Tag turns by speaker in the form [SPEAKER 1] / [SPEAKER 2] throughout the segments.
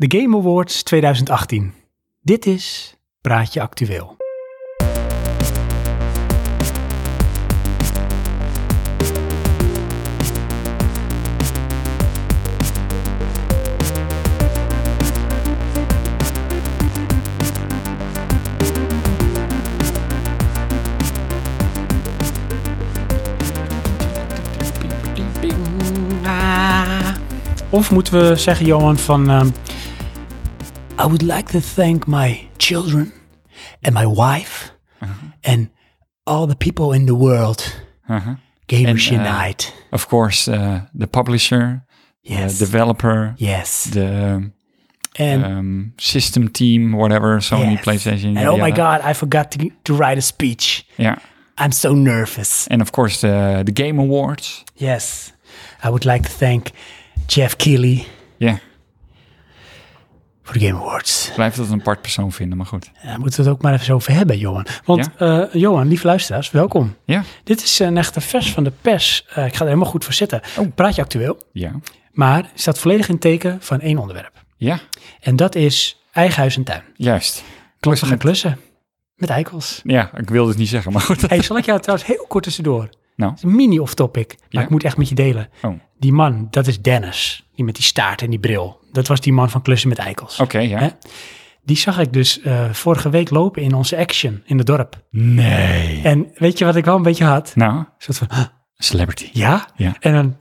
[SPEAKER 1] De Game Awards 2018. Dit is Praatje Actueel. Of moeten we zeggen, Johan, van... ehm, I would like to thank my children and my wife and all the people in the world.
[SPEAKER 2] Uh-huh.
[SPEAKER 1] Gamers
[SPEAKER 2] En, eh,
[SPEAKER 1] Unite.
[SPEAKER 2] Of course, uh, the publisher,
[SPEAKER 1] Yes.
[SPEAKER 2] the developer,
[SPEAKER 1] yes.
[SPEAKER 2] the
[SPEAKER 1] and
[SPEAKER 2] um, system team, whatever, Sony,
[SPEAKER 1] yes.
[SPEAKER 2] PlayStation.
[SPEAKER 1] And
[SPEAKER 2] yada,
[SPEAKER 1] oh my
[SPEAKER 2] yada.
[SPEAKER 1] god, I forgot to, to write a speech.
[SPEAKER 2] Yeah.
[SPEAKER 1] I'm so nervous.
[SPEAKER 2] And of course, the, the Game Awards.
[SPEAKER 1] Yes. I would like to thank Jeff Keighley
[SPEAKER 2] Ja,
[SPEAKER 1] voor de Game Awards.
[SPEAKER 2] ik blijf dat een apart persoon vinden, maar goed.
[SPEAKER 1] Daar Eh, moeten we het ook maar even over hebben, Johan. Want eh, Johan, lieve luisteraars, welkom.
[SPEAKER 2] Ja,
[SPEAKER 1] Dit is een echte vers van de pers. Eh, ik ga er helemaal goed voor zitten.
[SPEAKER 2] Oh.
[SPEAKER 1] Praat je actueel?
[SPEAKER 2] ja,
[SPEAKER 1] Maar staat volledig in het teken van één onderwerp.
[SPEAKER 2] ja,
[SPEAKER 1] En dat is eigen huis en tuin.
[SPEAKER 2] juist.
[SPEAKER 1] Klussen gaan klussen. Met eikels.
[SPEAKER 2] Ja, ik wilde het niet zeggen, maar goed.
[SPEAKER 1] hey, zal ik jou trouwens heel kort tussendoor.
[SPEAKER 2] Nou.
[SPEAKER 1] Het is een mini off-topic, maar
[SPEAKER 2] Ja.
[SPEAKER 1] ik moet echt met je delen.
[SPEAKER 2] Oh, oké,
[SPEAKER 1] Die man, dat is Dennis. Die met die staart en die bril. Dat was die man van klussen met eikels.
[SPEAKER 2] Oh.
[SPEAKER 1] Hè?
[SPEAKER 2] ja.
[SPEAKER 1] Die zag ik dus eh, vorige week lopen in onze action in het dorp.
[SPEAKER 2] Nee.
[SPEAKER 1] En weet je wat ik wel een beetje had? Een
[SPEAKER 2] Nou,
[SPEAKER 1] soort van, huh,
[SPEAKER 2] celebrity.
[SPEAKER 1] ja?
[SPEAKER 2] Ja.
[SPEAKER 1] En dan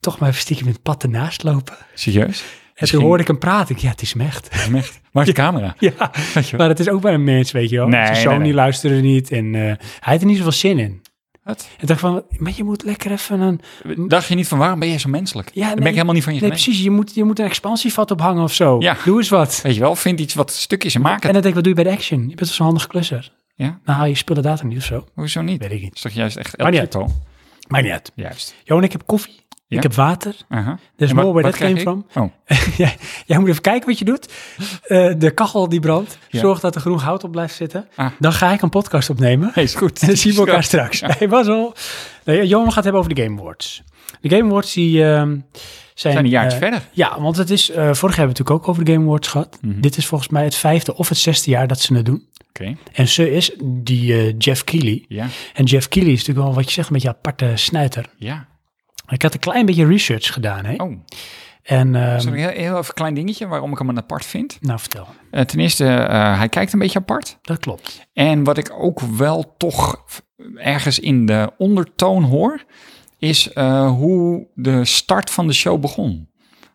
[SPEAKER 1] toch maar even stiekem in het pad ernaast lopen.
[SPEAKER 2] Serieus?
[SPEAKER 1] En toen hoorde ik hem praten. Ik, ja, het is hem echt.
[SPEAKER 2] Echt? Waar is de camera?
[SPEAKER 1] Ja,
[SPEAKER 2] Weet je wel.
[SPEAKER 1] maar het is ook bij een mens, weet je wel.
[SPEAKER 2] Nee,
[SPEAKER 1] Zijn zoon
[SPEAKER 2] nee, nee.
[SPEAKER 1] die luisterde niet en eh, hij had er niet zoveel zin in.
[SPEAKER 2] Wat?
[SPEAKER 1] En dacht van, maar je moet lekker even een...
[SPEAKER 2] Dacht je niet van waarom ben je zo menselijk?
[SPEAKER 1] Ja,
[SPEAKER 2] Daar ben
[SPEAKER 1] nee,
[SPEAKER 2] ik helemaal niet van je
[SPEAKER 1] Nee,
[SPEAKER 2] gewend.
[SPEAKER 1] precies, je moet, je moet een expansievat ophangen of zo.
[SPEAKER 2] Ja.
[SPEAKER 1] Doe eens wat.
[SPEAKER 2] Weet je wel, vind iets wat stukjes en maak
[SPEAKER 1] En dan
[SPEAKER 2] het.
[SPEAKER 1] denk ik, wat doe je bij de action? Je bent wel zo'n handig klusser.
[SPEAKER 2] Ja,
[SPEAKER 1] Dan haal je spullen data niet of zo.
[SPEAKER 2] hoezo niet?
[SPEAKER 1] Weet ik niet.
[SPEAKER 2] is toch juist echt
[SPEAKER 1] Maar
[SPEAKER 2] El
[SPEAKER 1] niet uit.
[SPEAKER 2] Cheto?
[SPEAKER 1] Maar niet uit.
[SPEAKER 2] Juist.
[SPEAKER 1] Johan, ik heb koffie.
[SPEAKER 2] Ja?
[SPEAKER 1] Ik heb water.
[SPEAKER 2] Aha.
[SPEAKER 1] There's
[SPEAKER 2] Uh-huh. En wat-
[SPEAKER 1] more where
[SPEAKER 2] wat
[SPEAKER 1] that came
[SPEAKER 2] krijg
[SPEAKER 1] from.
[SPEAKER 2] ik? Oh,
[SPEAKER 1] jij, jij moet even kijken wat je doet. Eh, de kachel die brandt.
[SPEAKER 2] Ja.
[SPEAKER 1] Zorg dat er groen hout op blijft zitten.
[SPEAKER 2] Ah.
[SPEAKER 1] Dan ga ik een podcast opnemen.
[SPEAKER 2] hey, is goed.
[SPEAKER 1] En dan zien we elkaar straks. Hey, Basel. Nee, Johan gaat het hebben over de Game Awards. De Game Awards die, ehm, zijn...
[SPEAKER 2] zijn een jaartje
[SPEAKER 1] eh,
[SPEAKER 2] verder.
[SPEAKER 1] Ja, want het is... eh, vorig jaar hebben we het natuurlijk ook over de Game Awards gehad.
[SPEAKER 2] Mhm.
[SPEAKER 1] Dit is volgens mij het vijfde of het zesde jaar dat ze het doen.
[SPEAKER 2] Oké,
[SPEAKER 1] En ze is die eh, Jeff Keighley.
[SPEAKER 2] ja,
[SPEAKER 1] En Jeff Keighley is natuurlijk wel wat je zegt met je aparte snuiter.
[SPEAKER 2] ja.
[SPEAKER 1] Ik had een klein beetje research gedaan. Hè?
[SPEAKER 2] Oh,
[SPEAKER 1] En, ehm,
[SPEAKER 2] is er een heel, heel even klein dingetje waarom ik hem een apart vind.
[SPEAKER 1] nou vertel.
[SPEAKER 2] Eh, ten eerste, eh, hij kijkt een beetje apart.
[SPEAKER 1] Dat klopt.
[SPEAKER 2] En wat ik ook wel toch ergens in de ondertoon hoor, is eh, hoe de start van de show begon.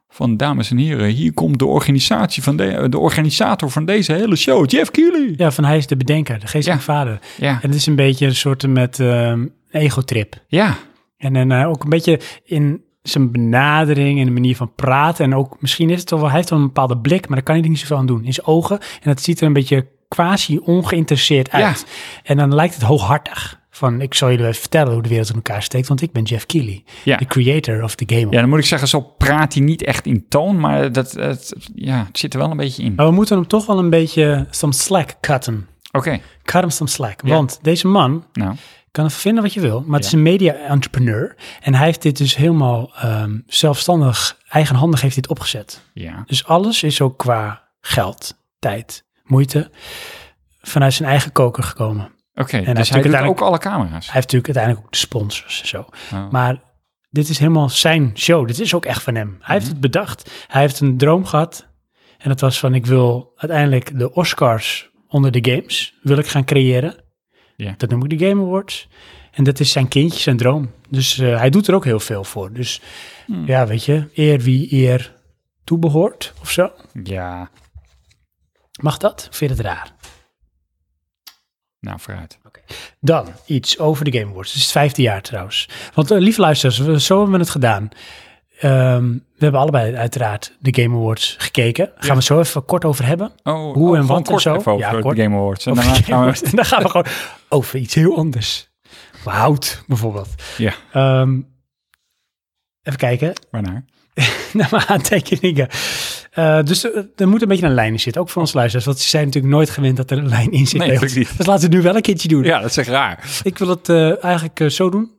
[SPEAKER 2] Van dames en heren, hier komt de, organisatie van de, de organisator van deze hele show, Jeff Keighley.
[SPEAKER 1] Ja, van hij is de bedenker, de geestelijke vader.
[SPEAKER 2] Ja,
[SPEAKER 1] En het is een beetje een soort met ehm ego-trip.
[SPEAKER 2] ja,
[SPEAKER 1] En, en eh, ook een beetje in zijn benadering en de manier van praten. En ook misschien is het toch wel, hij heeft wel een bepaalde blik, maar daar kan hij er niet zoveel aan doen. In zijn ogen. En dat ziet er een beetje quasi ongeïnteresseerd uit. En dan lijkt het hooghartig. Van ik zal jullie even vertellen hoe de wereld in elkaar steekt, want ik ben Jeff Keighley,
[SPEAKER 2] ja.
[SPEAKER 1] de creator of the game.
[SPEAKER 2] Ja, dan moet ik zeggen, zo praat hij niet echt in toon, maar dat, het, ja, het zit er wel een beetje in. Oké,
[SPEAKER 1] Maar we moeten hem toch wel een beetje some slack cutten. Cut hem some slack.
[SPEAKER 2] Ja.
[SPEAKER 1] Want deze man,
[SPEAKER 2] nou,
[SPEAKER 1] kan ervan vinden wat je wil, maar het is
[SPEAKER 2] Ja.
[SPEAKER 1] een media-entrepreneur. En hij heeft dit dus helemaal ehm, zelfstandig, eigenhandig heeft dit opgezet.
[SPEAKER 2] ja,
[SPEAKER 1] Dus alles is ook qua geld, tijd, moeite vanuit zijn eigen koker gekomen.
[SPEAKER 2] oké.
[SPEAKER 1] hij heeft
[SPEAKER 2] Dus hij doet
[SPEAKER 1] natuurlijk
[SPEAKER 2] ook alle camera's.
[SPEAKER 1] Hij heeft natuurlijk uiteindelijk ook de sponsors en zo.
[SPEAKER 2] Oh.
[SPEAKER 1] Maar dit is helemaal zijn show. Dit is ook echt van hem. Hij heeft het bedacht. Hij heeft een droom gehad. En dat was van ik wil uiteindelijk de Oscars onder de games wil ik gaan creëren.
[SPEAKER 2] Ja.
[SPEAKER 1] Dat noem ik de Game Awards. En dat is zijn kindje, zijn droom. Dus eh, hij doet er ook heel veel voor. Dus ja, weet je, eer wie eer toebehoort of zo.
[SPEAKER 2] Ja,
[SPEAKER 1] Mag dat? Of vind je het raar?
[SPEAKER 2] nou vooruit.
[SPEAKER 1] Dan iets over de Game Awards. Het is het vijfde jaar trouwens. Want eh, lieve luisteraars, we- zo hebben we het gedaan. Ehm, we hebben allebei uiteraard de Game Awards gekeken. Gaan we het zo even kort over hebben.
[SPEAKER 2] Oh,
[SPEAKER 1] Hoe
[SPEAKER 2] oh,
[SPEAKER 1] en
[SPEAKER 2] gewoon
[SPEAKER 1] wat en
[SPEAKER 2] kort
[SPEAKER 1] zo?
[SPEAKER 2] even over
[SPEAKER 1] Ja,
[SPEAKER 2] de
[SPEAKER 1] kort.
[SPEAKER 2] Game Awards. En
[SPEAKER 1] Over
[SPEAKER 2] daarna
[SPEAKER 1] de Game
[SPEAKER 2] gaan we...
[SPEAKER 1] Awards. En dan gaan we gewoon over iets heel anders. Over Hout bijvoorbeeld.
[SPEAKER 2] Ja,
[SPEAKER 1] Ehm, even kijken
[SPEAKER 2] waarnaar?
[SPEAKER 1] naar mijn aantekeningen. Eh, dus eh, er moet een beetje een lijn in zitten. Ook voor onze luisteraars. Want ze zijn natuurlijk nooit gewend dat er een lijn in zit.
[SPEAKER 2] Oh. Nee,
[SPEAKER 1] bij ons.
[SPEAKER 2] natuurlijk niet.
[SPEAKER 1] Dus laten we het nu wel een keertje doen.
[SPEAKER 2] Ja, dat is echt raar.
[SPEAKER 1] Ik wil het eh, eigenlijk eh, zo doen.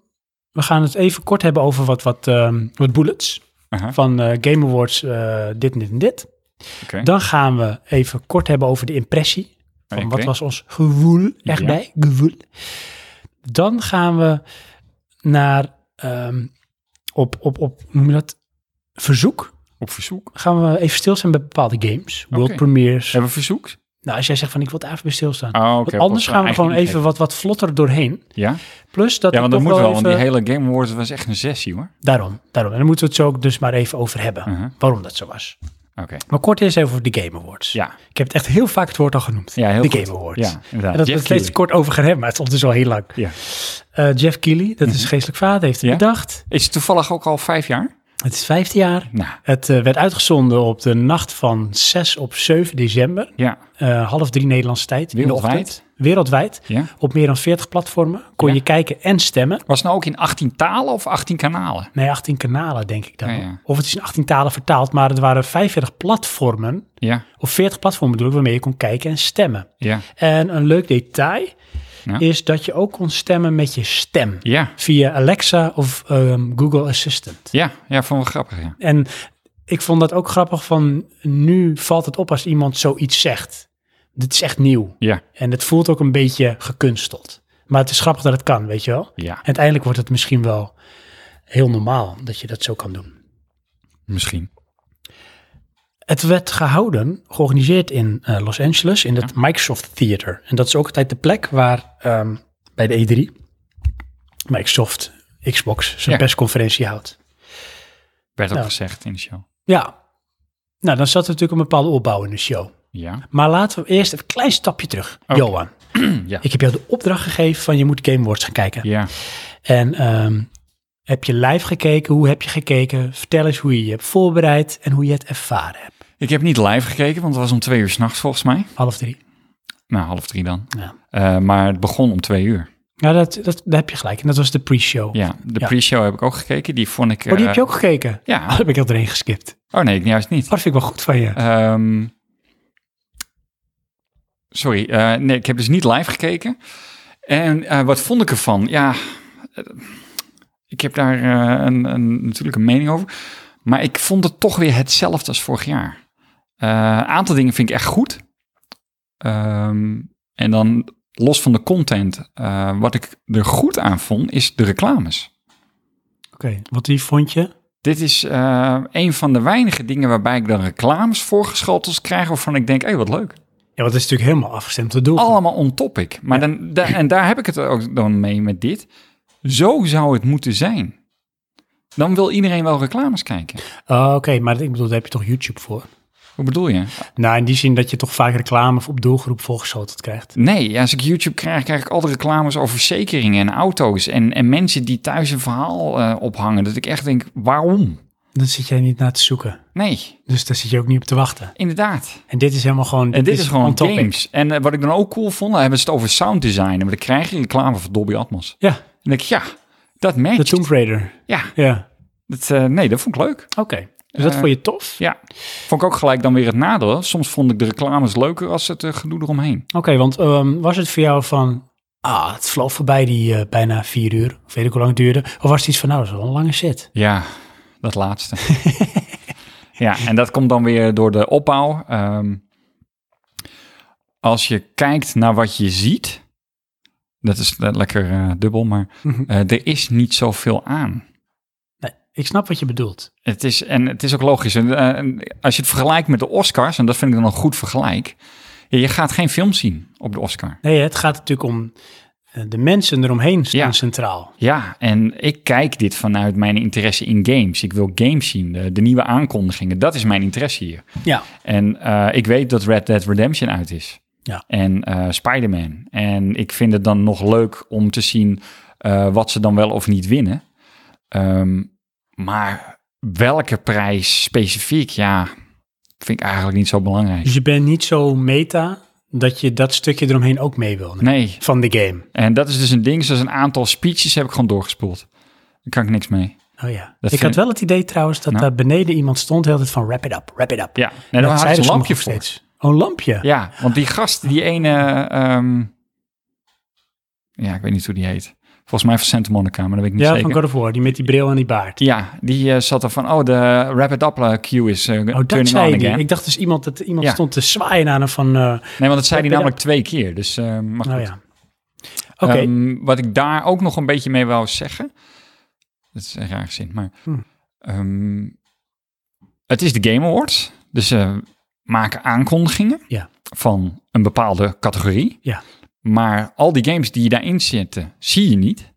[SPEAKER 1] We gaan het even kort hebben over wat, wat, ehm, wat bullets
[SPEAKER 2] Aha.
[SPEAKER 1] van eh, Game Awards, eh, dit en dit en dit.
[SPEAKER 2] Oké.
[SPEAKER 1] Dan gaan we even kort hebben over de impressie. Van
[SPEAKER 2] Oké.
[SPEAKER 1] Wat was ons gevoel echt
[SPEAKER 2] Ja.
[SPEAKER 1] bij? Gevoel. Dan gaan we naar, ehm, op, op, op, hoe noem je dat? Verzoek.
[SPEAKER 2] Op verzoek.
[SPEAKER 1] Gaan we even stilstaan bij bepaalde games. World
[SPEAKER 2] Oké.
[SPEAKER 1] premieres.
[SPEAKER 2] Hebben we verzoek?
[SPEAKER 1] Nou, als jij zegt van ik wil daar even bij stilstaan.
[SPEAKER 2] Ah, oké,
[SPEAKER 1] Want
[SPEAKER 2] op
[SPEAKER 1] anders
[SPEAKER 2] onze
[SPEAKER 1] gaan we
[SPEAKER 2] eigen
[SPEAKER 1] gewoon even
[SPEAKER 2] ingeving.
[SPEAKER 1] wat, wat vlotter doorheen.
[SPEAKER 2] Ja,
[SPEAKER 1] Plus dat
[SPEAKER 2] ja
[SPEAKER 1] ik
[SPEAKER 2] want dat
[SPEAKER 1] toch
[SPEAKER 2] moet wel,
[SPEAKER 1] wel
[SPEAKER 2] want
[SPEAKER 1] even...
[SPEAKER 2] die hele Game Awards was echt een sessie hoor.
[SPEAKER 1] Daarom, daarom. En dan moeten we het zo ook dus maar even over hebben.
[SPEAKER 2] Mhm.
[SPEAKER 1] Waarom dat zo was.
[SPEAKER 2] Oké,
[SPEAKER 1] Maar kort eerst even over de Game Awards.
[SPEAKER 2] ja.
[SPEAKER 1] Ik heb het echt heel vaak het woord al genoemd.
[SPEAKER 2] Ja, heel
[SPEAKER 1] de
[SPEAKER 2] goed.
[SPEAKER 1] Game Awards.
[SPEAKER 2] Ja, inderdaad.
[SPEAKER 1] En dat we
[SPEAKER 2] Jeff
[SPEAKER 1] het steeds
[SPEAKER 2] Keighley.
[SPEAKER 1] kort over gaan hebben, maar het is ondertussen al heel lang.
[SPEAKER 2] Ja.
[SPEAKER 1] Eh, Jeff Keighley, dat is geestelijk vader, heeft het
[SPEAKER 2] Mhm. Ja.
[SPEAKER 1] bedacht.
[SPEAKER 2] Is het toevallig ook al vijf jaar?
[SPEAKER 1] Het is 15 jaar.
[SPEAKER 2] Nou,
[SPEAKER 1] Het eh, werd uitgezonden op de nacht van 6 op 7 december,
[SPEAKER 2] ja.
[SPEAKER 1] eh, half drie Nederlandse tijd. in de ochtend.
[SPEAKER 2] Wereldwijd?
[SPEAKER 1] Wereldwijd.
[SPEAKER 2] ja.
[SPEAKER 1] Op meer dan 40 platformen kon
[SPEAKER 2] Ja.
[SPEAKER 1] je kijken en stemmen.
[SPEAKER 2] Was het nou ook in 18 talen of 18 kanalen?
[SPEAKER 1] Nee, 18 kanalen denk ik dan.
[SPEAKER 2] Ja,
[SPEAKER 1] wel.
[SPEAKER 2] Oh ja.
[SPEAKER 1] Of het is in 18 talen vertaald, maar het waren 45 platformen
[SPEAKER 2] Ja,
[SPEAKER 1] of 40 platformen bedoel ik, waarmee je kon kijken en stemmen.
[SPEAKER 2] ja,
[SPEAKER 1] En een leuk detail
[SPEAKER 2] Ja.
[SPEAKER 1] is dat je ook kon stemmen met je stem
[SPEAKER 2] ja,
[SPEAKER 1] via Alexa of ehm, Google Assistant.
[SPEAKER 2] ja, ja, vond ik wel grappig, ja.
[SPEAKER 1] En ik vond dat ook grappig van nu valt het op als iemand zoiets zegt. Dit is echt nieuw
[SPEAKER 2] Ja,
[SPEAKER 1] en het voelt ook een beetje gekunsteld. Maar het is grappig dat het kan, weet je wel.
[SPEAKER 2] ja,
[SPEAKER 1] Uiteindelijk wordt het misschien wel heel normaal dat je dat zo kan doen.
[SPEAKER 2] misschien.
[SPEAKER 1] Het werd gehouden, georganiseerd in eh, Los Angeles, in het Microsoft Theater. En dat is ook altijd de plek waar ehm, bij de E3 Microsoft Xbox zijn
[SPEAKER 2] Ja.
[SPEAKER 1] persconferentie houdt.
[SPEAKER 2] Werd ook
[SPEAKER 1] Nou.
[SPEAKER 2] gezegd in de show.
[SPEAKER 1] Ja, nou dan zat er natuurlijk een bepaalde opbouw in de show.
[SPEAKER 2] Ja,
[SPEAKER 1] Maar laten we eerst even een klein stapje terug.
[SPEAKER 2] Oké.
[SPEAKER 1] Johan,
[SPEAKER 2] ja,
[SPEAKER 1] ik heb jou de opdracht gegeven van je moet Game Awards gaan kijken.
[SPEAKER 2] ja.
[SPEAKER 1] En ehm, heb je live gekeken? Hoe heb je gekeken? Vertel eens hoe je je hebt voorbereid en hoe je het ervaren hebt.
[SPEAKER 2] Ik heb niet live gekeken, want het was om twee uur s'nachts volgens mij.
[SPEAKER 1] Half drie.
[SPEAKER 2] Nou, half drie dan.
[SPEAKER 1] Ja.
[SPEAKER 2] Eh, maar het begon om twee uur.
[SPEAKER 1] Nou, dat, dat, daar heb je gelijk. En dat was de pre-show.
[SPEAKER 2] Ja, de
[SPEAKER 1] Ja.
[SPEAKER 2] pre-show heb ik ook gekeken. Die vond ik...
[SPEAKER 1] Oh, die
[SPEAKER 2] eh,
[SPEAKER 1] heb je ook gekeken? Oh,
[SPEAKER 2] Ja.
[SPEAKER 1] heb ik er doorheen geskipt.
[SPEAKER 2] Oh nee, juist niet.
[SPEAKER 1] Oh, dat vind ik wel goed van je.
[SPEAKER 2] Ehm, sorry, eh, nee, ik heb dus niet live gekeken. En eh, wat vond ik ervan? Ja, eh, ik heb daar eh, een, een, natuurlijk een mening over. Maar ik vond het toch weer hetzelfde als vorig jaar. Eh, Een aantal dingen vind ik echt goed. Ehm, en dan los van de content, eh, wat ik er goed aan vond, is de reclames.
[SPEAKER 1] Oké, wat die vond je?
[SPEAKER 2] Dit is eh, een van de weinige dingen waarbij ik dan reclames voorgeschoteld krijg waarvan ik denk, hé, wat leuk.
[SPEAKER 1] Ja, want het is natuurlijk helemaal afgestemd te doen.
[SPEAKER 2] Allemaal on topic. Maar dan, da- en daar heb ik het ook dan mee met dit. Zo zou het moeten zijn. Dan wil iedereen wel reclames kijken.
[SPEAKER 1] Oh, Oké, maar ik bedoel, daar heb je toch YouTube voor?
[SPEAKER 2] Wat bedoel je?
[SPEAKER 1] Nou, in die zin dat je toch vaak reclame op doelgroep volgeschoteld krijgt.
[SPEAKER 2] Nee, als ik YouTube krijg, krijg ik altijd reclames over verzekeringen en auto's. En, en mensen die thuis een verhaal eh, ophangen. Dat ik echt denk, waarom?
[SPEAKER 1] Dan zit jij niet naar te zoeken.
[SPEAKER 2] Nee,
[SPEAKER 1] Dus daar zit je ook niet op te wachten.
[SPEAKER 2] inderdaad.
[SPEAKER 1] En dit is helemaal gewoon...
[SPEAKER 2] En dit is,
[SPEAKER 1] on
[SPEAKER 2] gewoon
[SPEAKER 1] topic.
[SPEAKER 2] games. En eh, wat ik dan ook cool vond, dan hebben ze het over sound design. Maar dan krijg je reclame van Dolby Atmos.
[SPEAKER 1] Ja,
[SPEAKER 2] En dan denk ik, ja, dat merk
[SPEAKER 1] de
[SPEAKER 2] je.
[SPEAKER 1] Tomb Raider.
[SPEAKER 2] Ja,
[SPEAKER 1] Ja,
[SPEAKER 2] dat, eh, nee, dat vond ik leuk.
[SPEAKER 1] oké. Dus dat
[SPEAKER 2] Eh,
[SPEAKER 1] vond je tof?
[SPEAKER 2] Ja, vond ik ook gelijk dan weer het nadeel. Soms vond ik de reclames leuker als het eh, gedoe eromheen.
[SPEAKER 1] Oké, want ehm, was het voor jou van... Ah, het vloog voorbij die eh, bijna vier uur. Of weet ik hoe lang het duurde. Of was het iets van, nou, dat is wel een lange zit.
[SPEAKER 2] Ja, dat laatste. ja, en dat komt dan weer door de opbouw. Ehm, als je kijkt naar wat je ziet, dat is eh, lekker eh, dubbel, maar
[SPEAKER 1] Mhm.
[SPEAKER 2] eh, er is niet zoveel aan.
[SPEAKER 1] Nee, ik snap wat je bedoelt.
[SPEAKER 2] Het is, en het is ook logisch. En, eh, en als je het vergelijkt met de Oscars, en dat vind ik dan een goed vergelijk, je gaat geen film zien op de Oscar.
[SPEAKER 1] Nee, het gaat natuurlijk om eh, de mensen eromheen staan
[SPEAKER 2] Ja.
[SPEAKER 1] centraal.
[SPEAKER 2] Ja, en ik kijk dit vanuit mijn interesse in games. Ik wil games zien, de, de nieuwe aankondigingen. Dat is mijn interesse hier.
[SPEAKER 1] Ja.
[SPEAKER 2] En eh, ik weet dat Red Dead Redemption uit is.
[SPEAKER 1] Ja.
[SPEAKER 2] En eh Spider-Man. En ik vind het dan nog leuk om te zien eh, wat ze dan wel of niet winnen. Ehm, maar welke prijs specifiek, ja, vind ik eigenlijk niet zo belangrijk.
[SPEAKER 1] Dus je bent niet zo meta dat je dat stukje eromheen ook mee wil. nemen
[SPEAKER 2] Nee,
[SPEAKER 1] Van de game.
[SPEAKER 2] en dat is dus een ding. Zoals een aantal speeches heb ik gewoon doorgespoeld. Daar kan ik niks mee.
[SPEAKER 1] Oh ja.
[SPEAKER 2] Dat
[SPEAKER 1] ik
[SPEAKER 2] vind
[SPEAKER 1] had
[SPEAKER 2] ik-
[SPEAKER 1] wel het idee trouwens dat
[SPEAKER 2] Nou.
[SPEAKER 1] daar beneden iemand stond heel tijd van wrap it up, wrap it up.
[SPEAKER 2] Ja, nee, daar
[SPEAKER 1] dat
[SPEAKER 2] had
[SPEAKER 1] zeiden
[SPEAKER 2] ik een
[SPEAKER 1] ze
[SPEAKER 2] lampje
[SPEAKER 1] nog
[SPEAKER 2] voor.
[SPEAKER 1] steeds. Oh, een lampje?
[SPEAKER 2] Ja, want die gast, die ene, ehm, ja, ik weet niet hoe die heet. Volgens mij van Santa Monica, maar dat weet ik niet
[SPEAKER 1] Ja,
[SPEAKER 2] zeker.
[SPEAKER 1] van God of War, die met die bril en die baard.
[SPEAKER 2] Ja, die eh, zat er van, oh, de Rapid Up queue is eh,
[SPEAKER 1] Oh, dat
[SPEAKER 2] turning on
[SPEAKER 1] zei
[SPEAKER 2] again.
[SPEAKER 1] die. Ik dacht dus iemand dat iemand
[SPEAKER 2] Ja.
[SPEAKER 1] stond te zwaaien aan hem van... eh,
[SPEAKER 2] Nee, want dat zei hij
[SPEAKER 1] Rapid
[SPEAKER 2] namelijk twee keer. Dus, eh, maar goed.
[SPEAKER 1] nou ja. Oké.
[SPEAKER 2] Ehm, wat ik daar ook nog een beetje mee wou zeggen. Dat is een raar gezin, maar.
[SPEAKER 1] Hmm.
[SPEAKER 2] ehm, het is de Game Awards. Dus ze maken aankondigingen
[SPEAKER 1] Ja.
[SPEAKER 2] van een bepaalde categorie.
[SPEAKER 1] Ja.
[SPEAKER 2] Maar al die games die daarin zitten, zie je niet.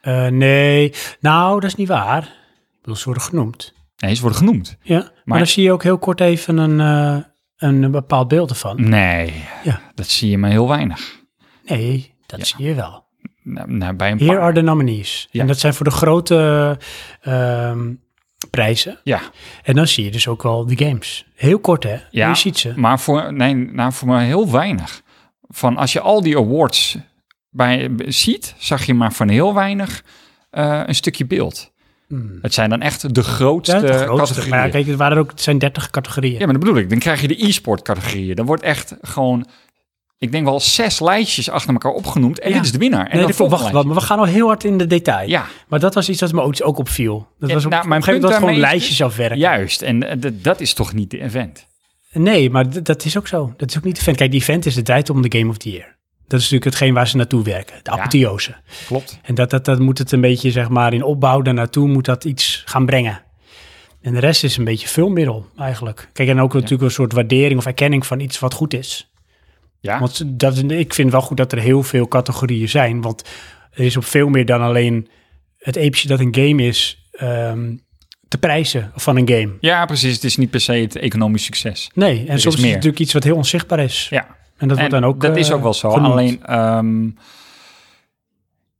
[SPEAKER 1] Eh, nee, nou, dat is niet waar. Ik bedoel, ze worden genoemd.
[SPEAKER 2] Nee, ze worden genoemd.
[SPEAKER 1] Ja, maar,
[SPEAKER 2] Maar-
[SPEAKER 1] dan zie je ook heel kort even een, eh, een, een bepaald beeld ervan.
[SPEAKER 2] Mm. Nee,
[SPEAKER 1] Ja.
[SPEAKER 2] dat zie je maar heel weinig.
[SPEAKER 1] Nee, dat
[SPEAKER 2] Ja.
[SPEAKER 1] zie je wel.
[SPEAKER 2] Nou, nou, bij een
[SPEAKER 1] Hier
[SPEAKER 2] paar.
[SPEAKER 1] are the nominees.
[SPEAKER 2] Ja.
[SPEAKER 1] En dat zijn voor de grote ehm, prijzen.
[SPEAKER 2] Ja,
[SPEAKER 1] En dan zie je dus ook wel de games. Heel kort, hè?
[SPEAKER 2] Ja.
[SPEAKER 1] Je ziet ze.
[SPEAKER 2] Maar voor, nee, nou, voor mij heel weinig. Van als je al die awards bij, b- ziet, zag je maar van heel weinig eh, een stukje beeld.
[SPEAKER 1] Hmm.
[SPEAKER 2] Het zijn dan echt de
[SPEAKER 1] Ja,
[SPEAKER 2] grootste,
[SPEAKER 1] de grootste.
[SPEAKER 2] categorieën.
[SPEAKER 1] Maar ja, kijk, het, waren ook, het zijn 30 categorieën.
[SPEAKER 2] Ja, maar dat bedoel ik. Dan krijg je de e-sport categorieën. Dan wordt echt gewoon, ik denk wel zes lijstjes achter elkaar opgenoemd. En
[SPEAKER 1] Ja.
[SPEAKER 2] dit is de winnaar. En
[SPEAKER 1] nee,
[SPEAKER 2] dan
[SPEAKER 1] dat klopt. wacht,
[SPEAKER 2] volgende
[SPEAKER 1] wacht, maar we gaan al heel hard in de detail.
[SPEAKER 2] lijstje.
[SPEAKER 1] Maar dat was iets dat me ook, ook opviel. Dat
[SPEAKER 2] Eh,
[SPEAKER 1] was op,
[SPEAKER 2] nou,
[SPEAKER 1] op
[SPEAKER 2] mijn
[SPEAKER 1] een gegeven moment
[SPEAKER 2] punt
[SPEAKER 1] was gewoon
[SPEAKER 2] daarmee is dus-
[SPEAKER 1] lijstjes
[SPEAKER 2] Ja,
[SPEAKER 1] afwerken.
[SPEAKER 2] juist. En eh, dat- dat is toch niet de event?
[SPEAKER 1] Nee, maar d- dat is ook zo. Dat is ook niet de event. Kijk, die event is de tijd om de Game of the Year. Dat is natuurlijk hetgeen waar ze naartoe werken. De apotheose.
[SPEAKER 2] Klopt.
[SPEAKER 1] En dat, dat, dat moet het een beetje, zeg maar, in opbouw daarnaartoe moet dat iets gaan brengen. En de rest is een beetje vulmiddel eigenlijk. Kijk, en ook natuurlijk een soort waardering of erkenning van iets wat goed is.
[SPEAKER 2] Ja.
[SPEAKER 1] Want dat, ik vind wel goed dat er heel veel categorieën zijn. Want er is op veel meer dan alleen het eepje dat een game is ehm, te prijzen van een game.
[SPEAKER 2] ja, precies. Het is niet per se het economisch succes.
[SPEAKER 1] Nee, en
[SPEAKER 2] is
[SPEAKER 1] soms is het
[SPEAKER 2] meer.
[SPEAKER 1] natuurlijk iets wat heel onzichtbaar is.
[SPEAKER 2] Ja.
[SPEAKER 1] En dat wordt
[SPEAKER 2] En
[SPEAKER 1] dan ook.
[SPEAKER 2] dat
[SPEAKER 1] eh,
[SPEAKER 2] is ook wel zo.
[SPEAKER 1] genoemd.
[SPEAKER 2] Alleen, ehm,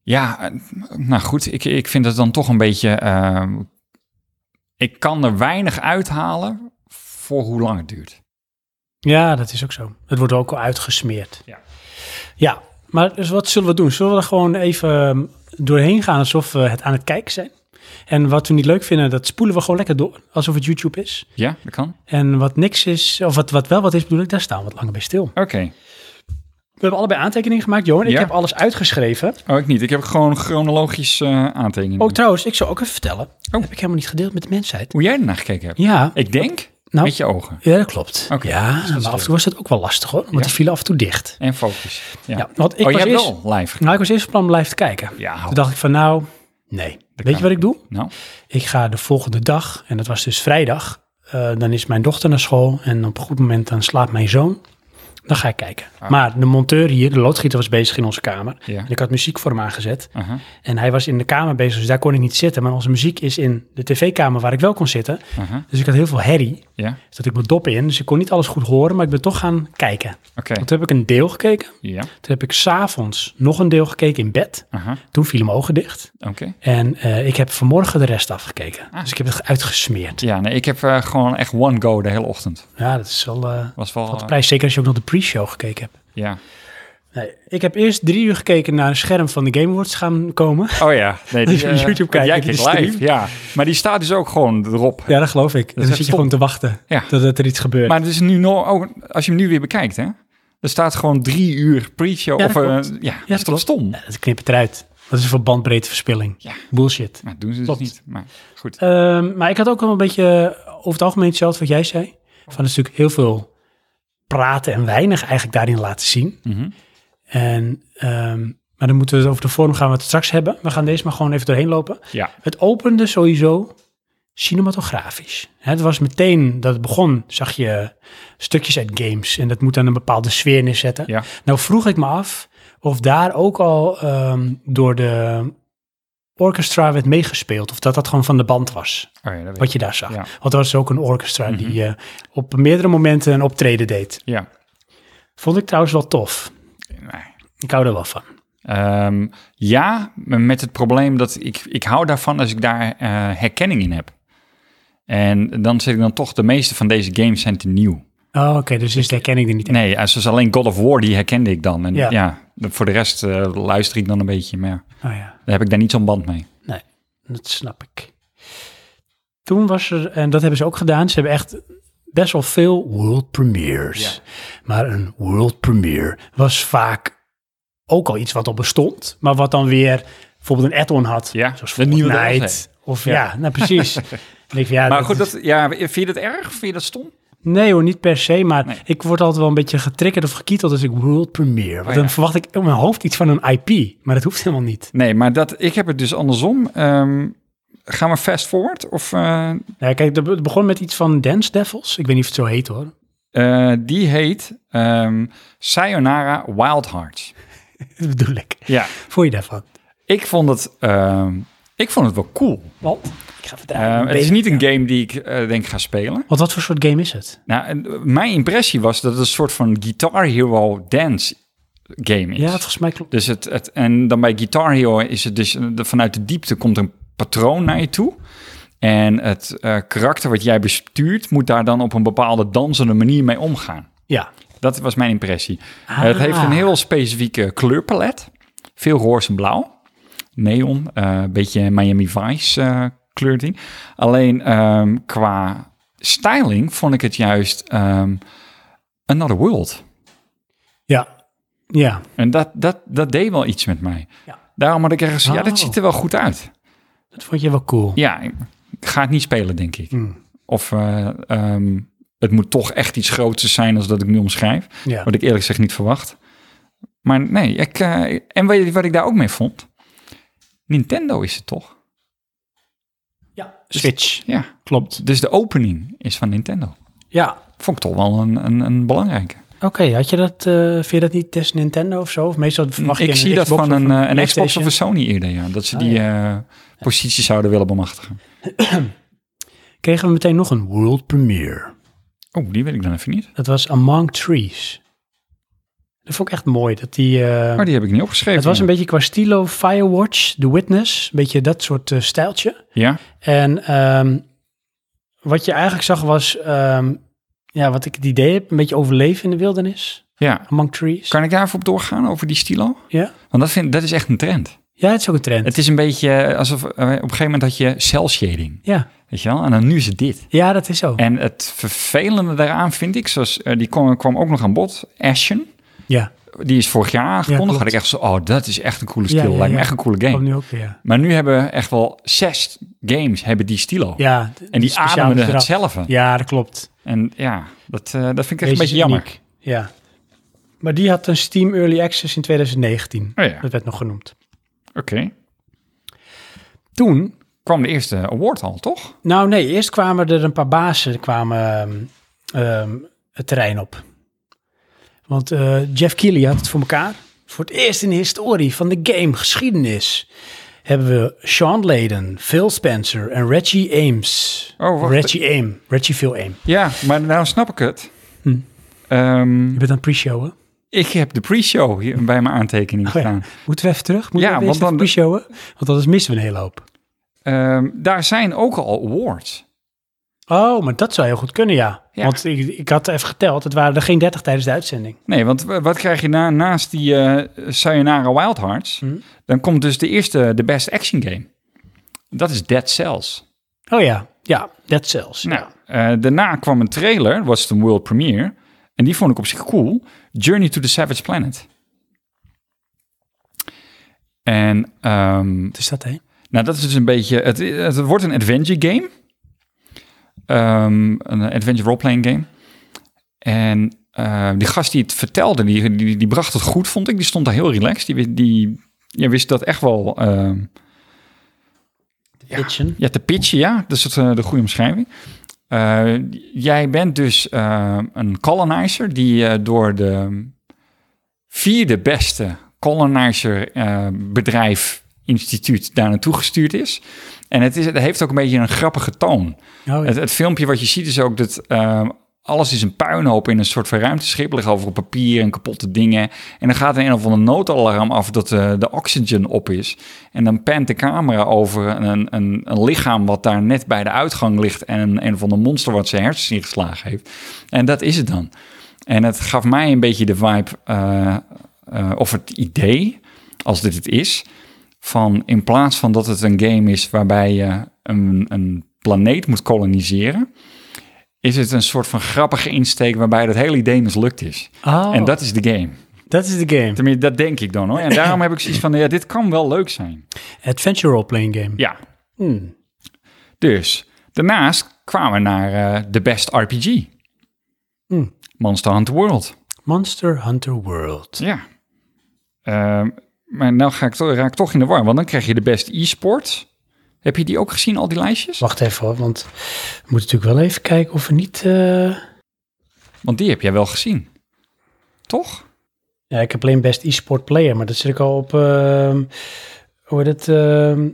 [SPEAKER 2] ja, eh, nou goed, ik, ik vind het dan toch een beetje. ehm, ik kan er weinig uithalen voor hoe lang het duurt.
[SPEAKER 1] Ja, dat is ook zo. Het wordt ook al uitgesmeerd.
[SPEAKER 2] Ja.
[SPEAKER 1] Ja, maar dus wat zullen we doen? Zullen we er gewoon even ehm, doorheen gaan alsof we het aan het kijken zijn? En wat we niet leuk vinden, dat spoelen we gewoon lekker door. Alsof het YouTube is.
[SPEAKER 2] Ja, dat kan.
[SPEAKER 1] En wat niks is, of wat, wat wel wat is bedoel ik, daar staan we wat langer bij stil.
[SPEAKER 2] Oké.
[SPEAKER 1] We hebben allebei aantekeningen gemaakt, Johan. Ik
[SPEAKER 2] Ja.
[SPEAKER 1] heb alles uitgeschreven.
[SPEAKER 2] Oh, ik niet. Ik heb gewoon chronologisch eh aantekeningen.
[SPEAKER 1] Oh, trouwens, ik zou ook even vertellen.
[SPEAKER 2] Oh.
[SPEAKER 1] Heb ik helemaal niet gedeeld met de mensheid.
[SPEAKER 2] hoe jij ernaar gekeken hebt.
[SPEAKER 1] Ja,
[SPEAKER 2] Ik denk
[SPEAKER 1] nou,
[SPEAKER 2] met je ogen
[SPEAKER 1] ja dat klopt.
[SPEAKER 2] Oké,
[SPEAKER 1] Ja,
[SPEAKER 2] dat is
[SPEAKER 1] maar af en
[SPEAKER 2] leuk.
[SPEAKER 1] toe was dat ook wel lastig hoor. Want
[SPEAKER 2] Ja?
[SPEAKER 1] die vielen af en toe dicht.
[SPEAKER 2] en focus. Ja.
[SPEAKER 1] Ja, want ik
[SPEAKER 2] oh, je
[SPEAKER 1] was
[SPEAKER 2] hebt
[SPEAKER 1] eerst...
[SPEAKER 2] wel live. gekeken.
[SPEAKER 1] Nou, ik was eerst van plan om live te kijken.
[SPEAKER 2] Ja, hou-
[SPEAKER 1] Toen dacht ik van nou, nee. Weet
[SPEAKER 2] kan
[SPEAKER 1] je wat ik doe?
[SPEAKER 2] nou,
[SPEAKER 1] Ik ga de volgende dag, en dat was dus vrijdag, eh, dan is mijn dochter naar school en op een goed moment dan slaapt mijn zoon. Dan ga ik kijken. Maar de monteur hier, de loodgieter, was bezig in onze kamer.
[SPEAKER 2] Ah. Ja.
[SPEAKER 1] En ik had muziek voor hem aangezet.
[SPEAKER 2] aha.
[SPEAKER 1] En hij was in de kamer bezig, dus daar kon ik niet zitten. Maar onze muziek is in de tv-kamer waar ik wel kon zitten.
[SPEAKER 2] aha,
[SPEAKER 1] Dus ik had heel veel herrie.
[SPEAKER 2] ja,
[SPEAKER 1] Dus dat ik mijn dop in. Dus ik kon niet alles goed horen, maar ik ben toch gaan kijken.
[SPEAKER 2] oké.
[SPEAKER 1] Want toen heb ik een deel gekeken.
[SPEAKER 2] Ja,
[SPEAKER 1] Toen heb ik s'avonds nog een deel gekeken in bed.
[SPEAKER 2] aha,
[SPEAKER 1] Toen vielen mijn ogen dicht.
[SPEAKER 2] oké.
[SPEAKER 1] En eh, ik heb vanmorgen de rest afgekeken.
[SPEAKER 2] Ah.
[SPEAKER 1] Dus ik heb het uitgesmeerd.
[SPEAKER 2] Ja, nee, ik heb eh, gewoon echt one go de hele ochtend.
[SPEAKER 1] Ja, dat is wel eh
[SPEAKER 2] Was wel...
[SPEAKER 1] wat de
[SPEAKER 2] eh,
[SPEAKER 1] prijs. Zeker als je ook nog de pre-show gekeken hebt.
[SPEAKER 2] ja.
[SPEAKER 1] Nee, ik heb eerst drie uur gekeken naar een scherm van de Game Awards gaan komen.
[SPEAKER 2] Oh ja, nee,
[SPEAKER 1] Als je
[SPEAKER 2] eh,
[SPEAKER 1] op YouTube
[SPEAKER 2] want
[SPEAKER 1] kijkt,
[SPEAKER 2] Jij
[SPEAKER 1] die
[SPEAKER 2] kijkt live,
[SPEAKER 1] stream.
[SPEAKER 2] ja. Maar die staat dus ook gewoon erop.
[SPEAKER 1] Ja, dat geloof ik. En dan
[SPEAKER 2] echt
[SPEAKER 1] zit je
[SPEAKER 2] stom.
[SPEAKER 1] gewoon te wachten
[SPEAKER 2] Ja.
[SPEAKER 1] dat, dat er iets gebeurt.
[SPEAKER 2] Maar het is nu nog, ook als je hem nu weer bekijkt, hè? Er staat gewoon drie uur pre-show.
[SPEAKER 1] Ja,
[SPEAKER 2] of,
[SPEAKER 1] dat
[SPEAKER 2] eh,
[SPEAKER 1] klopt.
[SPEAKER 2] ja, dat
[SPEAKER 1] dat
[SPEAKER 2] is toch
[SPEAKER 1] klopt.
[SPEAKER 2] stom?
[SPEAKER 1] Ja, dat knippert eruit. Dat is voor bandbreedteverspilling.
[SPEAKER 2] Ja.
[SPEAKER 1] Bullshit.
[SPEAKER 2] Maar dat doen ze dus
[SPEAKER 1] Klopt.
[SPEAKER 2] niet. Maar goed.
[SPEAKER 1] Ehm, maar ik had ook wel een beetje eh, over het algemeen hetzelfde wat jij zei. Van het is natuurlijk heel veel praten en weinig eigenlijk daarin laten zien.
[SPEAKER 2] Mhm.
[SPEAKER 1] En, ehm, maar dan moeten we het over de vorm gaan we het straks hebben. We gaan deze maar gewoon even doorheen lopen.
[SPEAKER 2] Ja,
[SPEAKER 1] Het opende sowieso cinematografisch. Het was meteen dat het begon, zag je stukjes uit games. En dat moet dan een bepaalde sfeer neerzetten.
[SPEAKER 2] ja.
[SPEAKER 1] Nou vroeg ik me af of daar ook al ehm, door de orchestra werd meegespeeld. Of dat dat gewoon van de band was,
[SPEAKER 2] Oh, ja, dat weet
[SPEAKER 1] wat
[SPEAKER 2] ik.
[SPEAKER 1] je daar zag.
[SPEAKER 2] Ja. Mhm.
[SPEAKER 1] Want er was ook een orchestra die eh, op meerdere momenten een optreden deed.
[SPEAKER 2] ja.
[SPEAKER 1] Vond ik trouwens wel tof.
[SPEAKER 2] Nee.
[SPEAKER 1] Ik hou er wel van.
[SPEAKER 2] Ehm, ja, maar met het probleem dat ik, ik hou daarvan als ik daar eh, herkenning in heb. En dan zit ik dan toch, de meeste van deze games zijn te nieuw.
[SPEAKER 1] Oh, oké, dus is de herkenning er niet echt.
[SPEAKER 2] Nee, als dus alleen God of War, die herkende ik dan. En
[SPEAKER 1] Ja.
[SPEAKER 2] ja, de- voor de rest eh, luister ik dan een beetje, maar ja,
[SPEAKER 1] Oh ja.
[SPEAKER 2] daar heb ik daar niet zo'n band mee.
[SPEAKER 1] Nee, dat snap ik. Toen was er, en dat hebben ze ook gedaan, ze hebben echt best wel veel world premieres. Maar een world premiere was vaak ook al iets wat al bestond, maar wat dan weer bijvoorbeeld een add-on had.
[SPEAKER 2] Ja,
[SPEAKER 1] zoals
[SPEAKER 2] een nieuwe
[SPEAKER 1] Fortnite.
[SPEAKER 2] DLC.
[SPEAKER 1] Of
[SPEAKER 2] Ja.
[SPEAKER 1] ja, nou precies. Dan denk ik, ja,
[SPEAKER 2] maar
[SPEAKER 1] dat-
[SPEAKER 2] goed, dat, ja, vind je dat erg? Vind je dat stom?
[SPEAKER 1] Nee hoor, niet per se, maar
[SPEAKER 2] Nee.
[SPEAKER 1] ik word altijd wel een beetje getriggerd of gekieteld als ik world premiere. Want
[SPEAKER 2] Oh ja.
[SPEAKER 1] dan verwacht ik in mijn hoofd iets van een IP, maar dat hoeft helemaal niet.
[SPEAKER 2] Nee, maar dat, ik heb het dus andersom. Ehm, gaan we fast forward? Of, eh,
[SPEAKER 1] Nou, kijk, het begon met iets van Dance Devils. Ik weet niet of het zo heet hoor.
[SPEAKER 2] eh, die heet ehm Sayonara Wild Hearts.
[SPEAKER 1] Dat bedoel ik.
[SPEAKER 2] Ja,
[SPEAKER 1] Vond je daarvan?
[SPEAKER 2] ik vond het, ehm, ik vond het wel cool.
[SPEAKER 1] Wat? Ik ga
[SPEAKER 2] Eh,
[SPEAKER 1] vertellen.
[SPEAKER 2] het is niet een game die ik eh, denk ga spelen.
[SPEAKER 1] Want wat voor soort game is het?
[SPEAKER 2] Nou, en, eh, mijn impressie was dat het een soort van Guitar Hero dance game is.
[SPEAKER 1] Ja, volgens mij klopt.
[SPEAKER 2] Dus het, het, en dan bij Guitar Hero is het dus eh, de- vanuit de diepte komt een patroon naar je toe. En het eh, karakter wat jij bestuurt moet daar dan op een bepaalde dansende manier mee omgaan.
[SPEAKER 1] Ja.
[SPEAKER 2] Dat was mijn impressie. Eh,
[SPEAKER 1] Ah.
[SPEAKER 2] Het heeft een heel specifieke kleurpalet. Veel roze en blauw. Neon, eh, een beetje Miami Vice eh kleurding. Alleen ehm, qua styling vond ik het juist ehm, Another World.
[SPEAKER 1] Ja. Ja.
[SPEAKER 2] En dat, dat, dat deed wel iets met mij.
[SPEAKER 1] Ja.
[SPEAKER 2] Daarom had ik ergens, ja,
[SPEAKER 1] Oh.
[SPEAKER 2] dat ziet er wel goed uit.
[SPEAKER 1] Dat vond je wel cool.
[SPEAKER 2] Ja, ik ga het niet spelen, denk ik.
[SPEAKER 1] Hmm.
[SPEAKER 2] Of eh, ehm, het moet toch echt iets groters zijn als dat ik nu omschrijf.
[SPEAKER 1] Ja.
[SPEAKER 2] Wat ik eerlijk gezegd niet verwacht. Maar nee, ik, eh, en weet je wat ik daar ook mee vond? Nintendo is het toch?
[SPEAKER 1] ja. Switch.
[SPEAKER 2] Ja.
[SPEAKER 1] Klopt.
[SPEAKER 2] Dus de opening is van Nintendo.
[SPEAKER 1] Ja.
[SPEAKER 2] Vond ik toch wel een, een, een belangrijke.
[SPEAKER 1] Oké, had je dat, eh, vind je dat niet des Nintendo of zo? Of meestal verwacht je
[SPEAKER 2] ik
[SPEAKER 1] een
[SPEAKER 2] zie dat
[SPEAKER 1] Xbox
[SPEAKER 2] van
[SPEAKER 1] of
[SPEAKER 2] een, eh, een Xbox
[SPEAKER 1] PlayStation.
[SPEAKER 2] of een Sony eerder, ja. Dat ze
[SPEAKER 1] Ah,
[SPEAKER 2] die eh, positie zouden willen bemachtigen.
[SPEAKER 1] Kregen we meteen nog een world premiere.
[SPEAKER 2] Oh, die weet ik dan even niet.
[SPEAKER 1] Dat was Among Trees. Dat vond ik echt mooi. Dat die, eh,
[SPEAKER 2] Maar Oh, die heb ik niet opgeschreven.
[SPEAKER 1] het was een beetje qua stilo Firewatch, The Witness. Een beetje dat soort eh, stijltje.
[SPEAKER 2] Ja,
[SPEAKER 1] En ehm, wat je eigenlijk zag was... ehm, ja, wat ik het idee heb, een beetje overleven in de wildernis.
[SPEAKER 2] ja.
[SPEAKER 1] Among Trees.
[SPEAKER 2] Kan ik daar even op doorgaan over die stilo?
[SPEAKER 1] Ja.
[SPEAKER 2] Want dat, vind, dat is echt een trend.
[SPEAKER 1] ja, het is ook een trend.
[SPEAKER 2] Het is een beetje alsof eh, op een gegeven moment had je cel shading.
[SPEAKER 1] ja.
[SPEAKER 2] Weet je wel? En dan nu is het dit.
[SPEAKER 1] ja, dat is zo.
[SPEAKER 2] En het vervelende daaraan vind ik, zoals, eh, die kwam, kwam ook nog aan bod, Ashen.
[SPEAKER 1] Ja,
[SPEAKER 2] Die is vorig jaar aangekondigd.
[SPEAKER 1] klopt.
[SPEAKER 2] had ik echt zo, oh, dat is echt een coole
[SPEAKER 1] Ja,
[SPEAKER 2] stilo.
[SPEAKER 1] ja,
[SPEAKER 2] Lijkt me
[SPEAKER 1] ja.
[SPEAKER 2] echt een coole
[SPEAKER 1] komt
[SPEAKER 2] game.
[SPEAKER 1] nu ook weer.
[SPEAKER 2] Maar nu hebben echt wel zes games hebben die stilo.
[SPEAKER 1] Ja,
[SPEAKER 2] en die
[SPEAKER 1] speciale
[SPEAKER 2] ademen
[SPEAKER 1] graf.
[SPEAKER 2] hetzelfde.
[SPEAKER 1] Ja, dat klopt.
[SPEAKER 2] En ja, dat, eh, dat vind ik echt
[SPEAKER 1] Deze
[SPEAKER 2] een beetje
[SPEAKER 1] is
[SPEAKER 2] jammer.
[SPEAKER 1] uniek. Ja. Maar die had een Steam Early Access in 2019.
[SPEAKER 2] Oh ja,
[SPEAKER 1] Dat werd nog genoemd.
[SPEAKER 2] oké.
[SPEAKER 1] Toen,
[SPEAKER 2] Kwam de eerste award al, toch?
[SPEAKER 1] nou nee, eerst kwamen er een paar bazen kwamen, ehm, ehm, het terrein op. Want eh, Jeff Keighley had het voor elkaar. Voor het eerst in de historie van de game geschiedenis hebben we Sean Layden, Phil Spencer en Reggie Ames.
[SPEAKER 2] Oh, wacht.
[SPEAKER 1] Reggie Aim, Reggie Phil Aim.
[SPEAKER 2] Ja, maar nou snap ik het.
[SPEAKER 1] Hm.
[SPEAKER 2] Ehm,
[SPEAKER 1] Je bent aan het pre-showen.
[SPEAKER 2] ik heb de pre-show hier bij mijn aantekening
[SPEAKER 1] Oh ja.
[SPEAKER 2] gedaan.
[SPEAKER 1] Moeten we even terug? Moeten
[SPEAKER 2] Ja,
[SPEAKER 1] we
[SPEAKER 2] want
[SPEAKER 1] want
[SPEAKER 2] dan-
[SPEAKER 1] dan pre-showen? Want anders missen we een hele hoop.
[SPEAKER 2] Ehm, daar zijn ook al awards.
[SPEAKER 1] Oh, maar dat zou heel goed kunnen, ja.
[SPEAKER 2] Ja.
[SPEAKER 1] Want ik, ik had even geteld, het waren er geen 30 tijdens de uitzending.
[SPEAKER 2] Nee, want w- wat krijg je na, naast die eh Sayonara Wild Hearts?
[SPEAKER 1] Hm.
[SPEAKER 2] Dan komt dus de eerste, de best action game. Dat is Dead Cells.
[SPEAKER 1] Oh ja, ja, dat zelfs.
[SPEAKER 2] Nou, eh, daarna kwam een trailer, was het een world premiere. En die vond ik op zich cool. Journey to the Savage Planet. En ehm,
[SPEAKER 1] Wat is dat, hè?
[SPEAKER 2] Nou, dat is dus een beetje. Het, het wordt een adventure game. Ehm, een adventure roleplaying game. En eh, die gast die het vertelde, die, die, die bracht het goed, vond ik. Die stond daar heel relaxed. Die, wi- die ja, wist dat echt wel ehm, Ja.
[SPEAKER 1] Kitchen.
[SPEAKER 2] ja, te pitchen, ja. Dat is het, eh, de goede omschrijving. Eh, jij bent dus eh, een colonizer die eh, door de vierde beste colonizer eh, bedrijf instituut daar naartoe gestuurd is. En het, is, het heeft ook een beetje een grappige toon.
[SPEAKER 1] Oh, ja.
[SPEAKER 2] Het, het filmpje wat je ziet is ook dat eh, alles is een puinhoop in een soort van ruimteschip. Er liggen over papier en kapotte dingen. En dan gaat er een of ander noodalarm af dat eh, de oxygen op is. En dan pant de camera over een, een, een lichaam wat daar net bij de uitgang ligt. En een, een of ander monster wat zijn hersens ingeslagen heeft. En dat is het dan. En het gaf mij een beetje de vibe, eh, eh, of het idee, als dit het is, van in plaats van dat het een game is waarbij je een, een planeet moet koloniseren, is het een soort van grappige insteek waarbij dat hele idee mislukt is.
[SPEAKER 1] Oh,
[SPEAKER 2] En dat is de game.
[SPEAKER 1] Dat is de game.
[SPEAKER 2] Tenminste, dat denk ik dan hoor. En daarom heb ik zoiets van, ja, dit kan wel leuk zijn.
[SPEAKER 1] Adventure role-playing game.
[SPEAKER 2] Ja,
[SPEAKER 1] Hmm.
[SPEAKER 2] dus daarnaast kwamen we naar eh, de best RPG.
[SPEAKER 1] Hmm.
[SPEAKER 2] Monster Hunter World.
[SPEAKER 1] Monster Hunter World.
[SPEAKER 2] Ja. Ehm, maar nou ga ik toch, raak ik toch in de war, want dan krijg je de best e-sport. Heb je die ook gezien, al die lijstjes?
[SPEAKER 1] Wacht even hoor, want we moeten natuurlijk wel even kijken of we niet... eh,
[SPEAKER 2] Want die heb jij wel gezien. Toch?
[SPEAKER 1] Ja, ik heb alleen best e-sport player, maar dat zit ik al op... ehm, hoe heet het? ehm,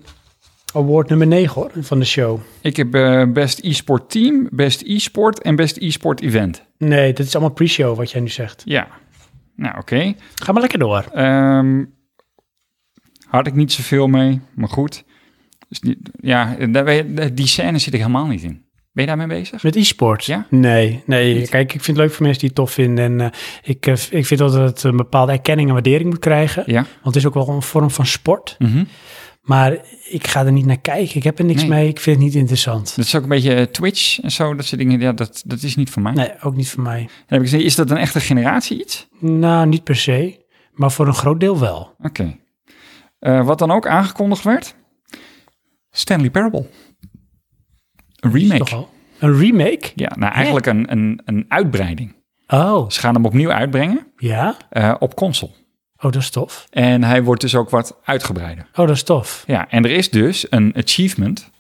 [SPEAKER 1] award nummer 9 hoor, van de show.
[SPEAKER 2] Ik heb eh, best e-sport team, best e-sport en best e-sport event.
[SPEAKER 1] Nee, dat is allemaal pre-show wat jij nu zegt.
[SPEAKER 2] Ja. Nou, oké.
[SPEAKER 1] Ga maar lekker door.
[SPEAKER 2] Ehm, had ik niet zoveel mee, maar goed. Dus die, ja, daar ben je- die scène zit ik helemaal niet in. Ben je daarmee bezig?
[SPEAKER 1] Met e-sport?
[SPEAKER 2] Ja?
[SPEAKER 1] Nee, nee.
[SPEAKER 2] Niet?
[SPEAKER 1] Kijk, ik vind het leuk voor mensen die het tof vinden. En eh, ik, eh, ik vind dat het een bepaalde erkenning en waardering moet krijgen.
[SPEAKER 2] Ja.
[SPEAKER 1] Want het is ook wel een vorm van sport.
[SPEAKER 2] Mhm.
[SPEAKER 1] Maar ik ga er niet naar kijken. Ik heb er niks
[SPEAKER 2] Nee.
[SPEAKER 1] mee. Ik vind het niet interessant.
[SPEAKER 2] Dat is ook een beetje eh, Twitch en zo, dat soort dingen. Ja, dat, dat is niet voor mij.
[SPEAKER 1] Nee, ook niet voor mij.
[SPEAKER 2] Dan heb ik gezien, is dat een echte generatie iets?
[SPEAKER 1] Nou, niet per se. Maar voor een groot deel wel.
[SPEAKER 2] Oké. Eh, wat dan ook aangekondigd werd? Stanley Parable. Een
[SPEAKER 1] Is
[SPEAKER 2] remake.
[SPEAKER 1] Toch al? Een remake?
[SPEAKER 2] Ja, nou eigenlijk een, een, een uitbreiding.
[SPEAKER 1] Oh,
[SPEAKER 2] Ze gaan hem opnieuw uitbrengen
[SPEAKER 1] ja?
[SPEAKER 2] eh, op console.
[SPEAKER 1] Oh, dat is tof.
[SPEAKER 2] En hij wordt dus ook wat uitgebreider.
[SPEAKER 1] Oh, dat is tof.
[SPEAKER 2] Ja, en er is dus een achievement,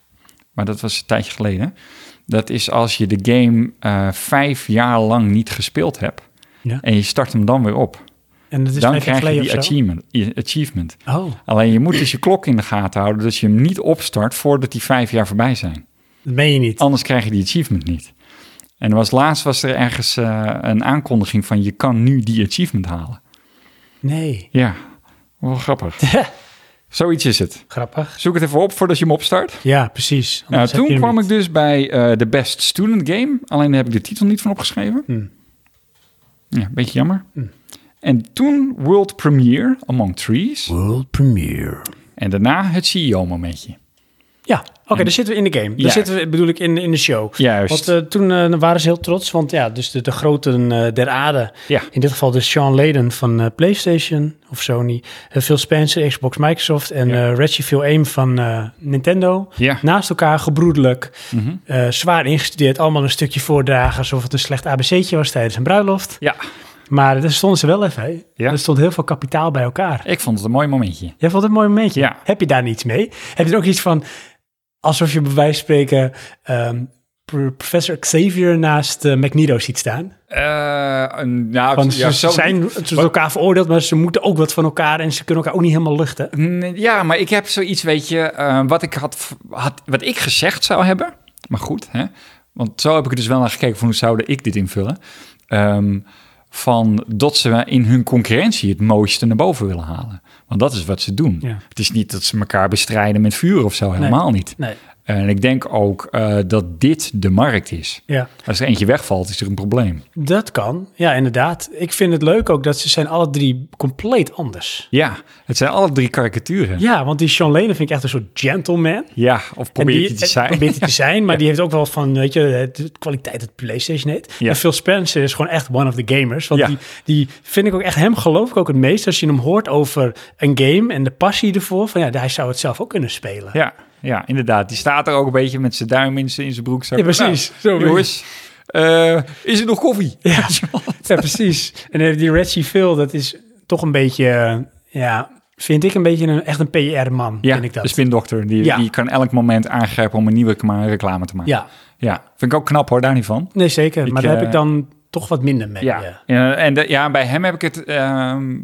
[SPEAKER 2] maar dat was een tijdje geleden. Dat is als je de game eh, vijf jaar lang niet gespeeld hebt
[SPEAKER 1] Ja.
[SPEAKER 2] en je start hem dan weer op.
[SPEAKER 1] En dat is
[SPEAKER 2] dan
[SPEAKER 1] vijf jaar
[SPEAKER 2] krijg je
[SPEAKER 1] geleden
[SPEAKER 2] die
[SPEAKER 1] of zo?
[SPEAKER 2] achievement, je achievement.
[SPEAKER 1] Oh,
[SPEAKER 2] Alleen je moet dus je klok in de gaten houden, dus je hem niet opstart voordat die vijf jaar voorbij zijn.
[SPEAKER 1] dat meen je niet.
[SPEAKER 2] Anders krijg je die achievement niet. En er was, laatst was er ergens eh, een aankondiging van je kan nu die achievement halen.
[SPEAKER 1] Nee.
[SPEAKER 2] Ja, wel grappig. Zoiets is het.
[SPEAKER 1] Grappig.
[SPEAKER 2] Zoek het even op voordat je hem opstart.
[SPEAKER 1] Ja, precies.
[SPEAKER 2] Nou,
[SPEAKER 1] Anders heb je
[SPEAKER 2] toen
[SPEAKER 1] hem
[SPEAKER 2] kwam
[SPEAKER 1] niet.
[SPEAKER 2] ik dus bij eh, de Best Student Game. Alleen daar heb ik de titel niet van opgeschreven.
[SPEAKER 1] Hmm.
[SPEAKER 2] Ja, een beetje jammer.
[SPEAKER 1] Hmm.
[SPEAKER 2] En toen World Premiere Among Trees.
[SPEAKER 1] World Premiere.
[SPEAKER 2] En daarna het E CEO-momentje.
[SPEAKER 1] Ja, oké, daar zitten we in de game. Daar
[SPEAKER 2] Ja.
[SPEAKER 1] zitten we, bedoel ik, in, in de show.
[SPEAKER 2] Juist.
[SPEAKER 1] Want eh, toen eh, waren ze heel trots, want ja, dus de, de groten eh, der aarde,
[SPEAKER 2] Ja.
[SPEAKER 1] in dit geval dus Sean Layden van eh, PlayStation of Sony, eh, Phil Spencer, Xbox, Microsoft en
[SPEAKER 2] Ja.
[SPEAKER 1] eh Reggie Phil Aim van eh, Nintendo,
[SPEAKER 2] Ja.
[SPEAKER 1] naast elkaar gebroedelijk,
[SPEAKER 2] Mhm.
[SPEAKER 1] eh, zwaar ingestudeerd, allemaal een stukje voordragen, alsof het een slecht ABC'tje was tijdens een bruiloft.
[SPEAKER 2] Ja,
[SPEAKER 1] Maar daar stonden ze wel even, hè?
[SPEAKER 2] Ja.
[SPEAKER 1] er stond heel veel kapitaal bij elkaar.
[SPEAKER 2] ik vond het een mooi momentje.
[SPEAKER 1] Jij vond het een mooi momentje.
[SPEAKER 2] Ja.
[SPEAKER 1] Heb je daar niets mee? Heb je er ook iets van, alsof je bij wijze van spreken ehm, pr- professor Xavier naast eh, Magneto ziet staan?
[SPEAKER 2] Eh, een- nou,
[SPEAKER 1] Van,
[SPEAKER 2] het- ja,
[SPEAKER 1] ze,
[SPEAKER 2] zo-
[SPEAKER 1] zijn, ze zijn elkaar veroordeeld, maar ze moeten ook wat van elkaar en ze kunnen elkaar ook niet helemaal luchten.
[SPEAKER 2] Nee, Ja, maar ik heb zoiets, weet je, eh, wat, ik had, v- had, wat ik gezegd zou hebben. Maar goed, hè? want zo heb ik er dus wel naar gekeken van hoe zou ik dit invullen. Ehm, van dat ze in hun concurrentie het mooiste naar boven willen halen. Want dat is wat ze doen.
[SPEAKER 1] Ja.
[SPEAKER 2] Het is niet dat ze elkaar bestrijden met vuur of zo, helemaal niet.
[SPEAKER 1] Nee.
[SPEAKER 2] En ik denk ook eh, dat dit de markt is.
[SPEAKER 1] Ja,
[SPEAKER 2] Als er eentje wegvalt, is er een probleem.
[SPEAKER 1] dat kan. Ja, inderdaad. Ik vind het leuk ook dat ze zijn alle drie compleet anders.
[SPEAKER 2] Ja, het zijn alle drie karikaturen. Ja,
[SPEAKER 1] Ja, want die Sean Lane vind ik echt een soort gentleman.
[SPEAKER 2] of probeer
[SPEAKER 1] En die-
[SPEAKER 2] je te zijn.
[SPEAKER 1] Probeert het te zijn, maar die heeft ook wel van, weet je, het- de kwaliteit dat PlayStation heet.
[SPEAKER 2] Ja.
[SPEAKER 1] En Phil Spencer is gewoon echt one of the gamers. Want
[SPEAKER 2] Ja.
[SPEAKER 1] die, die vind ik ook echt, hem geloof ik ook het meest als je hem hoort over een game en de passie ervoor. Van ja, hij zou het zelf ook kunnen spelen.
[SPEAKER 2] Ja, ja, inderdaad. Die staat er ook een beetje met zijn duim in zijn, in zijn broekzak.
[SPEAKER 1] Ja, precies. Zo een beetje.
[SPEAKER 2] Nou, jongens, eh, is er nog koffie?
[SPEAKER 1] Ja. Ja, precies. En dan heeft die Reggie Phil, dat is toch een beetje, eh, ja, vind ik een beetje een, echt een PR-man,
[SPEAKER 2] Ja, dus
[SPEAKER 1] vind ik
[SPEAKER 2] de
[SPEAKER 1] dat.
[SPEAKER 2] spindokter. Die,
[SPEAKER 1] Ja.
[SPEAKER 2] die kan elk moment aangrijpen om een nieuwe kema- reclame te maken.
[SPEAKER 1] Ja,
[SPEAKER 2] Ja, vind ik ook knap hoor, daar niet van.
[SPEAKER 1] nee zeker.
[SPEAKER 2] Ik,
[SPEAKER 1] maar daar heb
[SPEAKER 2] eh,
[SPEAKER 1] ik dan toch wat minder mee. eh.
[SPEAKER 2] Ja, en, en de- ja, bij hem heb ik het ehm,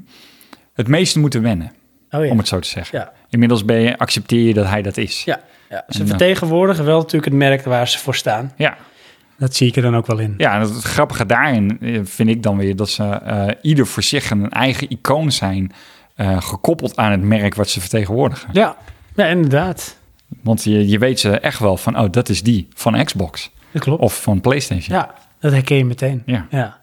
[SPEAKER 2] het meeste moeten wennen,
[SPEAKER 1] Oh ja.
[SPEAKER 2] om het zo te zeggen.
[SPEAKER 1] ja.
[SPEAKER 2] Inmiddels ben je, accepteer je dat hij dat is.
[SPEAKER 1] Ja, ja. ze
[SPEAKER 2] En, eh,
[SPEAKER 1] vertegenwoordigen wel natuurlijk het merk waar ze voor staan.
[SPEAKER 2] Ja,
[SPEAKER 1] Dat zie ik er dan ook wel in.
[SPEAKER 2] Ja, en het, het grappige daarin eh, vind ik dan weer dat ze eh, ieder voor zich een eigen icoon zijn, eh, gekoppeld aan het merk wat ze vertegenwoordigen.
[SPEAKER 1] Ja, ja inderdaad.
[SPEAKER 2] Want je, je weet ze echt wel van, oh, dat is die van Xbox
[SPEAKER 1] Dat klopt.
[SPEAKER 2] of van PlayStation.
[SPEAKER 1] Ja, dat herken je meteen.
[SPEAKER 2] Oh. Ja.
[SPEAKER 1] Ja.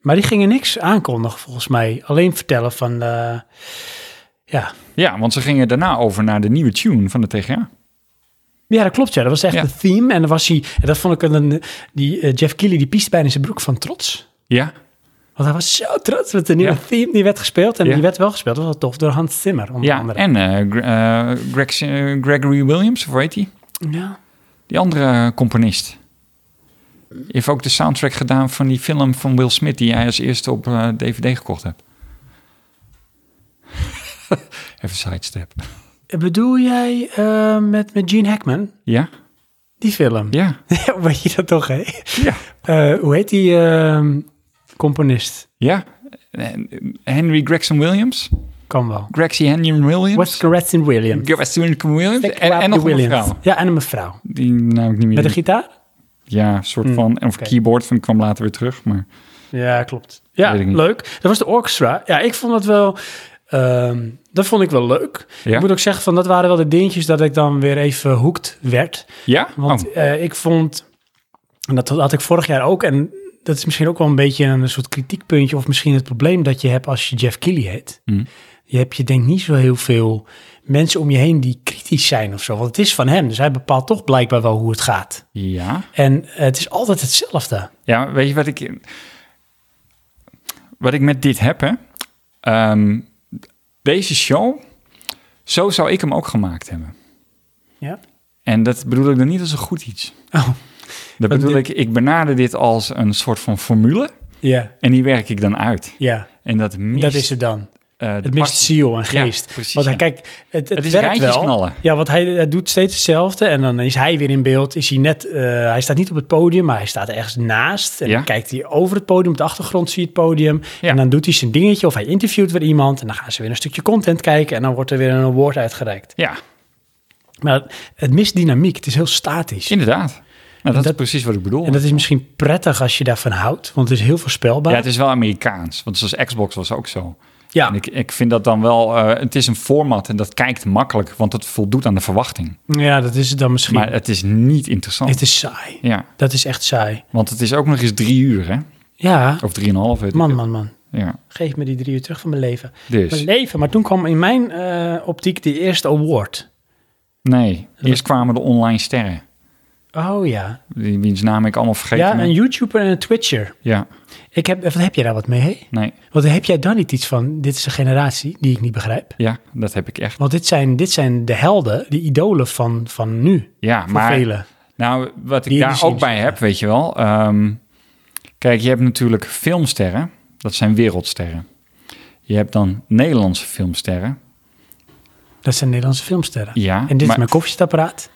[SPEAKER 1] Maar die gingen niks aankondigen volgens mij. Alleen vertellen van, eh, ja.
[SPEAKER 2] Ja, want ze gingen daarna over naar de nieuwe tune van de TGA.
[SPEAKER 1] Ja, dat klopt. Ja, dat was echt
[SPEAKER 2] Ja.
[SPEAKER 1] het theme. En dan was hij, en dat vond ik een, die eh, Jeff Keighley, die piest bijna in zijn broek van trots.
[SPEAKER 2] Ja,
[SPEAKER 1] Want Want hij was zo trots met de nieuwe
[SPEAKER 2] Ja.
[SPEAKER 1] theme die werd gespeeld. En
[SPEAKER 2] Ja.
[SPEAKER 1] die werd wel gespeeld, dat was wel tof, door Hans Zimmer onder
[SPEAKER 2] Ja,
[SPEAKER 1] andere.
[SPEAKER 2] en eh, Gre- eh, Greg- eh, Gregory Williams, of weet hij?
[SPEAKER 1] Ja.
[SPEAKER 2] Die andere componist.
[SPEAKER 1] Hm?
[SPEAKER 2] Die heeft ook de soundtrack gedaan van die film van Will Smith... die jij als eerste op eh, DVD gekocht hebt. Even sidestep.
[SPEAKER 1] Bedoel jij eh, met, met Gene Hackman?
[SPEAKER 2] Ja,
[SPEAKER 1] Die film?
[SPEAKER 2] ja,
[SPEAKER 1] Ja, Weet je dat toch, hè?
[SPEAKER 2] ja.
[SPEAKER 1] Eh, hoe heet die ehm, componist?
[SPEAKER 2] Ja, En eh, Henry Gregson Williams.
[SPEAKER 1] Kan wel.
[SPEAKER 2] Grexy Henry Williams.
[SPEAKER 1] West Gretchen Williams.
[SPEAKER 2] Gregson Williams. En, en nog een vrouw.
[SPEAKER 1] Ja, en een mevrouw.
[SPEAKER 2] Die naam ik niet meer.
[SPEAKER 1] Met een gitaar?
[SPEAKER 2] ja, een soort
[SPEAKER 1] Hmm,
[SPEAKER 2] van. Of
[SPEAKER 1] oké.
[SPEAKER 2] keyboard, van kwam later weer terug. Maar
[SPEAKER 1] Ja, klopt. Ja,
[SPEAKER 2] Weet ik niet.
[SPEAKER 1] leuk. Dat was de orchestra. Ja, ik vond dat wel... ehm, dat vond ik wel leuk.
[SPEAKER 2] Ja?
[SPEAKER 1] Ik moet ook zeggen, van, dat waren wel de dingetjes dat ik dan weer even hoekt werd.
[SPEAKER 2] ja?
[SPEAKER 1] Want
[SPEAKER 2] Oh,
[SPEAKER 1] eh, ik vond, en dat had ik vorig jaar ook, en dat is misschien ook wel een beetje een soort kritiekpuntje, of misschien het probleem dat je hebt als je Jeff Keighley heet.
[SPEAKER 2] Mhm.
[SPEAKER 1] Je hebt je denk niet zo heel veel mensen om je heen die kritisch zijn of zo, want het is van hem, dus hij bepaalt toch blijkbaar wel hoe het gaat.
[SPEAKER 2] ja.
[SPEAKER 1] En eh, het is altijd hetzelfde.
[SPEAKER 2] Ja, weet je wat ik. Wat ik met dit heb, hè? Ehm, deze show, zo zou ik hem ook gemaakt hebben.
[SPEAKER 1] Ja.
[SPEAKER 2] En dat bedoel ik dan niet als een goed iets.
[SPEAKER 1] Oh,
[SPEAKER 2] Dat bedoel
[SPEAKER 1] dit-
[SPEAKER 2] ik, ik benader dit als een soort van formule
[SPEAKER 1] ja,
[SPEAKER 2] en die werk ik dan uit.
[SPEAKER 1] ja.
[SPEAKER 2] En dat mist,
[SPEAKER 1] Dat is het dan.
[SPEAKER 2] eh, de
[SPEAKER 1] Het mist
[SPEAKER 2] passie.
[SPEAKER 1] ziel en
[SPEAKER 2] Ja,
[SPEAKER 1] geest.
[SPEAKER 2] precies,
[SPEAKER 1] Want hij,
[SPEAKER 2] ja.
[SPEAKER 1] kijk, het, het,
[SPEAKER 2] Het is
[SPEAKER 1] werkt
[SPEAKER 2] rijtjes
[SPEAKER 1] wel.
[SPEAKER 2] knallen.
[SPEAKER 1] Ja, want hij, hij doet steeds hetzelfde. En dan is hij weer in beeld. Is hij, net, eh, hij staat niet op het podium, maar hij staat ergens naast. En
[SPEAKER 2] Ja.
[SPEAKER 1] dan kijkt hij over het podium. Op de achtergrond zie je het podium.
[SPEAKER 2] Ja.
[SPEAKER 1] En dan doet hij zijn dingetje of hij interviewt weer iemand. En dan gaan ze weer een stukje content kijken. En dan wordt er weer een award uitgereikt.
[SPEAKER 2] Ja,
[SPEAKER 1] Maar het mist dynamiek. Het is heel statisch.
[SPEAKER 2] inderdaad. Nou, dat, is
[SPEAKER 1] dat-
[SPEAKER 2] precies wat ik bedoel.
[SPEAKER 1] En dat is misschien prettig als je daarvan houdt. Want het is heel voorspelbaar.
[SPEAKER 2] ja, het is wel Amerikaans, want zoals Xbox was ook zo.
[SPEAKER 1] Ja.
[SPEAKER 2] En ik, ik vind dat dan wel, eh, het is een format en dat kijkt makkelijk, want het voldoet aan de verwachting.
[SPEAKER 1] Ja, dat is het dan misschien.
[SPEAKER 2] Maar eh, het is niet interessant.
[SPEAKER 1] het is saai.
[SPEAKER 2] Ja,
[SPEAKER 1] Dat is echt saai.
[SPEAKER 2] want het is ook nog eens drie uur, hè?
[SPEAKER 1] Ja,
[SPEAKER 2] Of drieënhalf, weet ik
[SPEAKER 1] man,
[SPEAKER 2] het.
[SPEAKER 1] man, man.
[SPEAKER 2] Ja,
[SPEAKER 1] Geef me die drie uur terug van mijn leven. Mijn
[SPEAKER 2] dus.
[SPEAKER 1] leven. Maar toen kwam in mijn eh, optiek die eerste award.
[SPEAKER 2] Nee, eerst kwamen de online sterren.
[SPEAKER 1] Oh ja.
[SPEAKER 2] Die- Wiens naam ik allemaal vergeten
[SPEAKER 1] Ja,
[SPEAKER 2] ben.
[SPEAKER 1] een YouTuber en een Twitcher.
[SPEAKER 2] Ja,
[SPEAKER 1] Ik heb, wat heb jij daar wat mee? hè?
[SPEAKER 2] nee.
[SPEAKER 1] Want heb jij daar niet iets van? Dit is een generatie die ik niet begrijp.
[SPEAKER 2] Ja, dat heb ik echt.
[SPEAKER 1] Want dit zijn, dit zijn de helden, de idolen van, van nu.
[SPEAKER 2] Ja,
[SPEAKER 1] Voor
[SPEAKER 2] maar...
[SPEAKER 1] velen.
[SPEAKER 2] Nou, wat ik
[SPEAKER 1] Die
[SPEAKER 2] daar
[SPEAKER 1] gezien
[SPEAKER 2] ook bij
[SPEAKER 1] zijn,
[SPEAKER 2] heb, weet je wel. ehm, kijk, je hebt natuurlijk filmsterren. Dat zijn wereldsterren. Je hebt dan Nederlandse filmsterren.
[SPEAKER 1] Dat zijn Nederlandse filmsterren.
[SPEAKER 2] Ja,
[SPEAKER 1] en dit is
[SPEAKER 2] maar-
[SPEAKER 1] mijn koffiezetapparaat.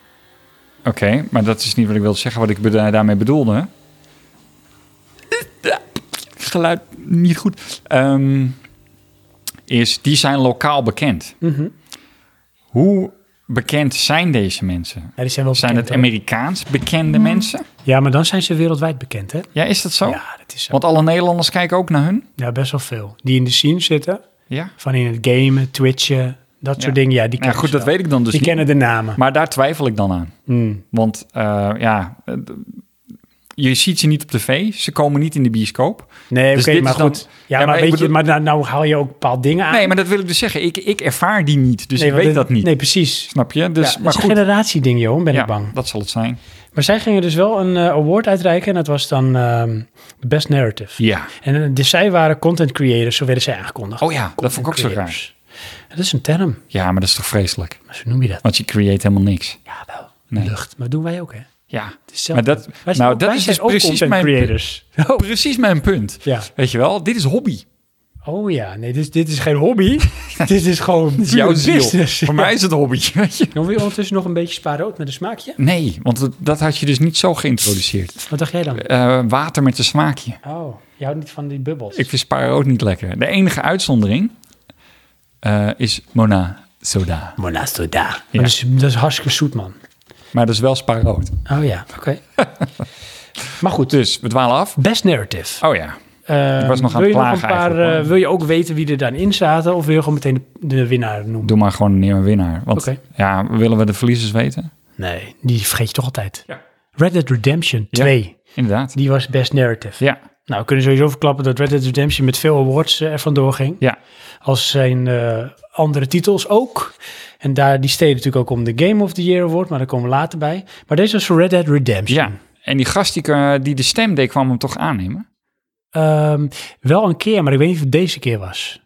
[SPEAKER 2] Oké, maar dat is niet wat ik wilde zeggen. Wat ik beda- daarmee bedoelde. Geluid niet goed. Ehm, is, die zijn lokaal bekend.
[SPEAKER 1] Mhm.
[SPEAKER 2] Hoe bekend zijn deze mensen?
[SPEAKER 1] Ja, die zijn wel
[SPEAKER 2] Zijn het
[SPEAKER 1] bekend, hoor.
[SPEAKER 2] Amerikaans bekende mensen?
[SPEAKER 1] Ja, maar dan zijn ze wereldwijd bekend, hè?
[SPEAKER 2] Ja, is dat zo?
[SPEAKER 1] Ja, dat is zo.
[SPEAKER 2] Oh. Want alle Nederlanders kijken ook naar hun?
[SPEAKER 1] Ja, best wel veel. Die in de scene zitten.
[SPEAKER 2] Ja.
[SPEAKER 1] Van in het gamen, twitchen, dat soort
[SPEAKER 2] Ja.
[SPEAKER 1] dingen. Ja, die
[SPEAKER 2] Nou
[SPEAKER 1] kennen
[SPEAKER 2] goed,
[SPEAKER 1] ze
[SPEAKER 2] dat
[SPEAKER 1] wel.
[SPEAKER 2] weet ik dan dus
[SPEAKER 1] Die
[SPEAKER 2] niet.
[SPEAKER 1] kennen de namen.
[SPEAKER 2] Maar daar twijfel ik dan aan.
[SPEAKER 1] Hmm.
[SPEAKER 2] Want eh, ja, eh, d- je ziet ze niet op tv. Ze komen niet in de bioscoop.
[SPEAKER 1] Nee,
[SPEAKER 2] Dus
[SPEAKER 1] oké,
[SPEAKER 2] dit
[SPEAKER 1] maar
[SPEAKER 2] is dan-
[SPEAKER 1] goed. ja,
[SPEAKER 2] Ja,
[SPEAKER 1] maar,
[SPEAKER 2] maar ik
[SPEAKER 1] weet je,
[SPEAKER 2] bedoel-
[SPEAKER 1] maar nou, nou haal je ook bepaalde dingen aan.
[SPEAKER 2] Nee, maar dat wil ik dus zeggen. Ik, ik ervaar die niet. Dus
[SPEAKER 1] Nee,
[SPEAKER 2] ik
[SPEAKER 1] want
[SPEAKER 2] weet
[SPEAKER 1] dit-
[SPEAKER 2] dat niet.
[SPEAKER 1] Nee, precies.
[SPEAKER 2] Snap je?
[SPEAKER 1] Ja,
[SPEAKER 2] Dus,
[SPEAKER 1] het
[SPEAKER 2] maar
[SPEAKER 1] is
[SPEAKER 2] goed.
[SPEAKER 1] een generatieding, joh, ben
[SPEAKER 2] ja,
[SPEAKER 1] ik bang.
[SPEAKER 2] Dat zal het zijn.
[SPEAKER 1] Maar zij gingen dus wel een eh, award uitreiken en dat was dan ehm, de Best Narrative.
[SPEAKER 2] Ja.
[SPEAKER 1] En eh, dus zij waren content creators, zo werden zij aangekondigd.
[SPEAKER 2] Oh ja, dat vond ik ook zo raar.
[SPEAKER 1] creators. Dat is een term,
[SPEAKER 2] Ja, maar dat is toch vreselijk?
[SPEAKER 1] maar zo noem je dat.
[SPEAKER 2] Want je creëert helemaal niks.
[SPEAKER 1] Ja, wel.
[SPEAKER 2] Nee.
[SPEAKER 1] Lucht, maar dat doen wij ook, hè? Het
[SPEAKER 2] Ja.
[SPEAKER 1] is hetzelfde.
[SPEAKER 2] Maar dat-
[SPEAKER 1] wij zijn
[SPEAKER 2] nou,
[SPEAKER 1] ook,
[SPEAKER 2] dat
[SPEAKER 1] wij
[SPEAKER 2] is
[SPEAKER 1] zijn
[SPEAKER 2] dus
[SPEAKER 1] ook
[SPEAKER 2] precies
[SPEAKER 1] content
[SPEAKER 2] mijn punt.
[SPEAKER 1] creators.
[SPEAKER 2] Oh. Precies mijn punt.
[SPEAKER 1] Ja.
[SPEAKER 2] Weet je wel? Dit is hobby.
[SPEAKER 1] Oh ja, nee, dit is, dit is geen hobby. dit is gewoon
[SPEAKER 2] Dit is jouw
[SPEAKER 1] pure
[SPEAKER 2] ziel.
[SPEAKER 1] business.
[SPEAKER 2] Voor mij is het hobby. Weet je?
[SPEAKER 1] Dan wil je ondertussen nog een beetje spaarrood met een smaakje.
[SPEAKER 2] Nee, want dat- dat had je dus niet zo geïntroduceerd.
[SPEAKER 1] Wat dacht jij dan?
[SPEAKER 2] Eh, water met een smaakje.
[SPEAKER 1] Oh, je houdt niet van die bubbels.
[SPEAKER 2] Ik vind Spar ook niet lekker. De enige uitzondering eh, is Mona Soda.
[SPEAKER 1] Monasto daar. Maar
[SPEAKER 2] Ja.
[SPEAKER 1] Dat, is, dat is hartstikke zoet, man.
[SPEAKER 2] Maar dat is wel Spar rood.
[SPEAKER 1] Oh ja, oké. maar goed,
[SPEAKER 2] Dus we dwalen af.
[SPEAKER 1] best narrative.
[SPEAKER 2] Oh ja.
[SPEAKER 1] Eh,
[SPEAKER 2] was nog aan
[SPEAKER 1] wil
[SPEAKER 2] het
[SPEAKER 1] je nog een
[SPEAKER 2] plagen
[SPEAKER 1] paar,
[SPEAKER 2] eigenlijk,
[SPEAKER 1] eh,
[SPEAKER 2] maar-
[SPEAKER 1] Wil je ook weten wie er dan in zaten? Of wil je gewoon meteen de, de winnaar noemen?
[SPEAKER 2] Doe maar gewoon een nieuwe winnaar. Want
[SPEAKER 1] Oké.
[SPEAKER 2] ja, willen we de verliezers weten?
[SPEAKER 1] Nee, die vergeet je toch altijd.
[SPEAKER 2] Ja.
[SPEAKER 1] Red Dead Redemption
[SPEAKER 2] Ja.
[SPEAKER 1] 2,
[SPEAKER 2] Inderdaad.
[SPEAKER 1] die was best narrative.
[SPEAKER 2] Ja,
[SPEAKER 1] Nou, we kunnen sowieso verklappen dat Red Dead Redemption met veel awards eh, er vandoor ging.
[SPEAKER 2] ja.
[SPEAKER 1] Als zijn eh, andere titels ook. En daar, die steden natuurlijk ook om de Game of the Year Award, maar daar komen we later bij. Maar deze was voor Red Dead Redemption.
[SPEAKER 2] ja. En die gast die, eh, die de stem deed, kwam hem toch aannemen?
[SPEAKER 1] Ehm, wel een keer, maar ik weet niet of het deze keer was.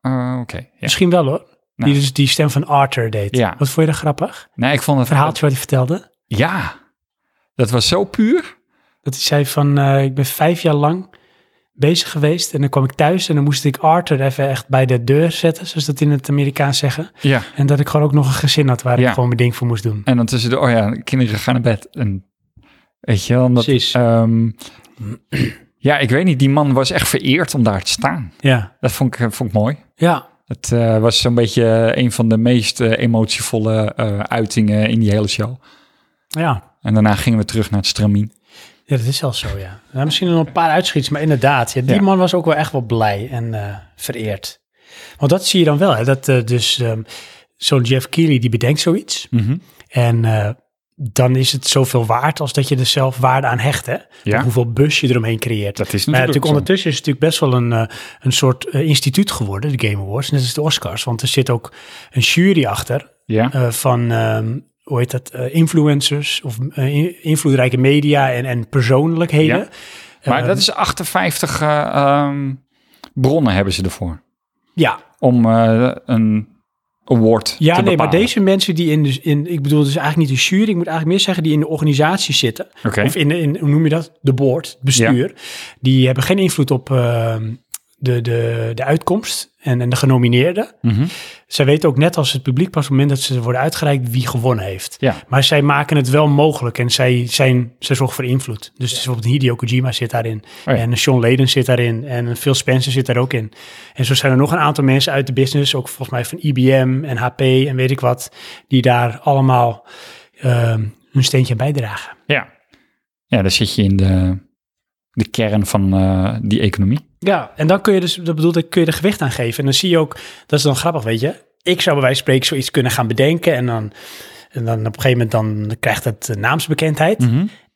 [SPEAKER 2] Eh, Oké, ja.
[SPEAKER 1] Misschien wel hoor.
[SPEAKER 2] Nou.
[SPEAKER 1] Die dus die stem van Arthur deed.
[SPEAKER 2] Ja.
[SPEAKER 1] Wat vond je dat grappig?
[SPEAKER 2] Nee, ik vond het...
[SPEAKER 1] Het verhaaltje wat hij vertelde.
[SPEAKER 2] Ja, dat was zo puur.
[SPEAKER 1] Dat hij zei van, eh, ik ben vijf jaar lang bezig geweest. En dan kwam ik thuis en dan moest ik Arthur even echt bij de deur zetten. Zoals dat in het Amerikaans zeggen.
[SPEAKER 2] Ja.
[SPEAKER 1] En dat ik gewoon ook nog een gezin had waar
[SPEAKER 2] Ja.
[SPEAKER 1] ik gewoon mijn ding voor moest doen.
[SPEAKER 2] En dan tussendoor, oh ja, kinderen gaan naar bed. En, weet je wel, omdat...
[SPEAKER 1] Precies.
[SPEAKER 2] ehm, ja, ik weet niet, die man was echt vereerd om daar te staan.
[SPEAKER 1] Ja.
[SPEAKER 2] Dat vond ik, eh, vond ik mooi.
[SPEAKER 1] Ja.
[SPEAKER 2] Het eh, was zo'n beetje een van de meest eh, emotievolle eh, uitingen in die hele show.
[SPEAKER 1] Ja.
[SPEAKER 2] En daarna gingen we terug naar het stramien.
[SPEAKER 1] Ja, dat is wel zo, ja. Nou, misschien nog een paar uitschieters, maar inderdaad. Ja, die
[SPEAKER 2] Ja.
[SPEAKER 1] man was ook wel echt wel blij en eh, vereerd. Want dat zie je dan wel, hè. Dat eh, dus ehm, zo'n Jeff Keighley, die bedenkt zoiets.
[SPEAKER 2] Mhm.
[SPEAKER 1] En eh, dan is het zoveel waard als dat je er zelf waarde aan hecht. Hè?
[SPEAKER 2] Ja.
[SPEAKER 1] Hoeveel bus je eromheen creëert.
[SPEAKER 2] Dat is
[SPEAKER 1] maar ja,
[SPEAKER 2] natuurlijk
[SPEAKER 1] natuurlijk
[SPEAKER 2] zo.
[SPEAKER 1] ondertussen is het natuurlijk best wel een, eh, een soort eh, instituut geworden, de Game Awards. Net als de Oscars. Want er zit ook een jury achter
[SPEAKER 2] Ja.
[SPEAKER 1] eh, van, ehm, hoe heet dat, eh, influencers of eh, in- invloedrijke media en, en persoonlijkheden.
[SPEAKER 2] Ja. maar
[SPEAKER 1] eh,
[SPEAKER 2] dat is 58 eh, ehm, bronnen hebben ze ervoor.
[SPEAKER 1] Ja,
[SPEAKER 2] Om eh, een award
[SPEAKER 1] Ja,
[SPEAKER 2] te
[SPEAKER 1] nee, maar
[SPEAKER 2] bepalen.
[SPEAKER 1] deze mensen die in, de, in, ik bedoel, dus eigenlijk niet de jury, ik moet eigenlijk meer zeggen, die in de organisatie zitten.
[SPEAKER 2] Oké.
[SPEAKER 1] Of in, de- in, hoe noem je dat? De board, het bestuur. Die hebben geen invloed op ehm, de, de, de uitkomst en, en de genomineerden.
[SPEAKER 2] Mhm.
[SPEAKER 1] Zij weten ook net als het publiek pas op het moment dat ze worden uitgereikt wie gewonnen heeft.
[SPEAKER 2] Ja.
[SPEAKER 1] Maar zij maken het wel mogelijk en zij, zijn, zij zorgen voor invloed. Dus het is bijvoorbeeld Hideo Kojima zit daarin.
[SPEAKER 2] ja.
[SPEAKER 1] En Sean Layden zit daarin. En Phil Spencer zit daar ook in. En zo zijn er nog een aantal mensen uit de business, ook volgens mij van IBM en HP en weet ik wat, die daar allemaal ehm, hun steentje aan bijdragen.
[SPEAKER 2] Ja. ja, daar zit je in de, de kern van eh, die economie.
[SPEAKER 1] Ja, en dan kun je dus, dat bedoel ik, kun je er gewicht aan geven. En dan zie je ook, dat is dan grappig, weet je. Ik zou bij wijze van spreken zoiets kunnen gaan bedenken en dan, en dan op een gegeven moment dan krijgt het eh, naamsbekendheid.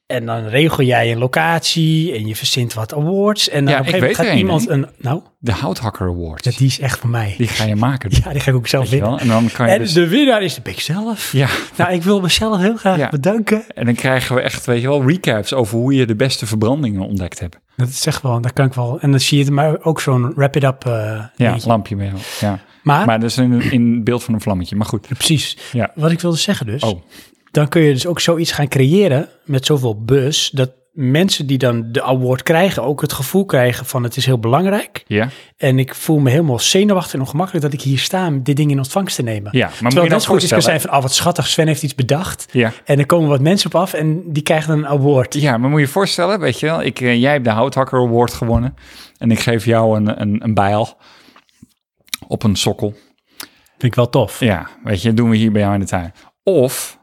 [SPEAKER 1] En dan regel jij een locatie en je verzint wat awards. En dan
[SPEAKER 2] Ja,
[SPEAKER 1] op een
[SPEAKER 2] ik
[SPEAKER 1] gegeven moment
[SPEAKER 2] weet
[SPEAKER 1] gaat
[SPEAKER 2] er
[SPEAKER 1] iemand
[SPEAKER 2] een,
[SPEAKER 1] een, nou,
[SPEAKER 2] De Houthakker Award.
[SPEAKER 1] ja, die is echt voor mij.
[SPEAKER 2] Die ga je maken.
[SPEAKER 1] ja, die ga ik ook zelf
[SPEAKER 2] weet je
[SPEAKER 1] winnen.
[SPEAKER 2] wel. En dan kan je
[SPEAKER 1] En
[SPEAKER 2] dus...
[SPEAKER 1] de winnaar is, dat ben ik zelf.
[SPEAKER 2] Ja,
[SPEAKER 1] Nou, ik wil mezelf heel graag
[SPEAKER 2] Ja.
[SPEAKER 1] bedanken.
[SPEAKER 2] en dan krijgen we echt, weet je wel, recaps over hoe je de beste verbrandingen ontdekt hebt.
[SPEAKER 1] Dat is echt wel, dat kan ik wel. En dan zie je het maar ook zo'n wrap it up eh,
[SPEAKER 2] Ja,
[SPEAKER 1] dingetje.
[SPEAKER 2] lampje mee. Ja.
[SPEAKER 1] Maar,
[SPEAKER 2] Maar dat is in, in beeld van een vlammetje. Maar goed.
[SPEAKER 1] precies,
[SPEAKER 2] Ja.
[SPEAKER 1] wat ik wilde zeggen dus,
[SPEAKER 2] Oh.
[SPEAKER 1] dan kun je dus ook zoiets gaan creëren met zoveel bus, dat mensen die dan de award krijgen ook het gevoel krijgen van het is heel belangrijk.
[SPEAKER 2] Ja.
[SPEAKER 1] En ik voel me helemaal zenuwachtig en ongemakkelijk dat ik hier sta om dit ding in ontvangst te nemen.
[SPEAKER 2] Ja, maar moet je
[SPEAKER 1] Terwijl
[SPEAKER 2] nou
[SPEAKER 1] het net zo goed is kan zijn
[SPEAKER 2] voorstellen-
[SPEAKER 1] van, ah wat schattig, Sven heeft iets bedacht.
[SPEAKER 2] Ja.
[SPEAKER 1] En er komen wat mensen op af en die krijgen dan een award.
[SPEAKER 2] Ja, maar moet je je voorstellen, weet je wel, ik, eh, jij hebt de Houthakker Award gewonnen. En ik geef jou een, een, een bijl op een sokkel.
[SPEAKER 1] Vind ik wel tof.
[SPEAKER 2] Ja, weet je, dat doen we hier bij jou in de tuin. Of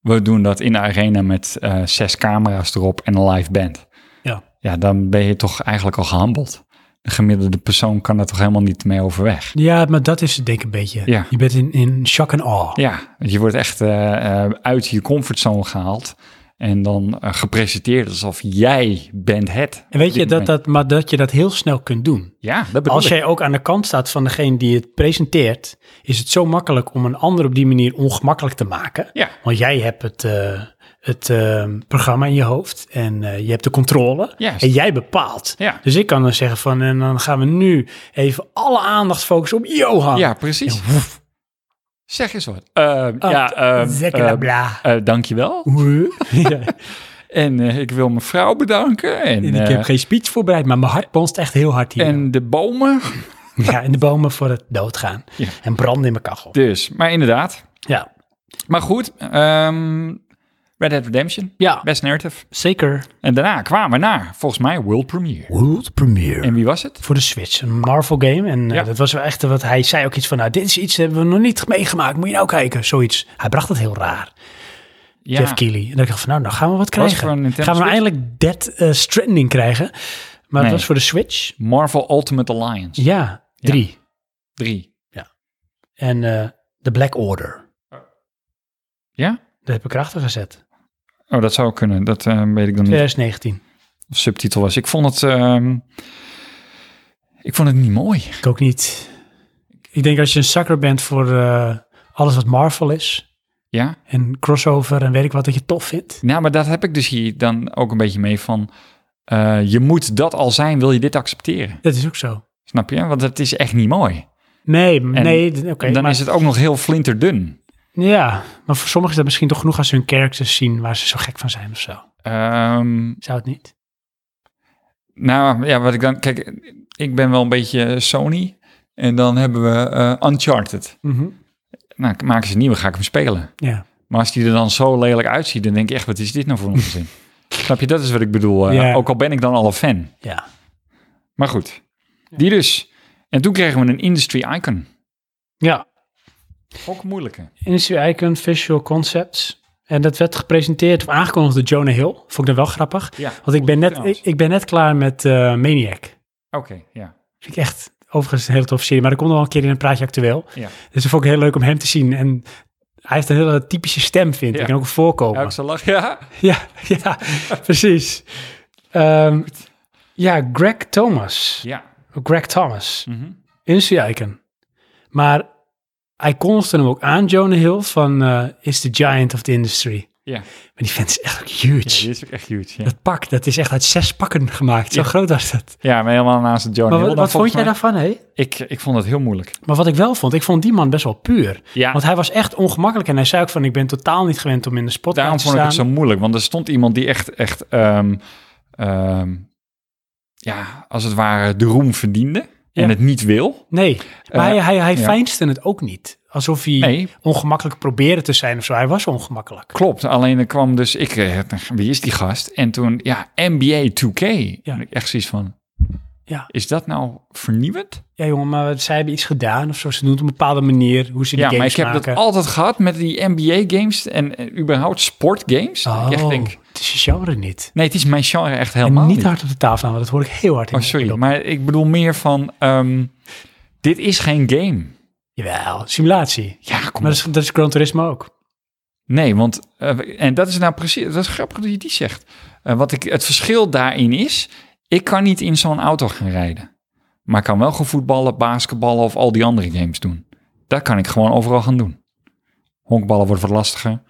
[SPEAKER 2] we doen dat in de arena met eh, zes camera's erop en een live band.
[SPEAKER 1] Ja.
[SPEAKER 2] Ja, dan ben je toch eigenlijk al gehandeld. De gemiddelde persoon kan daar toch helemaal niet mee overweg.
[SPEAKER 1] Ja, maar dat is het denk ik een beetje.
[SPEAKER 2] Ja.
[SPEAKER 1] Je bent in, in shock en awe.
[SPEAKER 2] Ja, want je wordt echt eh, eh, uit je comfortzone gehaald. En dan eh, gepresenteerd alsof jij bent het.
[SPEAKER 1] En weet je,
[SPEAKER 2] Dit
[SPEAKER 1] dat,
[SPEAKER 2] moment.
[SPEAKER 1] dat, maar dat je dat heel snel kunt doen.
[SPEAKER 2] Ja, dat bedoel
[SPEAKER 1] Als
[SPEAKER 2] ik.
[SPEAKER 1] jij ook aan de kant staat van degene die het presenteert, is het zo makkelijk om een ander op die manier ongemakkelijk te maken.
[SPEAKER 2] Ja.
[SPEAKER 1] Want jij hebt het, eh, het eh, programma in je hoofd en eh, je hebt de controle.
[SPEAKER 2] Juist.
[SPEAKER 1] En jij bepaalt.
[SPEAKER 2] Ja.
[SPEAKER 1] Dus ik kan dan zeggen van, en dan gaan we nu even alle aandacht focussen op Johan.
[SPEAKER 2] Ja, precies. Zeg eens wat. Eh,
[SPEAKER 1] Ah,
[SPEAKER 2] ja, eh,
[SPEAKER 1] zekkela
[SPEAKER 2] eh,
[SPEAKER 1] bla.
[SPEAKER 2] eh, dankjewel.
[SPEAKER 1] ja.
[SPEAKER 2] En eh, ik wil mijn vrouw bedanken. En,
[SPEAKER 1] En ik heb
[SPEAKER 2] eh,
[SPEAKER 1] geen speech voorbereid, maar mijn hart bonst echt heel hard hier.
[SPEAKER 2] en de bomen.
[SPEAKER 1] Ja, en de bomen voor het doodgaan.
[SPEAKER 2] Ja.
[SPEAKER 1] En branden in mijn kachel.
[SPEAKER 2] Dus, maar inderdaad.
[SPEAKER 1] Ja.
[SPEAKER 2] Maar goed, ehm, Red Dead Redemption.
[SPEAKER 1] Ja.
[SPEAKER 2] Best narrative.
[SPEAKER 1] Zeker.
[SPEAKER 2] En daarna kwamen we naar, volgens mij, world premiere.
[SPEAKER 1] World premiere.
[SPEAKER 2] En wie was het?
[SPEAKER 1] voor de Switch, een Marvel game. En eh,
[SPEAKER 2] Ja.
[SPEAKER 1] dat was wel echt wat hij zei ook iets van, nou dit is iets dat hebben we nog niet meegemaakt. Moet je nou kijken, zoiets. Hij bracht het heel raar,
[SPEAKER 2] Ja.
[SPEAKER 1] Jeff Keighley. En dan dacht ik van, nou dan gaan we wat krijgen.
[SPEAKER 2] voor een
[SPEAKER 1] Gaan we
[SPEAKER 2] Nintendo
[SPEAKER 1] nou
[SPEAKER 2] Switch?
[SPEAKER 1] eindelijk Dead eh, Stranding krijgen? Maar
[SPEAKER 2] Nee.
[SPEAKER 1] het was voor de Switch.
[SPEAKER 2] Marvel Ultimate Alliance.
[SPEAKER 1] Ja, drie.
[SPEAKER 2] 3.
[SPEAKER 1] En eh, de Black Order.
[SPEAKER 2] Ja?
[SPEAKER 1] Dat heb ik erachter gezet.
[SPEAKER 2] Oh, dat zou kunnen. Dat eh, weet ik dan niet.
[SPEAKER 1] 2019.
[SPEAKER 2] Of subtitel was. Ik vond het... ehm, ik vond het niet mooi.
[SPEAKER 1] Ik ook niet. Ik denk als je een sucker bent voor eh, alles wat Marvel is,
[SPEAKER 2] Ja?
[SPEAKER 1] en crossover en weet ik wat dat je tof vindt.
[SPEAKER 2] Nou, maar dat heb ik dus hier dan ook een beetje mee van. eh, eh, je moet dat al zijn, wil je dit accepteren?
[SPEAKER 1] Dat is ook zo.
[SPEAKER 2] Snap je? Want het is echt niet mooi.
[SPEAKER 1] Nee, nee, d- oké.
[SPEAKER 2] en dan
[SPEAKER 1] maar-
[SPEAKER 2] is het ook nog heel flinterdun.
[SPEAKER 1] Ja, maar voor sommigen is dat misschien toch genoeg als ze hun characters zien waar ze zo gek van zijn of zo.
[SPEAKER 2] Ehm,
[SPEAKER 1] Zou het niet?
[SPEAKER 2] nou ja, wat ik dan. Kijk, ik ben wel een beetje Sony. En dan hebben we eh, Uncharted. Nou, ik- maken ze een nieuwe, ga ik hem spelen.
[SPEAKER 1] Mhm. Ja.
[SPEAKER 2] Maar als die er dan zo lelijk uitziet, dan denk ik echt, wat is dit nou voor onzin? Snap je, dat is wat ik bedoel. eh,
[SPEAKER 1] Ja.
[SPEAKER 2] Ook al ben ik dan al een fan.
[SPEAKER 1] ja.
[SPEAKER 2] Maar goed, die dus. En toen kregen we een industry icon.
[SPEAKER 1] Ja,
[SPEAKER 2] Ook moeilijke.
[SPEAKER 1] Industry Icon Visual Concepts. En dat werd gepresenteerd of aangekondigd door Jonah Hill. Vond ik dat wel grappig.
[SPEAKER 2] Ja,
[SPEAKER 1] Want ik ben net,
[SPEAKER 2] trouwens.
[SPEAKER 1] ik, ik ben net klaar met eh, Maniac.
[SPEAKER 2] Oké, ja.
[SPEAKER 1] Vind ik echt overigens een hele toffe serie. Maar er komt nog wel een keer in een praatje actueel.
[SPEAKER 2] Ja.
[SPEAKER 1] Dus dat vond ik heel leuk om hem te zien. En hij heeft een hele typische stem, vind
[SPEAKER 2] Ja.
[SPEAKER 1] ik. En ook een voorkomen.
[SPEAKER 2] Ja, ik zal lachen. Ja.
[SPEAKER 1] Ja, ja, precies. Ehm, ja, Greg Thomas.
[SPEAKER 2] ja.
[SPEAKER 1] Greg Thomas.
[SPEAKER 2] Mhm.
[SPEAKER 1] Industry Icon. Maar hij kondigde hem ook aan, Jonah Hill, van eh, is the giant of the industry.
[SPEAKER 2] ja.
[SPEAKER 1] Maar die vent is echt ook huge.
[SPEAKER 2] die is ook echt huge. Ja,
[SPEAKER 1] Dat pak, dat is echt uit zes pakken gemaakt. Zo
[SPEAKER 2] Ja.
[SPEAKER 1] groot was dat.
[SPEAKER 2] ja maar helemaal naast het Johnny
[SPEAKER 1] Maar wat,
[SPEAKER 2] Hill dan
[SPEAKER 1] wat vond
[SPEAKER 2] volgens
[SPEAKER 1] jij
[SPEAKER 2] mij.
[SPEAKER 1] daarvan, hé?
[SPEAKER 2] Ik, ik vond het heel moeilijk.
[SPEAKER 1] Maar wat ik wel vond, ik vond die man best wel puur.
[SPEAKER 2] Ja,
[SPEAKER 1] Want hij was echt ongemakkelijk en hij zei ook van, ik ben totaal niet gewend om in de spotlight
[SPEAKER 2] daarom
[SPEAKER 1] te
[SPEAKER 2] vond ik
[SPEAKER 1] staan.
[SPEAKER 2] het zo moeilijk. Want er stond iemand die echt, echt ehm, ehm, ja, als het ware de roem verdiende.
[SPEAKER 1] Ja.
[SPEAKER 2] En het niet wil.
[SPEAKER 1] Nee, maar hij,
[SPEAKER 2] Eh,
[SPEAKER 1] hij, hij
[SPEAKER 2] ja.
[SPEAKER 1] feinste het ook niet. Alsof hij
[SPEAKER 2] Nee,
[SPEAKER 1] ongemakkelijk probeerde te zijn of zo. Hij was ongemakkelijk.
[SPEAKER 2] Klopt, alleen er kwam dus, ik, eh, wie is die gast? En toen, ja, NBA 2K.
[SPEAKER 1] Ja.
[SPEAKER 2] En ik echt zoiets van,
[SPEAKER 1] Ja.
[SPEAKER 2] is dat nou vernieuwend?
[SPEAKER 1] Ja jongen, maar zij hebben iets gedaan of zo. Ze doen het op een bepaalde manier, hoe ze die
[SPEAKER 2] Ja, maar ik
[SPEAKER 1] games
[SPEAKER 2] heb
[SPEAKER 1] maken.
[SPEAKER 2] dat altijd gehad met die NBA games en, eh, überhaupt sportgames. Dat Ik echt
[SPEAKER 1] Oh,
[SPEAKER 2] denk,
[SPEAKER 1] het is je genre niet.
[SPEAKER 2] nee, het is mijn genre echt helemaal
[SPEAKER 1] En
[SPEAKER 2] niet.
[SPEAKER 1] niet hard op de tafel aan, want dat hoor ik heel hard in
[SPEAKER 2] Oh,
[SPEAKER 1] mijn
[SPEAKER 2] sorry,
[SPEAKER 1] oordop.
[SPEAKER 2] maar ik bedoel meer van, ehm, dit is geen game.
[SPEAKER 1] Jawel, simulatie.
[SPEAKER 2] Ja, kom
[SPEAKER 1] Maar
[SPEAKER 2] op.
[SPEAKER 1] dat is, dat is Gran Turismo ook.
[SPEAKER 2] Nee, want eh, en dat is nou precies, dat is grappig dat je die zegt. Eh, wat ik, het verschil daarin is, ik kan niet in zo'n auto gaan rijden. Maar ik kan wel gaan voetballen, basketballen of al die andere games doen. Dat kan ik gewoon overal gaan doen. Honkballen wordt wat lastiger.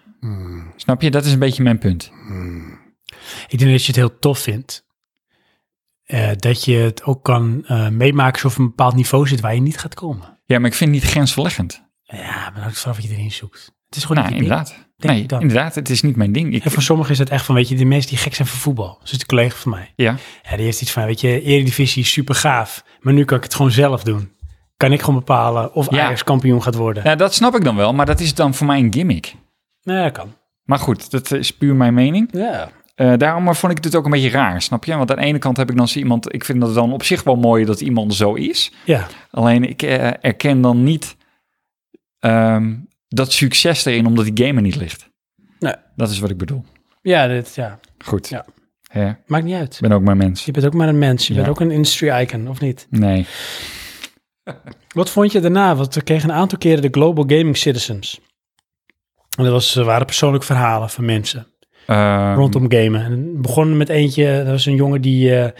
[SPEAKER 2] Snap je? Dat is een beetje mijn punt. hmm.
[SPEAKER 1] Ik denk dat je het heel tof vindt. eh, dat je het ook kan eh, meemaken alsof een bepaald niveau zit waar je niet gaat komen.
[SPEAKER 2] Ja, maar ik vind het niet grensverleggend.
[SPEAKER 1] Ja, maar dat is vanaf wat je erin zoekt. Het Oh, is gewoon
[SPEAKER 2] Nou,
[SPEAKER 1] niet je ding.
[SPEAKER 2] inderdaad.
[SPEAKER 1] Denk
[SPEAKER 2] Nee,
[SPEAKER 1] ik dan.
[SPEAKER 2] inderdaad, het is niet mijn ding. Ik,
[SPEAKER 1] En voor sommigen is het echt van, weet je, de mensen die gek zijn voor voetbal. Dus een collega van mij.
[SPEAKER 2] ja,
[SPEAKER 1] Ja, die heeft iets van, weet je, Eredivisie is super gaaf. Maar nu kan ik het gewoon zelf doen. Kan ik gewoon bepalen of
[SPEAKER 2] Ja.
[SPEAKER 1] Ajax kampioen gaat worden.
[SPEAKER 2] nou, dat snap ik dan wel, maar dat is dan voor mij een gimmick.
[SPEAKER 1] Nou, dat kan.
[SPEAKER 2] Maar goed, dat is puur mijn mening.
[SPEAKER 1] Ja.
[SPEAKER 2] Eh, daarom maar vond ik dit ook een beetje raar, snap je? Want aan de ene kant heb ik dan zo iemand... Ik vind het dan op zich wel mooi dat iemand zo is.
[SPEAKER 1] Ja,
[SPEAKER 2] Alleen ik eh, erken dan niet ehm, dat succes erin, omdat die game er niet ligt.
[SPEAKER 1] Nee.
[SPEAKER 2] Dat is wat ik bedoel.
[SPEAKER 1] ja, dit, ja.
[SPEAKER 2] Goed.
[SPEAKER 1] Ja.
[SPEAKER 2] Hè, ik
[SPEAKER 1] maakt niet uit.
[SPEAKER 2] ben ook maar mens.
[SPEAKER 1] Je bent ook maar een mens. Je
[SPEAKER 2] Ja.
[SPEAKER 1] bent ook een industry icon, of niet?
[SPEAKER 2] Nee.
[SPEAKER 1] Wat vond je daarna? Want we kregen een aantal keren de Global Gaming Citizens. En dat was, eh, waren persoonlijke verhalen van mensen
[SPEAKER 2] Ehm,
[SPEAKER 1] rondom gamen. En we begonnen met eentje, dat was een jongen die eh,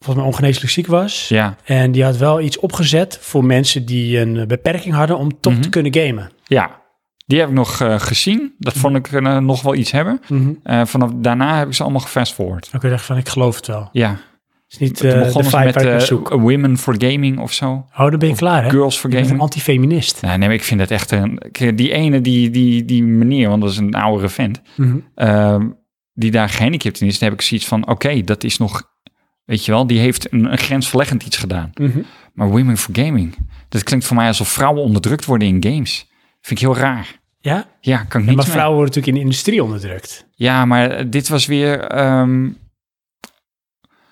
[SPEAKER 1] volgens mij ongeneeslijk ziek was.
[SPEAKER 2] Ja,
[SPEAKER 1] En die had wel iets opgezet voor mensen die een eh, beperking hadden om toch
[SPEAKER 2] Mhm.
[SPEAKER 1] te kunnen gamen.
[SPEAKER 2] ja. Die heb ik nog eh, gezien. Dat vond
[SPEAKER 1] Mhm.
[SPEAKER 2] ik eh, nog wel iets hebben. Eh, vanaf daarna heb ik ze allemaal gefast-forward.
[SPEAKER 1] Dan kun je zeggen van, ik geloof het wel.
[SPEAKER 2] Ja.
[SPEAKER 1] Het is niet
[SPEAKER 2] Toen
[SPEAKER 1] eh, de
[SPEAKER 2] begonnen ze
[SPEAKER 1] vibe
[SPEAKER 2] met
[SPEAKER 1] waar ik naar
[SPEAKER 2] eh,
[SPEAKER 1] zoek.
[SPEAKER 2] Women for Gaming of zo.
[SPEAKER 1] Oh, dan ben je klaar, hè? Je
[SPEAKER 2] Girls for
[SPEAKER 1] bent
[SPEAKER 2] Gaming.
[SPEAKER 1] een antifeminist.
[SPEAKER 2] Nou, nee, maar ik vind het echt een. Kijk, Die ene, die, die, die meneer, want dat is een oudere vent,
[SPEAKER 1] Mhm.
[SPEAKER 2] ehm, die daar gehandicapt in is, dan heb ik zoiets van: oké, dat is nog. Weet je wel, die heeft een, een grensverleggend iets gedaan.
[SPEAKER 1] Mhm.
[SPEAKER 2] Maar Women for Gaming, dat klinkt voor mij alsof vrouwen onderdrukt worden in games. Vind ik heel raar.
[SPEAKER 1] Ja?
[SPEAKER 2] Ja, kan ik
[SPEAKER 1] ja,
[SPEAKER 2] niet
[SPEAKER 1] maar
[SPEAKER 2] mee.
[SPEAKER 1] vrouwen worden natuurlijk in de industrie onderdrukt.
[SPEAKER 2] Ja, maar dit was weer ehm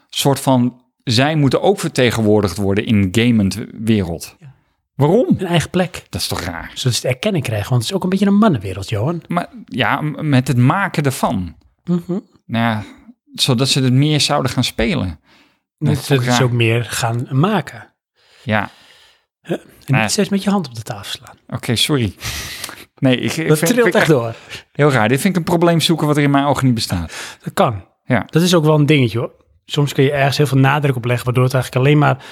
[SPEAKER 2] soort van. Zij moeten ook vertegenwoordigd worden in gamend wereld.
[SPEAKER 1] Ja.
[SPEAKER 2] Waarom?
[SPEAKER 1] Een eigen plek.
[SPEAKER 2] Dat is toch raar?
[SPEAKER 1] Zodat ze het erkenning krijgen, want het is ook een beetje een mannenwereld, Johan.
[SPEAKER 2] Maar ja, m- met het maken ervan.
[SPEAKER 1] Mhm.
[SPEAKER 2] Nou ja, zodat ze het meer zouden gaan spelen.
[SPEAKER 1] Dat,
[SPEAKER 2] vond ik
[SPEAKER 1] dat ze dus
[SPEAKER 2] raar.
[SPEAKER 1] ook meer gaan maken.
[SPEAKER 2] Ja,
[SPEAKER 1] En
[SPEAKER 2] Nee.
[SPEAKER 1] niet steeds met je hand op de tafel slaan.
[SPEAKER 2] oké, sorry. Nee, ik, ik
[SPEAKER 1] Dat
[SPEAKER 2] vind
[SPEAKER 1] trilt
[SPEAKER 2] vind
[SPEAKER 1] echt
[SPEAKER 2] ik
[SPEAKER 1] door.
[SPEAKER 2] heel raar. Dit vind ik een probleem zoeken wat er in mijn ogen niet bestaat.
[SPEAKER 1] Dat kan.
[SPEAKER 2] Ja.
[SPEAKER 1] Dat is ook wel een dingetje hoor. Soms kun je ergens heel veel nadruk op leggen, waardoor het eigenlijk alleen maar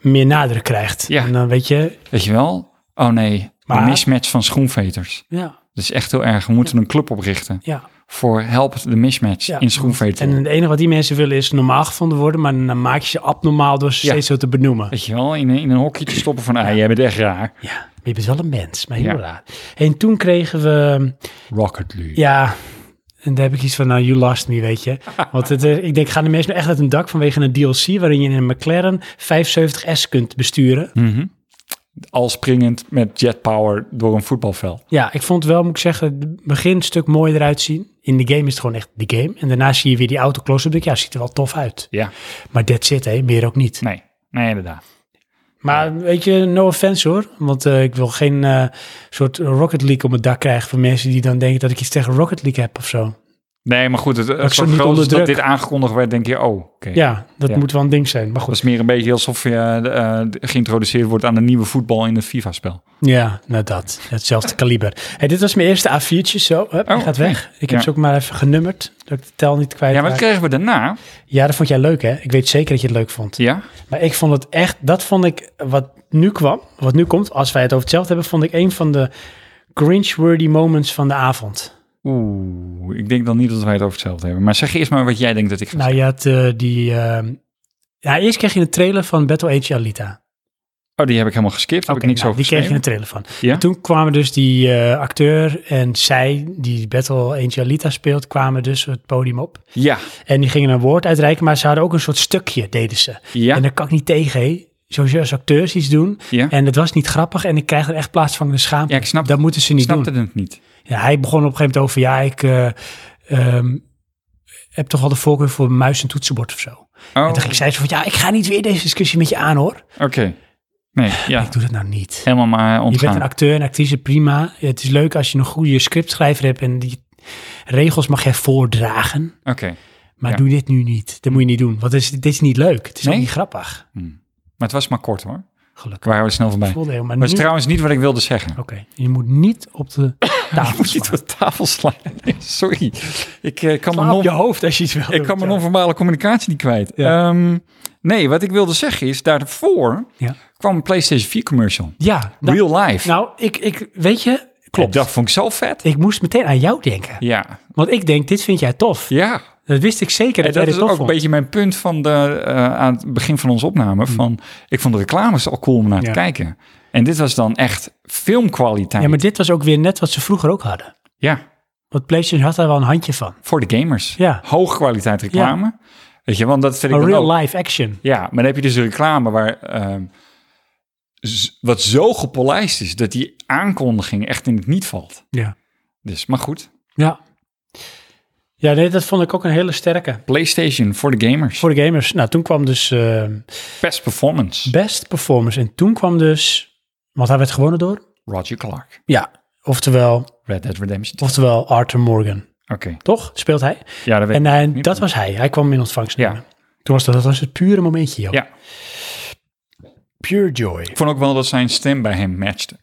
[SPEAKER 1] meer nadruk krijgt.
[SPEAKER 2] Ja.
[SPEAKER 1] En dan weet je,
[SPEAKER 2] Weet je wel? Oh nee,
[SPEAKER 1] Maar-
[SPEAKER 2] een mismatch van schoenveters.
[SPEAKER 1] ja,
[SPEAKER 2] Dat is echt heel erg. We moeten een club oprichten.
[SPEAKER 1] ja.
[SPEAKER 2] voor help de mismatch in schoenveter.
[SPEAKER 1] En het enige wat die mensen willen is normaal gevonden worden, maar dan maak je ze abnormaal door ze
[SPEAKER 2] Ja.
[SPEAKER 1] steeds zo te benoemen.
[SPEAKER 2] Weet je wel, in, een- in een hokje te stoppen van, ah, jij bent echt raar.
[SPEAKER 1] Ja, maar je bent wel een mens, maar heel
[SPEAKER 2] Ja.
[SPEAKER 1] raar. En toen kregen we,
[SPEAKER 2] Rocket League.
[SPEAKER 1] ja, en daar heb ik iets van, nou, you lost me, weet je. Want het, eh, ik denk, gaan de mensen nou echt uit hun dak vanwege een DLC waarin je een McLaren 75S kunt besturen?
[SPEAKER 2] Mhm. Al springend met jetpower door een voetbalveld.
[SPEAKER 1] Ja, ik vond wel, moet ik zeggen, het begin een stuk mooier eruit zien. In de game is het gewoon echt de game. En daarna zie je weer die auto close-up. denk ik, Ja, ziet er wel tof uit.
[SPEAKER 2] Ja,
[SPEAKER 1] Maar that's it, hè. Meer ook niet.
[SPEAKER 2] nee, nee inderdaad.
[SPEAKER 1] Maar weet je, no offense hoor. Want eh, ik wil geen eh, soort Rocket League op mijn dak krijgen van mensen die dan denken dat ik iets tegen Rocket League heb of zo.
[SPEAKER 2] Nee, maar goed, het, het
[SPEAKER 1] ik stond
[SPEAKER 2] was
[SPEAKER 1] niet
[SPEAKER 2] groot
[SPEAKER 1] onder
[SPEAKER 2] is dat
[SPEAKER 1] druk.
[SPEAKER 2] dit aangekondigd werd, denk je, oh, oké.
[SPEAKER 1] Ja, dat
[SPEAKER 2] Ja.
[SPEAKER 1] moet wel een ding zijn. Maar
[SPEAKER 2] Dat
[SPEAKER 1] goed,
[SPEAKER 2] is meer een beetje alsof je eh, eh, geïntroduceerd wordt aan de nieuwe voetbal in het FIFA-spel.
[SPEAKER 1] ja, nou dat. Hetzelfde kaliber. Hey, dit was mijn eerste A4'tje zo. Hup, hij
[SPEAKER 2] Oh,
[SPEAKER 1] gaat weg. Ik heb
[SPEAKER 2] Ja.
[SPEAKER 1] ze ook maar even genummerd, dat ik de tel niet kwijt
[SPEAKER 2] Ja, maar
[SPEAKER 1] raak.
[SPEAKER 2] dat kregen we daarna.
[SPEAKER 1] Ja, dat vond jij leuk hè? Ik weet zeker dat je het leuk vond.
[SPEAKER 2] Ja,
[SPEAKER 1] Maar ik vond het echt, dat vond ik wat nu kwam, wat nu komt, als wij het over hetzelfde hebben, vond ik een van de cringe-worthy moments van de avond.
[SPEAKER 2] Oeh, ik denk dan niet dat wij het over hetzelfde hebben. Maar zeg eerst maar wat jij denkt dat ik ga
[SPEAKER 1] Nou, je had eh, die. ehm, ja, eerst kreeg je een trailer van Battle Age Alita.
[SPEAKER 2] zeggen. Oh, die heb ik helemaal geskipt. Heb
[SPEAKER 1] Oké,
[SPEAKER 2] ik niks
[SPEAKER 1] nou,
[SPEAKER 2] over
[SPEAKER 1] Die kreeg je een
[SPEAKER 2] geschreven.
[SPEAKER 1] trailer van.
[SPEAKER 2] Ja?
[SPEAKER 1] Toen kwamen dus die eh, acteur en zij, die Battle Age Alita speelt, kwamen dus het podium op.
[SPEAKER 2] Ja,
[SPEAKER 1] En die gingen een woord uitreiken, maar ze hadden ook een soort stukje, deden ze.
[SPEAKER 2] ja,
[SPEAKER 1] En daar kan ik niet tegen, hé. Sowieso als acteurs iets doen.
[SPEAKER 2] ja.
[SPEAKER 1] En het was niet grappig en ik krijg er echt plaatsvangende schaamte.
[SPEAKER 2] Ja, ik snap-
[SPEAKER 1] Dat moeten ze
[SPEAKER 2] Ik
[SPEAKER 1] niet doen.
[SPEAKER 2] snapte het niet.
[SPEAKER 1] Ja, hij begon op een gegeven moment over, ja, ik eh, ehm, heb toch al de voorkeur voor muis en toetsenbord of zo.
[SPEAKER 2] Oh,
[SPEAKER 1] En toen
[SPEAKER 2] oké.
[SPEAKER 1] ging zij zo van, ja, ik ga niet weer deze discussie met je aan, hoor.
[SPEAKER 2] Nee, ja.
[SPEAKER 1] Ik doe dat nou niet.
[SPEAKER 2] Helemaal maar
[SPEAKER 1] Je bent
[SPEAKER 2] ontgaan.
[SPEAKER 1] een acteur en actrice, prima. Het is leuk als je een goede scriptschrijver hebt en die regels mag jij voordragen.
[SPEAKER 2] Oké.
[SPEAKER 1] Maar
[SPEAKER 2] Ja.
[SPEAKER 1] doe dit nu niet. Dat moet je niet doen, want dit is, dit is niet leuk. Het is ook
[SPEAKER 2] Nee?
[SPEAKER 1] niet grappig,
[SPEAKER 2] Maar het was maar kort hoor.
[SPEAKER 1] gelukkig.
[SPEAKER 2] Waren we snel
[SPEAKER 1] Ik
[SPEAKER 2] voorbij.
[SPEAKER 1] voelde helemaal
[SPEAKER 2] Dat is
[SPEAKER 1] niet- Oké,
[SPEAKER 2] trouwens niet wat ik wilde zeggen.
[SPEAKER 1] je moet niet op de tafel
[SPEAKER 2] Moet je
[SPEAKER 1] slaan.
[SPEAKER 2] door tafel slaan? Nee, sorry. Ik eh, kan mijn
[SPEAKER 1] Sla op je
[SPEAKER 2] non-
[SPEAKER 1] hoofd als je iets wil.
[SPEAKER 2] ik
[SPEAKER 1] doen.
[SPEAKER 2] kan mijn non-verbale communicatie niet kwijt.
[SPEAKER 1] Ja.
[SPEAKER 2] Ehm, nee, wat ik wilde zeggen is, daarvoor
[SPEAKER 1] Ja.
[SPEAKER 2] kwam een PlayStation 4 commercial.
[SPEAKER 1] Ja, nou,
[SPEAKER 2] Real life.
[SPEAKER 1] nou, ik, ik, weet je, klopt.
[SPEAKER 2] Dat vond ik zo vet.
[SPEAKER 1] Ik moest meteen aan jou denken.
[SPEAKER 2] Ja,
[SPEAKER 1] Want ik denk, dit vind jij tof.
[SPEAKER 2] ja.
[SPEAKER 1] Dat wist ik zeker dat,
[SPEAKER 2] En dat
[SPEAKER 1] jij
[SPEAKER 2] is
[SPEAKER 1] dit tof
[SPEAKER 2] ook een
[SPEAKER 1] vond.
[SPEAKER 2] beetje mijn punt van de, eh, aan het begin van onze opname. Van, ik vond de reclames al cool om naar
[SPEAKER 1] Mm. Ja.
[SPEAKER 2] te kijken. En dit was dan echt filmkwaliteit.
[SPEAKER 1] Ja, maar dit was ook weer net wat ze vroeger ook hadden.
[SPEAKER 2] Ja,
[SPEAKER 1] Want PlayStation had daar wel een handje van.
[SPEAKER 2] voor de gamers.
[SPEAKER 1] Ja.
[SPEAKER 2] Hoogkwaliteit reclame. Weet je, want dat vind ik
[SPEAKER 1] Een
[SPEAKER 2] dan ook.
[SPEAKER 1] real life action.
[SPEAKER 2] Ja, maar dan heb je dus een reclame waar... ehm, z- wat zo gepolijst is, dat die aankondiging echt in het niet valt.
[SPEAKER 1] Ja.
[SPEAKER 2] Dus, maar goed.
[SPEAKER 1] Ja. Ja, nee, dat vond ik ook een hele sterke.
[SPEAKER 2] PlayStation voor de gamers.
[SPEAKER 1] Voor de gamers. Nou, toen kwam dus eh,
[SPEAKER 2] Best performance.
[SPEAKER 1] Best Performance. En toen kwam dus... Want hij werd gewonnen door?
[SPEAKER 2] Roger Clark.
[SPEAKER 1] Ja. Oftewel,
[SPEAKER 2] Red Dead Redemption.
[SPEAKER 1] oftewel Arthur Morgan.
[SPEAKER 2] Oké.
[SPEAKER 1] Toch? Speelt hij?
[SPEAKER 2] Ja, dat weet
[SPEAKER 1] En
[SPEAKER 2] ik.
[SPEAKER 1] hij-
[SPEAKER 2] niet
[SPEAKER 1] dat
[SPEAKER 2] meer.
[SPEAKER 1] was hij. Hij kwam in ontvangst
[SPEAKER 2] Ja.
[SPEAKER 1] nemen. Toen was dat, dat was het pure momentje, joh.
[SPEAKER 2] Ja.
[SPEAKER 1] Pure joy.
[SPEAKER 2] Ik vond ook wel dat zijn stem bij hem matchte.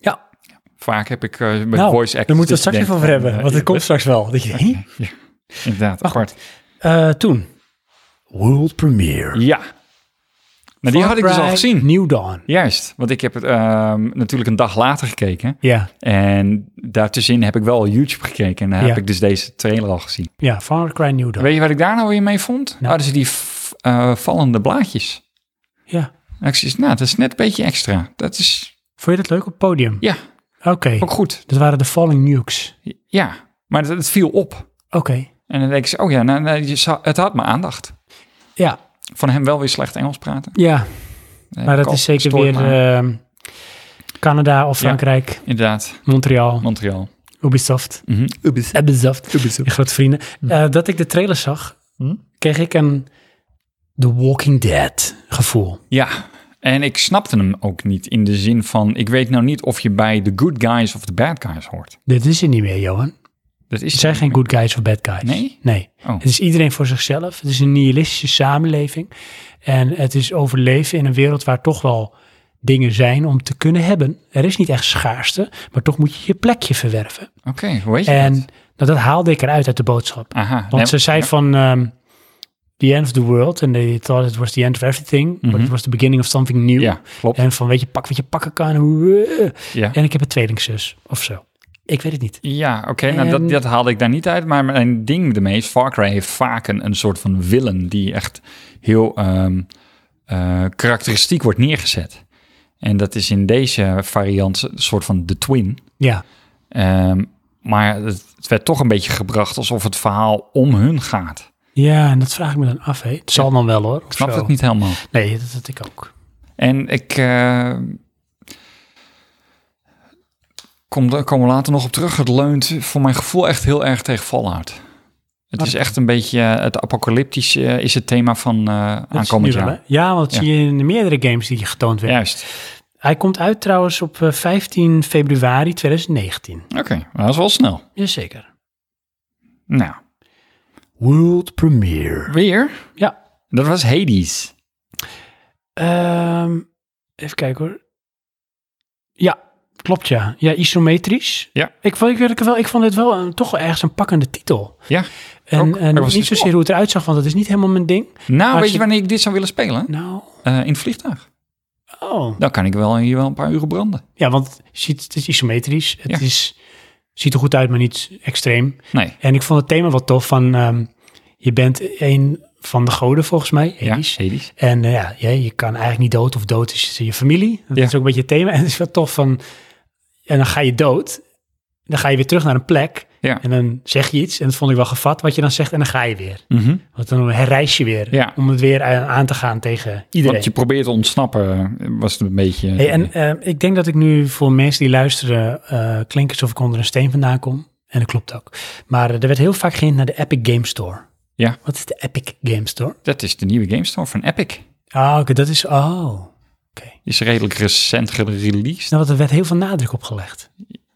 [SPEAKER 1] Ja.
[SPEAKER 2] Vaak heb ik eh met
[SPEAKER 1] nou,
[SPEAKER 2] voice actors...
[SPEAKER 1] daar moeten we het
[SPEAKER 2] dat
[SPEAKER 1] straks
[SPEAKER 2] je
[SPEAKER 1] even
[SPEAKER 2] denkt
[SPEAKER 1] over
[SPEAKER 2] van,
[SPEAKER 1] hebben.
[SPEAKER 2] eh,
[SPEAKER 1] Want
[SPEAKER 2] ja,
[SPEAKER 1] het komt Oh. straks wel. Dat je, hè?
[SPEAKER 2] Inderdaad, apart.
[SPEAKER 1] Eh, toen. World premiere.
[SPEAKER 2] Ja. Nou, die had ik dus al gezien.
[SPEAKER 1] New Dawn.
[SPEAKER 2] Juist, want ik heb het ehm, natuurlijk een dag later gekeken.
[SPEAKER 1] Ja,
[SPEAKER 2] En daartussenin heb ik wel YouTube gekeken. En daar
[SPEAKER 1] Ja.
[SPEAKER 2] heb ik dus deze trailer al gezien.
[SPEAKER 1] ja, Far Cry New Dawn.
[SPEAKER 2] Weet je wat ik daar nou weer mee vond? Nou. Hadden ze die f- eh, vallende blaadjes.
[SPEAKER 1] Ja.
[SPEAKER 2] Nou, ik zei, nou, dat is net een beetje extra. Dat is,
[SPEAKER 1] Vond je dat leuk op het podium?
[SPEAKER 2] ja,
[SPEAKER 1] Oké,
[SPEAKER 2] ook goed.
[SPEAKER 1] dat waren de Falling Nukes.
[SPEAKER 2] Ja, maar dat, het viel op.
[SPEAKER 1] Oké,
[SPEAKER 2] En dan denk ik, oh ja, nou, nou, je zou- het had mijn aandacht.
[SPEAKER 1] ja,
[SPEAKER 2] Van hem wel weer slecht Engels praten.
[SPEAKER 1] ja.
[SPEAKER 2] Eh,
[SPEAKER 1] maar dat
[SPEAKER 2] Kal-
[SPEAKER 1] is zeker
[SPEAKER 2] stoort
[SPEAKER 1] weer
[SPEAKER 2] me.
[SPEAKER 1] ehm, Canada of
[SPEAKER 2] Ja.
[SPEAKER 1] Frankrijk,
[SPEAKER 2] Inderdaad,
[SPEAKER 1] Montreal,
[SPEAKER 2] Montreal.
[SPEAKER 1] Ubisoft.
[SPEAKER 2] Mhm.
[SPEAKER 1] Ubisoft. Je grote vrienden. Eh, dat ik de trailer zag,
[SPEAKER 2] Hm?
[SPEAKER 1] kreeg ik een The Walking Dead gevoel.
[SPEAKER 2] Ja, en ik snapte hem ook niet in de zin van... ik weet nou niet of je bij de good guys of de bad guys hoort.
[SPEAKER 1] Dit is het niet meer, Johan.
[SPEAKER 2] Dat is
[SPEAKER 1] Het zijn geen good guys of bad guys.
[SPEAKER 2] Nee?
[SPEAKER 1] Nee.
[SPEAKER 2] Oh.
[SPEAKER 1] Het is iedereen voor zichzelf. Het is een nihilistische samenleving. En het is overleven in een wereld waar toch wel dingen zijn om te kunnen hebben. Er is niet echt schaarste, maar toch moet je je plekje verwerven.
[SPEAKER 2] Oké, hoe weet je
[SPEAKER 1] en
[SPEAKER 2] dat?
[SPEAKER 1] nou, dat haalde ik eruit uit de boodschap.
[SPEAKER 2] Aha.
[SPEAKER 1] Want ze zei van ehm, the end of the world. En they thought it was the end of everything. But it was the beginning of something new.
[SPEAKER 2] Mhm. Ja, klopt.
[SPEAKER 1] eh. En van weet je, pak wat je pakken kan. En
[SPEAKER 2] ja.
[SPEAKER 1] en ik heb een tweelingzus of zo. Ik weet het niet.
[SPEAKER 2] Ja, oké. Nou, dat,
[SPEAKER 1] En-
[SPEAKER 2] dat haalde ik daar niet uit. Maar mijn ding ermee is, Far Cry heeft vaak een, een soort van willen die echt heel ehm, eh, karakteristiek wordt neergezet. En dat is in deze variant een soort van de twin.
[SPEAKER 1] Ja,
[SPEAKER 2] Ehm, maar het, het werd toch een beetje gebracht alsof het verhaal om hun gaat.
[SPEAKER 1] ja en dat vraag ik me dan af. Hè. Het zal dan wel hoor. of
[SPEAKER 2] Ik snap
[SPEAKER 1] zo.
[SPEAKER 2] het niet helemaal.
[SPEAKER 1] Nee, dat had ik ook.
[SPEAKER 2] En ik eh, kom, daar komen we later nog op terug. Het leunt voor mijn gevoel echt heel erg tegen Fallout. Het is echt een beetje eh, het apocalyptische eh, is het thema van eh,
[SPEAKER 1] Dat is
[SPEAKER 2] aankomend
[SPEAKER 1] nu wel,
[SPEAKER 2] jaar.
[SPEAKER 1] hè? Ja, want dat
[SPEAKER 2] Ja.
[SPEAKER 1] zie je in de meerdere games die getoond werden.
[SPEAKER 2] Juist.
[SPEAKER 1] Hij komt uit trouwens op eh, 15 februari 2019.
[SPEAKER 2] Oké, maar dat is wel snel.
[SPEAKER 1] Jazeker.
[SPEAKER 2] Nou,
[SPEAKER 1] World premiere.
[SPEAKER 2] weer?
[SPEAKER 1] Ja.
[SPEAKER 2] Dat was Hades.
[SPEAKER 1] Ehm, even kijken hoor. Ja, klopt ja. Ja, isometrisch.
[SPEAKER 2] Ja.
[SPEAKER 1] Ik, vond- ik, weet het wel, ik vond dit wel een, toch wel ergens een pakkende titel.
[SPEAKER 2] Ja,
[SPEAKER 1] En,
[SPEAKER 2] ook.
[SPEAKER 1] en
[SPEAKER 2] Er was
[SPEAKER 1] niet
[SPEAKER 2] iets-
[SPEAKER 1] zozeer hoe het eruit zag, want dat is niet helemaal mijn ding.
[SPEAKER 2] Nou,
[SPEAKER 1] Maar
[SPEAKER 2] weet
[SPEAKER 1] ze-
[SPEAKER 2] je wanneer ik dit zou willen spelen?
[SPEAKER 1] Nou,
[SPEAKER 2] Eh, in het vliegtuig.
[SPEAKER 1] oh.
[SPEAKER 2] Dan kan ik wel hier wel een paar uren branden.
[SPEAKER 1] Ja, want het ziet- het is isometrisch. Het
[SPEAKER 2] Ja.
[SPEAKER 1] is, ziet er goed uit, maar niet extreem.
[SPEAKER 2] Nee.
[SPEAKER 1] En ik vond het thema wel tof van... ehm, je bent een van de goden volgens mij,
[SPEAKER 2] Ja,
[SPEAKER 1] Hades.
[SPEAKER 2] Hades.
[SPEAKER 1] En eh, ja, je, je kan eigenlijk niet dood of dood is je familie. Dat
[SPEAKER 2] Ja.
[SPEAKER 1] is ook een beetje het thema. En het is wel tof van, en dan ga je dood. Dan ga je weer terug naar een plek.
[SPEAKER 2] Ja.
[SPEAKER 1] En dan zeg je iets. En dat vond ik wel gevat wat je dan zegt. En dan ga je weer.
[SPEAKER 2] Mhm.
[SPEAKER 1] Want dan herreis je weer.
[SPEAKER 2] Ja.
[SPEAKER 1] Om het weer aan aan te gaan tegen iedereen.
[SPEAKER 2] Want je probeert te ontsnappen, eh, was het een beetje...
[SPEAKER 1] Hey, en eh, ik denk dat ik nu voor mensen die luisteren eh klink alsof ik onder een steen vandaan kom. En dat klopt ook. Maar eh, er werd heel vaak gehind naar de Epic Game Store.
[SPEAKER 2] Ja.
[SPEAKER 1] Wat is de Epic Game Store?
[SPEAKER 2] Dat is de nieuwe Game Store van Epic.
[SPEAKER 1] Ah, oké, dat is... Oh, oké.
[SPEAKER 2] Die is redelijk recent gereleased.
[SPEAKER 1] Nou, want er werd heel veel nadruk op gelegd.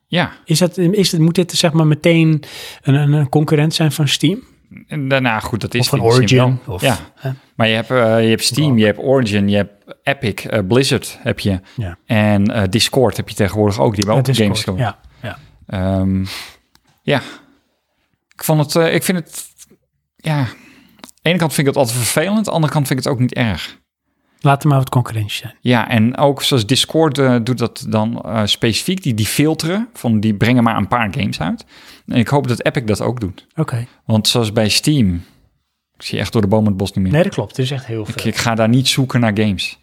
[SPEAKER 2] Ja,
[SPEAKER 1] Is dat, eh, is het, moet dit zeg maar meteen een, een, een concurrent zijn van Steam?
[SPEAKER 2] en daarna goed, dat is
[SPEAKER 1] Of van
[SPEAKER 2] het in principe
[SPEAKER 1] Origin,
[SPEAKER 2] wel.
[SPEAKER 1] of-
[SPEAKER 2] ja.
[SPEAKER 1] hè?
[SPEAKER 2] Maar je hebt, eh, je hebt Steam, je hebt Origin, je hebt Epic, eh, Blizzard heb je.
[SPEAKER 1] Ja.
[SPEAKER 2] En eh, Discord heb je tegenwoordig ook, die hebben ook
[SPEAKER 1] Het
[SPEAKER 2] een
[SPEAKER 1] is
[SPEAKER 2] Game
[SPEAKER 1] kort,
[SPEAKER 2] Store.
[SPEAKER 1] Ja, ja.
[SPEAKER 2] Ehm, ja. Ik, vond het, eh, ik vind het... Ja, aan de ene kant vind ik het altijd vervelend, aan de andere kant vind ik het ook niet erg.
[SPEAKER 1] Laat er maar wat concurrentie zijn.
[SPEAKER 2] Ja, en ook zoals Discord eh, doet dat dan eh, specifiek. Die, die filteren, van die brengen maar een paar games uit. En ik hoop dat Epic dat ook doet.
[SPEAKER 1] Oké.
[SPEAKER 2] Want zoals bij Steam, ik zie echt door de boom het bos niet meer.
[SPEAKER 1] Nee, dat klopt. Er is echt heel veel.
[SPEAKER 2] Ik, ik ga daar niet zoeken naar games.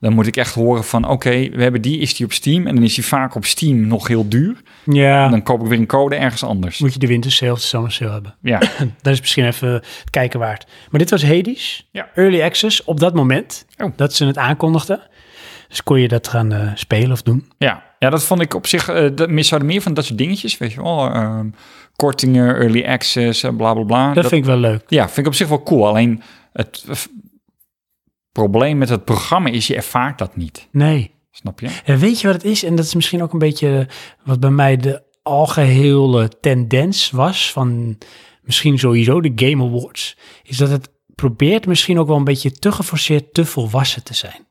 [SPEAKER 2] Dan moet ik echt horen van, oké, we hebben die, is die op Steam? En dan is die vaak op Steam nog heel duur.
[SPEAKER 1] ja,
[SPEAKER 2] En dan koop ik weer een code ergens anders.
[SPEAKER 1] moet je de wintersale of de zomersale hebben.
[SPEAKER 2] Ja,
[SPEAKER 1] Dat is misschien even het kijken waard. Maar dit was Hades.
[SPEAKER 2] Ja.
[SPEAKER 1] Early Access op dat moment
[SPEAKER 2] Oh.
[SPEAKER 1] dat ze het aankondigden. Dus kon je dat gaan eh, spelen of doen.
[SPEAKER 2] ja. ja dat vond ik op zich, eh dat mis zouden meer van dat soort dingetjes, weet je wel. ehm, kortingen, early access, eh, bla bla bla.
[SPEAKER 1] Dat,
[SPEAKER 2] Dat-
[SPEAKER 1] vind ik wel leuk.
[SPEAKER 2] Ja, vind ik op zich wel cool. Alleen het eh, f- probleem met het programma is, je ervaart dat niet.
[SPEAKER 1] Nee.
[SPEAKER 2] Snap je?
[SPEAKER 1] En weet je wat het is? En dat is misschien ook een beetje wat bij mij de algehele tendens was van misschien sowieso de Game Awards. Is dat het probeert misschien ook wel een beetje te geforceerd, te volwassen te zijn.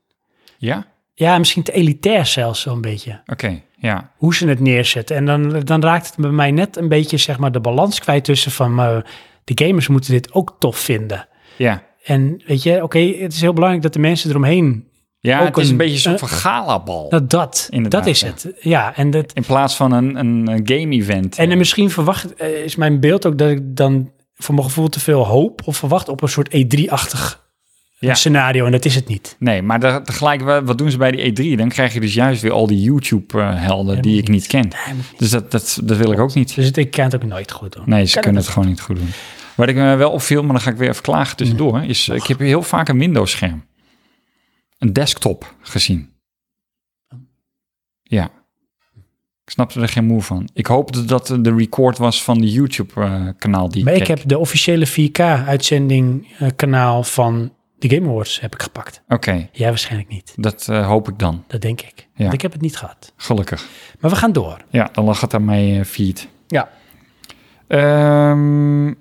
[SPEAKER 2] Ja?
[SPEAKER 1] Ja, misschien te elitair zelfs zo'n beetje.
[SPEAKER 2] Oké, ja.
[SPEAKER 1] Hoe ze het neerzetten. En dan, dan raakt het bij mij net een beetje zeg maar de balans kwijt tussen van maar de gamers moeten dit ook tof vinden.
[SPEAKER 2] Ja.
[SPEAKER 1] En weet je, oké, het is heel belangrijk dat de mensen eromheen,
[SPEAKER 2] Ja,
[SPEAKER 1] Ook
[SPEAKER 2] het is een,
[SPEAKER 1] een-
[SPEAKER 2] beetje een soort
[SPEAKER 1] eh,
[SPEAKER 2] van galabal.
[SPEAKER 1] dat dat,
[SPEAKER 2] Inderdaad,
[SPEAKER 1] dat is
[SPEAKER 2] ja.
[SPEAKER 1] het. Ja, en dat,
[SPEAKER 2] In plaats van een, een eh, game-event.
[SPEAKER 1] En dan misschien verwacht, eh, is mijn beeld ook dat ik dan voor mijn gevoel te veel hoop of verwacht op een soort E3-achtig
[SPEAKER 2] Ja.
[SPEAKER 1] scenario. En dat is het niet.
[SPEAKER 2] Nee, maar daar- tegelijk, wa- wat doen ze bij die E3? Dan krijg je dus juist weer al die YouTube-helden
[SPEAKER 1] Ja,
[SPEAKER 2] die
[SPEAKER 1] moet
[SPEAKER 2] ik niet ken.
[SPEAKER 1] Nee, moet niet.
[SPEAKER 2] Dus dat, dat, dat wil ik ook niet.
[SPEAKER 1] Dus het, ik kan het ook nooit goed doen.
[SPEAKER 2] Nee, ze
[SPEAKER 1] Kan
[SPEAKER 2] kunnen
[SPEAKER 1] het
[SPEAKER 2] het gewoon niet goed doen. Wat ik me wel opviel, maar dan ga ik weer even klagen
[SPEAKER 1] Mm.
[SPEAKER 2] tussendoor, is eh, ik heb heel vaak een Windows-scherm. Een desktop gezien. Ja. Ik snapte er geen moe van. Ik hoopte dat het de record was van de YouTube-kanaal die ik
[SPEAKER 1] Maar ik
[SPEAKER 2] keek.
[SPEAKER 1] heb de officiële 4K-uitzending eh, kanaal van de Game Awards heb ik gepakt.
[SPEAKER 2] Oké,
[SPEAKER 1] Jij waarschijnlijk niet.
[SPEAKER 2] dat eh, hoop ik dan.
[SPEAKER 1] Dat denk ik.
[SPEAKER 2] Ja.
[SPEAKER 1] Want ik heb het niet gehad.
[SPEAKER 2] Gelukkig.
[SPEAKER 1] Maar we gaan door.
[SPEAKER 2] Ja, dan lag het aan mijn eh, feed.
[SPEAKER 1] Ja.
[SPEAKER 2] Ehm,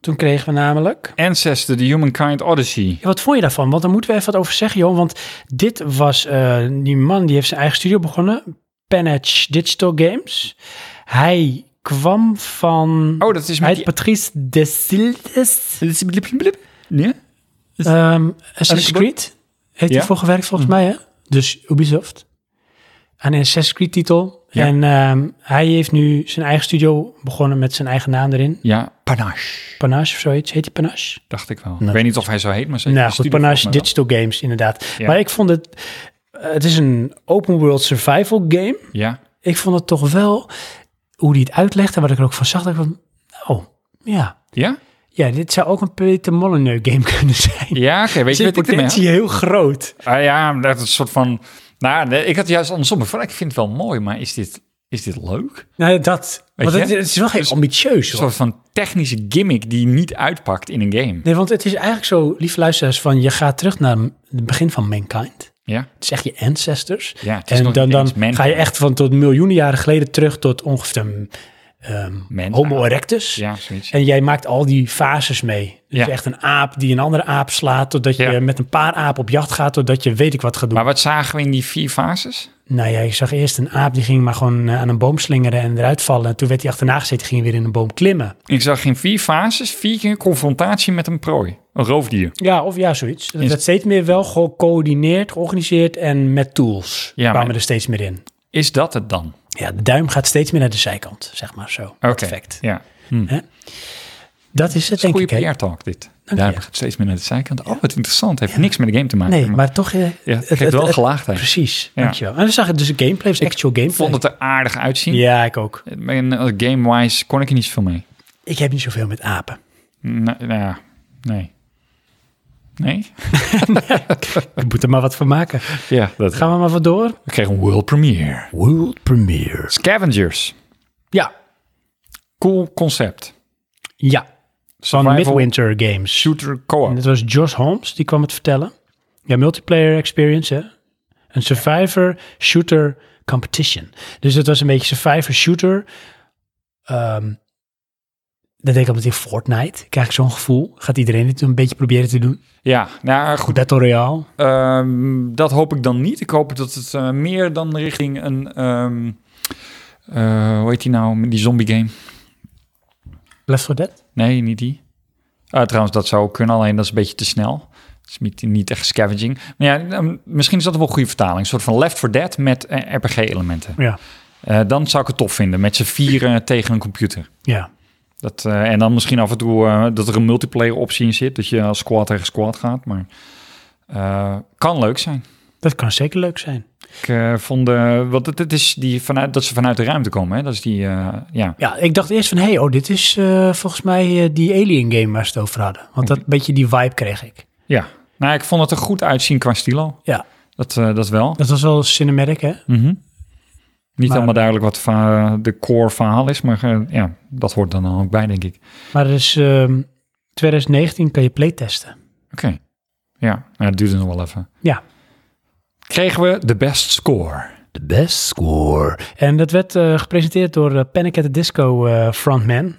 [SPEAKER 1] Toen kregen we namelijk...
[SPEAKER 2] Ancestor, The Humankind Odyssey.
[SPEAKER 1] Ja, wat vond je daarvan? Want daar moeten we even wat over zeggen, joh. Want dit was eh, die man die heeft zijn eigen studio begonnen, Panage Digital Games. Hij kwam van.
[SPEAKER 2] Oh, dat is
[SPEAKER 1] hij
[SPEAKER 2] met
[SPEAKER 1] heet Patrice de Sildes.
[SPEAKER 2] Ja?
[SPEAKER 1] Ehm Assassin's
[SPEAKER 2] En-
[SPEAKER 1] Creed heeft
[SPEAKER 2] Ja? Hm.
[SPEAKER 1] hij voor gewerkt volgens mij, hè? Dus Ubisoft. aan een Assassin's Creed titel.
[SPEAKER 2] Ja.
[SPEAKER 1] En ehm, hij heeft nu zijn eigen studio begonnen met zijn eigen naam erin.
[SPEAKER 2] Ja, Panache,
[SPEAKER 1] Panache of zoiets. Heet die Panache?
[SPEAKER 2] dacht ik wel.
[SPEAKER 1] Nou.
[SPEAKER 2] Ik weet niet of hij zo heet, maar ze
[SPEAKER 1] nou
[SPEAKER 2] studio
[SPEAKER 1] goed, Panache
[SPEAKER 2] volgens mij
[SPEAKER 1] Digital Games inderdaad.
[SPEAKER 2] Ja.
[SPEAKER 1] Maar ik vond het... eh, het is een open world survival game.
[SPEAKER 2] wel. Ja,
[SPEAKER 1] Ik vond het toch wel... Hoe die het uitlegde en wat ik er ook van zag. Dat ik van, oh, ja.
[SPEAKER 2] ja?
[SPEAKER 1] Ja, dit zou ook een Peter Molyneux game kunnen zijn.
[SPEAKER 2] Ja, oké, weet je
[SPEAKER 1] Zijn
[SPEAKER 2] wat ik ermee had?
[SPEAKER 1] potentie heel groot.
[SPEAKER 2] Ah, ja, dat is een soort van... Nou, nee, ik had juist andersom. Van, ik vind het wel mooi, maar is dit, is dit leuk?
[SPEAKER 1] Nou, ja, dat. Want
[SPEAKER 2] je?
[SPEAKER 1] het, het is wel geen
[SPEAKER 2] Dus-
[SPEAKER 1] ambitieus.
[SPEAKER 2] Een
[SPEAKER 1] Hoor.
[SPEAKER 2] soort van technische gimmick die niet uitpakt in een game.
[SPEAKER 1] Nee, want het is eigenlijk zo, lieve luisteraars, van je gaat terug naar het begin van mankind.
[SPEAKER 2] Ja,
[SPEAKER 1] Het is echt je ancestors.
[SPEAKER 2] ja het is
[SPEAKER 1] en
[SPEAKER 2] nog
[SPEAKER 1] dan,
[SPEAKER 2] niet
[SPEAKER 1] dan
[SPEAKER 2] eens man-
[SPEAKER 1] ga je echt van tot miljoenen jaren geleden terug tot ongeveer een, ehm,
[SPEAKER 2] man-
[SPEAKER 1] Homo erectus.
[SPEAKER 2] Ja, zoiets.
[SPEAKER 1] En jij maakt al die fases mee. Dus
[SPEAKER 2] Ja.
[SPEAKER 1] echt een aap die een andere aap slaat, totdat je
[SPEAKER 2] Ja.
[SPEAKER 1] met een paar aap op jacht gaat, totdat je weet ik wat gaat doen.
[SPEAKER 2] Maar wat zagen we in die vier fases?
[SPEAKER 1] Nou ja, ik zag eerst een aap die ging maar gewoon eh, aan een boom slingeren en eruit vallen. En toen werd hij achterna gezeten, ging hij weer in een boom klimmen.
[SPEAKER 2] Ik zag in vier fases vier keer confrontatie met een prooi. Een roofdier.
[SPEAKER 1] Ja, of ja, zoiets. Dat
[SPEAKER 2] Is-
[SPEAKER 1] werd steeds meer wel gecoördineerd, georganiseerd en met tools
[SPEAKER 2] Ja,
[SPEAKER 1] kwamen
[SPEAKER 2] maar-
[SPEAKER 1] er steeds meer in.
[SPEAKER 2] Is dat het dan?
[SPEAKER 1] Ja, de duim gaat steeds meer naar de zijkant, zeg maar zo. Perfect.
[SPEAKER 2] Ja.
[SPEAKER 1] Dat is het,
[SPEAKER 2] Het is een
[SPEAKER 1] denk ik.
[SPEAKER 2] goede
[SPEAKER 1] hè?
[SPEAKER 2] PR-talk, dit.
[SPEAKER 1] je.
[SPEAKER 2] Daar gaat steeds meer naar de zijkant. Oh, wat interessant. Heeft niks met de game te maken.
[SPEAKER 1] Nee,
[SPEAKER 2] maar
[SPEAKER 1] maar toch... eh,
[SPEAKER 2] ja, het geeft wel gelaagdheid. Ik
[SPEAKER 1] Precies,
[SPEAKER 2] Ja.
[SPEAKER 1] dankjewel. En dan zag ik dus de gameplay, was actual gameplay.
[SPEAKER 2] vond het er aardig uitzien.
[SPEAKER 1] Ja, ik ook.
[SPEAKER 2] En, eh, Game-wise kon ik er niet zoveel mee.
[SPEAKER 1] Ik heb niet zoveel met apen.
[SPEAKER 2] Nee, nou ja, nee. Nee?
[SPEAKER 1] Ik moet er maar wat van maken.
[SPEAKER 2] Ja, dat
[SPEAKER 1] Gaan we maar wat door?
[SPEAKER 2] Ik kreeg een world premiere.
[SPEAKER 1] World Premiere.
[SPEAKER 2] Scavengers.
[SPEAKER 1] Ja,
[SPEAKER 2] Cool concept.
[SPEAKER 1] ja. Van
[SPEAKER 2] Survival
[SPEAKER 1] Midwinter Games.
[SPEAKER 2] Shooter
[SPEAKER 1] En
[SPEAKER 2] co-op.
[SPEAKER 1] dat was Josh Holmes, die kwam het vertellen. Ja, multiplayer experience, hè? Een survivor shooter competition. Dus het was een beetje survivor shooter. Ehm dat denk ik altijd in Fortnite. Krijg ik zo'n gevoel. Gaat iedereen dit een beetje proberen te doen?
[SPEAKER 2] Ja, nou goed.
[SPEAKER 1] Battle Royale.
[SPEAKER 2] Ehm, dat hoop ik dan niet. Ik hoop dat het eh, meer dan richting een... ehm, eh, hoe heet die nou? Die zombie game.
[SPEAKER 1] Left 4 Dead.
[SPEAKER 2] Nee, niet die. Ah, trouwens, dat zou ook kunnen, alleen dat is een beetje te snel. Dat is niet, niet echt scavenging. Maar ja, ehm, misschien is dat wel een goede vertaling. Een soort van Left 4 Dead met eh, RPG-elementen.
[SPEAKER 1] Ja.
[SPEAKER 2] Eh, dan zou ik het tof vinden, met z'n vieren tegen een computer.
[SPEAKER 1] Ja.
[SPEAKER 2] Dat, eh, en dan misschien af en toe eh, dat er een multiplayer optie in zit, dat je als squad tegen squad gaat. Maar eh, kan leuk zijn.
[SPEAKER 1] Dat kan zeker leuk zijn.
[SPEAKER 2] Ik eh, vond, eh want het, het is die vanuit, dat ze vanuit de ruimte komen. Hè? Dat is die, eh, ja.
[SPEAKER 1] Ja, ik dacht eerst van... Hé, hey, oh, dit is eh, volgens mij eh, die Alien game waar ze het over hadden. Want dat beetje die vibe kreeg ik.
[SPEAKER 2] ja. Nou, ik vond het er goed uitzien qua stilo.
[SPEAKER 1] Ja.
[SPEAKER 2] Dat, eh, dat wel.
[SPEAKER 1] Dat was wel cinematic, hè?
[SPEAKER 2] Mhm. Niet
[SPEAKER 1] Maar-
[SPEAKER 2] helemaal duidelijk wat va- de core verhaal is, maar eh, ja, dat hoort dan ook bij, denk ik.
[SPEAKER 1] Maar er is... ehm, 2019 kan je playtesten.
[SPEAKER 2] Oké. Ja, nou, dat duurt nog wel even.
[SPEAKER 1] Ja.
[SPEAKER 2] Kregen we de best score.
[SPEAKER 1] The best score. En dat werd eh, gepresenteerd door eh, Panic at the Disco eh, frontman.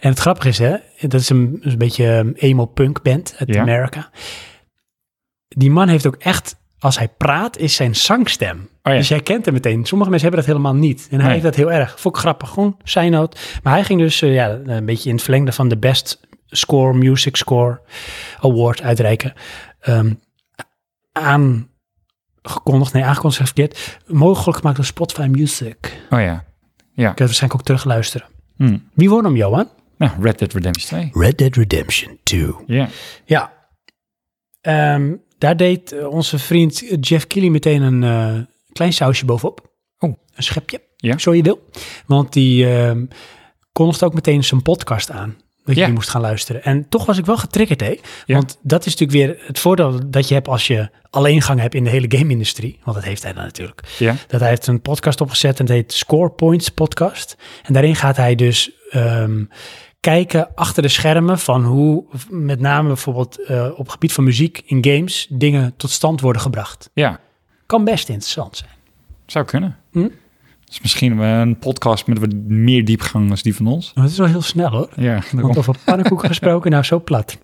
[SPEAKER 1] En het grappige is, hè, dat is een, is een beetje een emo-punk band uit
[SPEAKER 2] Ja.
[SPEAKER 1] Amerika. Die man heeft ook echt, als hij praat, is zijn zangstem.
[SPEAKER 2] Oh ja.
[SPEAKER 1] Dus jij kent hem meteen. Sommige mensen hebben dat helemaal niet. En hij
[SPEAKER 2] Nee.
[SPEAKER 1] heeft dat heel erg. Vond ik grappig. Gewoon zijn noot. Maar hij ging dus eh, ja, een beetje in het verlengde van de Best Score, Music Score Award uitreiken. Ehm aangekondigd, nee, aangekondigd is verkeerd. Mogelijk gemaakt door Spotify Music. Kun
[SPEAKER 2] Oh ja.
[SPEAKER 1] je het waarschijnlijk ook terugluisteren.
[SPEAKER 2] Hm.
[SPEAKER 1] Wie won hem, Johan?
[SPEAKER 2] Nou, Red Dead Redemption 2.
[SPEAKER 1] Red Dead Redemption 2.
[SPEAKER 2] Ja.
[SPEAKER 1] Ja. Ehm, daar deed eh, onze vriend Jeff Keighley meteen een eh, klein sausje bovenop.
[SPEAKER 2] Oh.
[SPEAKER 1] Een schepje,
[SPEAKER 2] Ja.
[SPEAKER 1] zo je wil. Want die ehm, kondigde ook meteen zijn podcast aan. Dat je
[SPEAKER 2] Ja.
[SPEAKER 1] die moest gaan luisteren. En toch was ik wel getriggerd, hè.
[SPEAKER 2] Ja.
[SPEAKER 1] Want dat is natuurlijk weer het voordeel dat je hebt als je alleengang hebt in de hele game-industrie. Want dat heeft hij dan natuurlijk.
[SPEAKER 2] Ja.
[SPEAKER 1] Dat hij heeft een podcast opgezet en het heet Score Points Podcast. En daarin gaat hij dus ehm, kijken achter de schermen van hoe met name bijvoorbeeld eh, op het gebied van muziek in games dingen tot stand worden gebracht.
[SPEAKER 2] Ja,
[SPEAKER 1] Kan best interessant zijn.
[SPEAKER 2] zou kunnen.
[SPEAKER 1] Hm?
[SPEAKER 2] Dus misschien wel een podcast met wat meer diepgang als die van ons.
[SPEAKER 1] Maar Oh, dat is wel heel snel hoor.
[SPEAKER 2] Ja, daarom.
[SPEAKER 1] Want over pannenkoeken gesproken, nou zo plat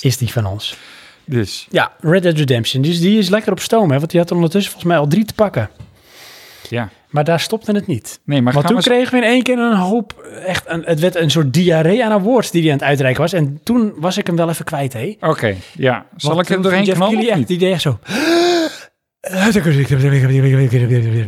[SPEAKER 1] is die van ons.
[SPEAKER 2] dus.
[SPEAKER 1] Ja, Red Dead Redemption. Dus die is lekker op stoom, hè? Want die had ondertussen volgens mij al drie te pakken.
[SPEAKER 2] Ja.
[SPEAKER 1] Maar daar stopte het niet.
[SPEAKER 2] Nee, maar
[SPEAKER 1] Want
[SPEAKER 2] gaan
[SPEAKER 1] toen
[SPEAKER 2] we...
[SPEAKER 1] kregen we in één keer een hoop, echt, een, het werd een soort diarree aan awards die hij aan het uitreiken was. En toen was ik hem wel even kwijt, hé.
[SPEAKER 2] Oké, ja. Zal
[SPEAKER 1] Want
[SPEAKER 2] ik er
[SPEAKER 1] toen
[SPEAKER 2] doorheen
[SPEAKER 1] Jeff
[SPEAKER 2] knallen
[SPEAKER 1] Keighley
[SPEAKER 2] of
[SPEAKER 1] echt,
[SPEAKER 2] niet?
[SPEAKER 1] Die deed echt zo.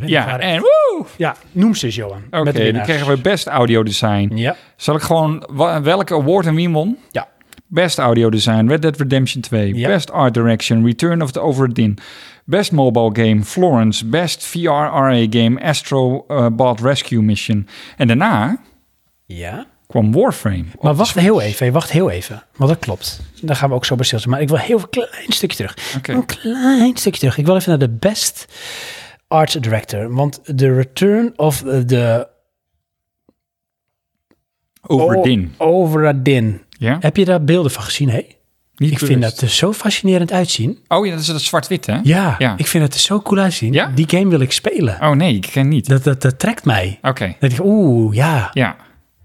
[SPEAKER 2] Ja, en woe!
[SPEAKER 1] Ja, noem ze eens, Johan.
[SPEAKER 2] Oké,
[SPEAKER 1] met de
[SPEAKER 2] dan
[SPEAKER 1] winnaars.
[SPEAKER 2] kregen we best audio design.
[SPEAKER 1] Ja,
[SPEAKER 2] Zal ik gewoon wa- welke award en wie won?
[SPEAKER 1] Ja.
[SPEAKER 2] Best audio design, Red Dead Redemption 2.
[SPEAKER 1] Ja.
[SPEAKER 2] Best art direction, Return of the Overdin. Best mobile game, Florence. Best VR-RA game, Astro eh, Bot Rescue Mission. En daarna
[SPEAKER 1] ja.
[SPEAKER 2] kwam Warframe. op
[SPEAKER 1] Maar
[SPEAKER 2] de
[SPEAKER 1] wacht
[SPEAKER 2] Switch.
[SPEAKER 1] heel even, wacht heel even. Want dat klopt. Daar gaan we ook zo bij stilstaan. Maar ik wil heel een klein stukje terug.
[SPEAKER 2] Oké.
[SPEAKER 1] Een klein stukje terug. Ik wil even naar de best art director. Want The Return of the Oh,
[SPEAKER 2] Overdin.
[SPEAKER 1] Overdin.
[SPEAKER 2] Ja?
[SPEAKER 1] Heb je daar beelden van gezien, hé? Ik vind dat er zo fascinerend uitzien.
[SPEAKER 2] Oh ja, dat is dat zwart-wit, hè?
[SPEAKER 1] Ja,
[SPEAKER 2] Ja.
[SPEAKER 1] ik vind het er zo cool uitzien.
[SPEAKER 2] Ja?
[SPEAKER 1] Die game wil ik spelen.
[SPEAKER 2] Oh nee, ik ken niet.
[SPEAKER 1] Dat, dat, dat trekt mij.
[SPEAKER 2] Oké,
[SPEAKER 1] Dat ik, oeh, ja.
[SPEAKER 2] ja.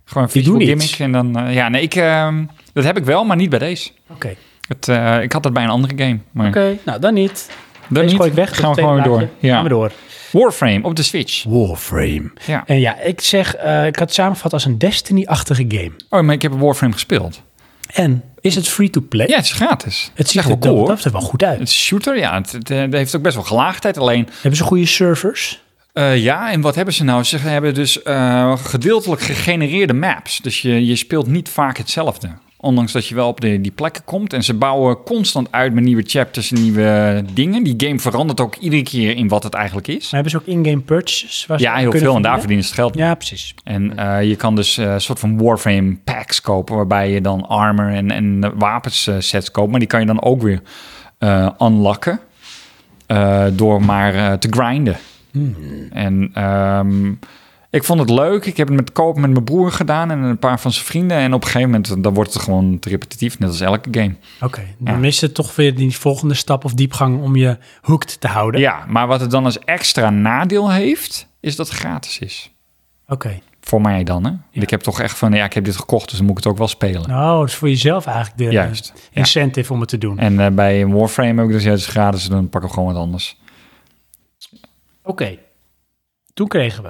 [SPEAKER 2] Gewoon een
[SPEAKER 1] Die
[SPEAKER 2] visual
[SPEAKER 1] doen
[SPEAKER 2] gimmick
[SPEAKER 1] iets.
[SPEAKER 2] en dan... eh, ja, nee, ik, ehm, dat heb ik wel, maar niet bij deze.
[SPEAKER 1] Oké.
[SPEAKER 2] Het, eh, ik had dat bij een andere game. Maar
[SPEAKER 1] Oké, nou dan niet.
[SPEAKER 2] dan
[SPEAKER 1] Deze
[SPEAKER 2] niet.
[SPEAKER 1] gooi ik weg.
[SPEAKER 2] Gaan we
[SPEAKER 1] Dat tweede
[SPEAKER 2] gewoon door.
[SPEAKER 1] plaatje.
[SPEAKER 2] Ja.
[SPEAKER 1] Gaan we door.
[SPEAKER 2] Warframe op de Switch.
[SPEAKER 1] Warframe.
[SPEAKER 2] Ja.
[SPEAKER 1] En ja, ik zeg, eh, ik had het samengevat als een Destiny-achtige game.
[SPEAKER 2] Oh, maar ik heb Warframe gespeeld.
[SPEAKER 1] En is het free-to-play?
[SPEAKER 2] Ja, het is gratis.
[SPEAKER 1] het ziet
[SPEAKER 2] echt
[SPEAKER 1] er
[SPEAKER 2] wel cool,
[SPEAKER 1] dat
[SPEAKER 2] hoor.
[SPEAKER 1] betreft wel goed uit.
[SPEAKER 2] Het is een shooter, ja. Het, het, eh, heeft ook best wel gelaagdheid. Alleen,
[SPEAKER 1] Hebben ze goede servers?
[SPEAKER 2] eh, ja, en wat hebben ze nou? Ze hebben dus eh, gedeeltelijk gegenereerde maps. Dus je, je speelt niet vaak hetzelfde. Ondanks dat je wel op de, die plekken komt. En ze bouwen constant uit met nieuwe chapters en nieuwe dingen. Die game verandert ook iedere keer in wat het eigenlijk is.
[SPEAKER 1] Maar hebben ze ook in-game purchases? waar ze
[SPEAKER 2] Ja,
[SPEAKER 1] op
[SPEAKER 2] heel
[SPEAKER 1] kunnen
[SPEAKER 2] veel. En daar
[SPEAKER 1] verdienen?
[SPEAKER 2] verdienen ze het geld mee.
[SPEAKER 1] Ja, precies.
[SPEAKER 2] En eh, je kan dus eh, een soort van Warframe packs kopen, waarbij je dan armor en, en wapens eh, sets koopt. Maar die kan je dan ook weer eh unlocken eh, door maar eh, te grinden. Hmm. En ehm, ik vond het leuk. Ik heb het met koop met mijn broer gedaan en een paar van zijn vrienden. En op een gegeven moment dan wordt het gewoon te repetitief, net als elke game.
[SPEAKER 1] Oké, dan is het toch weer die volgende stap of diepgang om je hooked te houden.
[SPEAKER 2] Ja, maar wat het dan als extra nadeel heeft, is dat het gratis is.
[SPEAKER 1] Oké.
[SPEAKER 2] Voor mij dan, hè? Ik heb toch echt van, ja, ik heb dit gekocht, dus dan moet ik het ook wel spelen.
[SPEAKER 1] Nou, dat is voor jezelf eigenlijk de
[SPEAKER 2] Juist,
[SPEAKER 1] eh,
[SPEAKER 2] ja.
[SPEAKER 1] incentive om het te doen.
[SPEAKER 2] En eh, bij Warframe heb ik dus juist gratis, dan pak ik gewoon wat anders.
[SPEAKER 1] Oké, toen kregen we.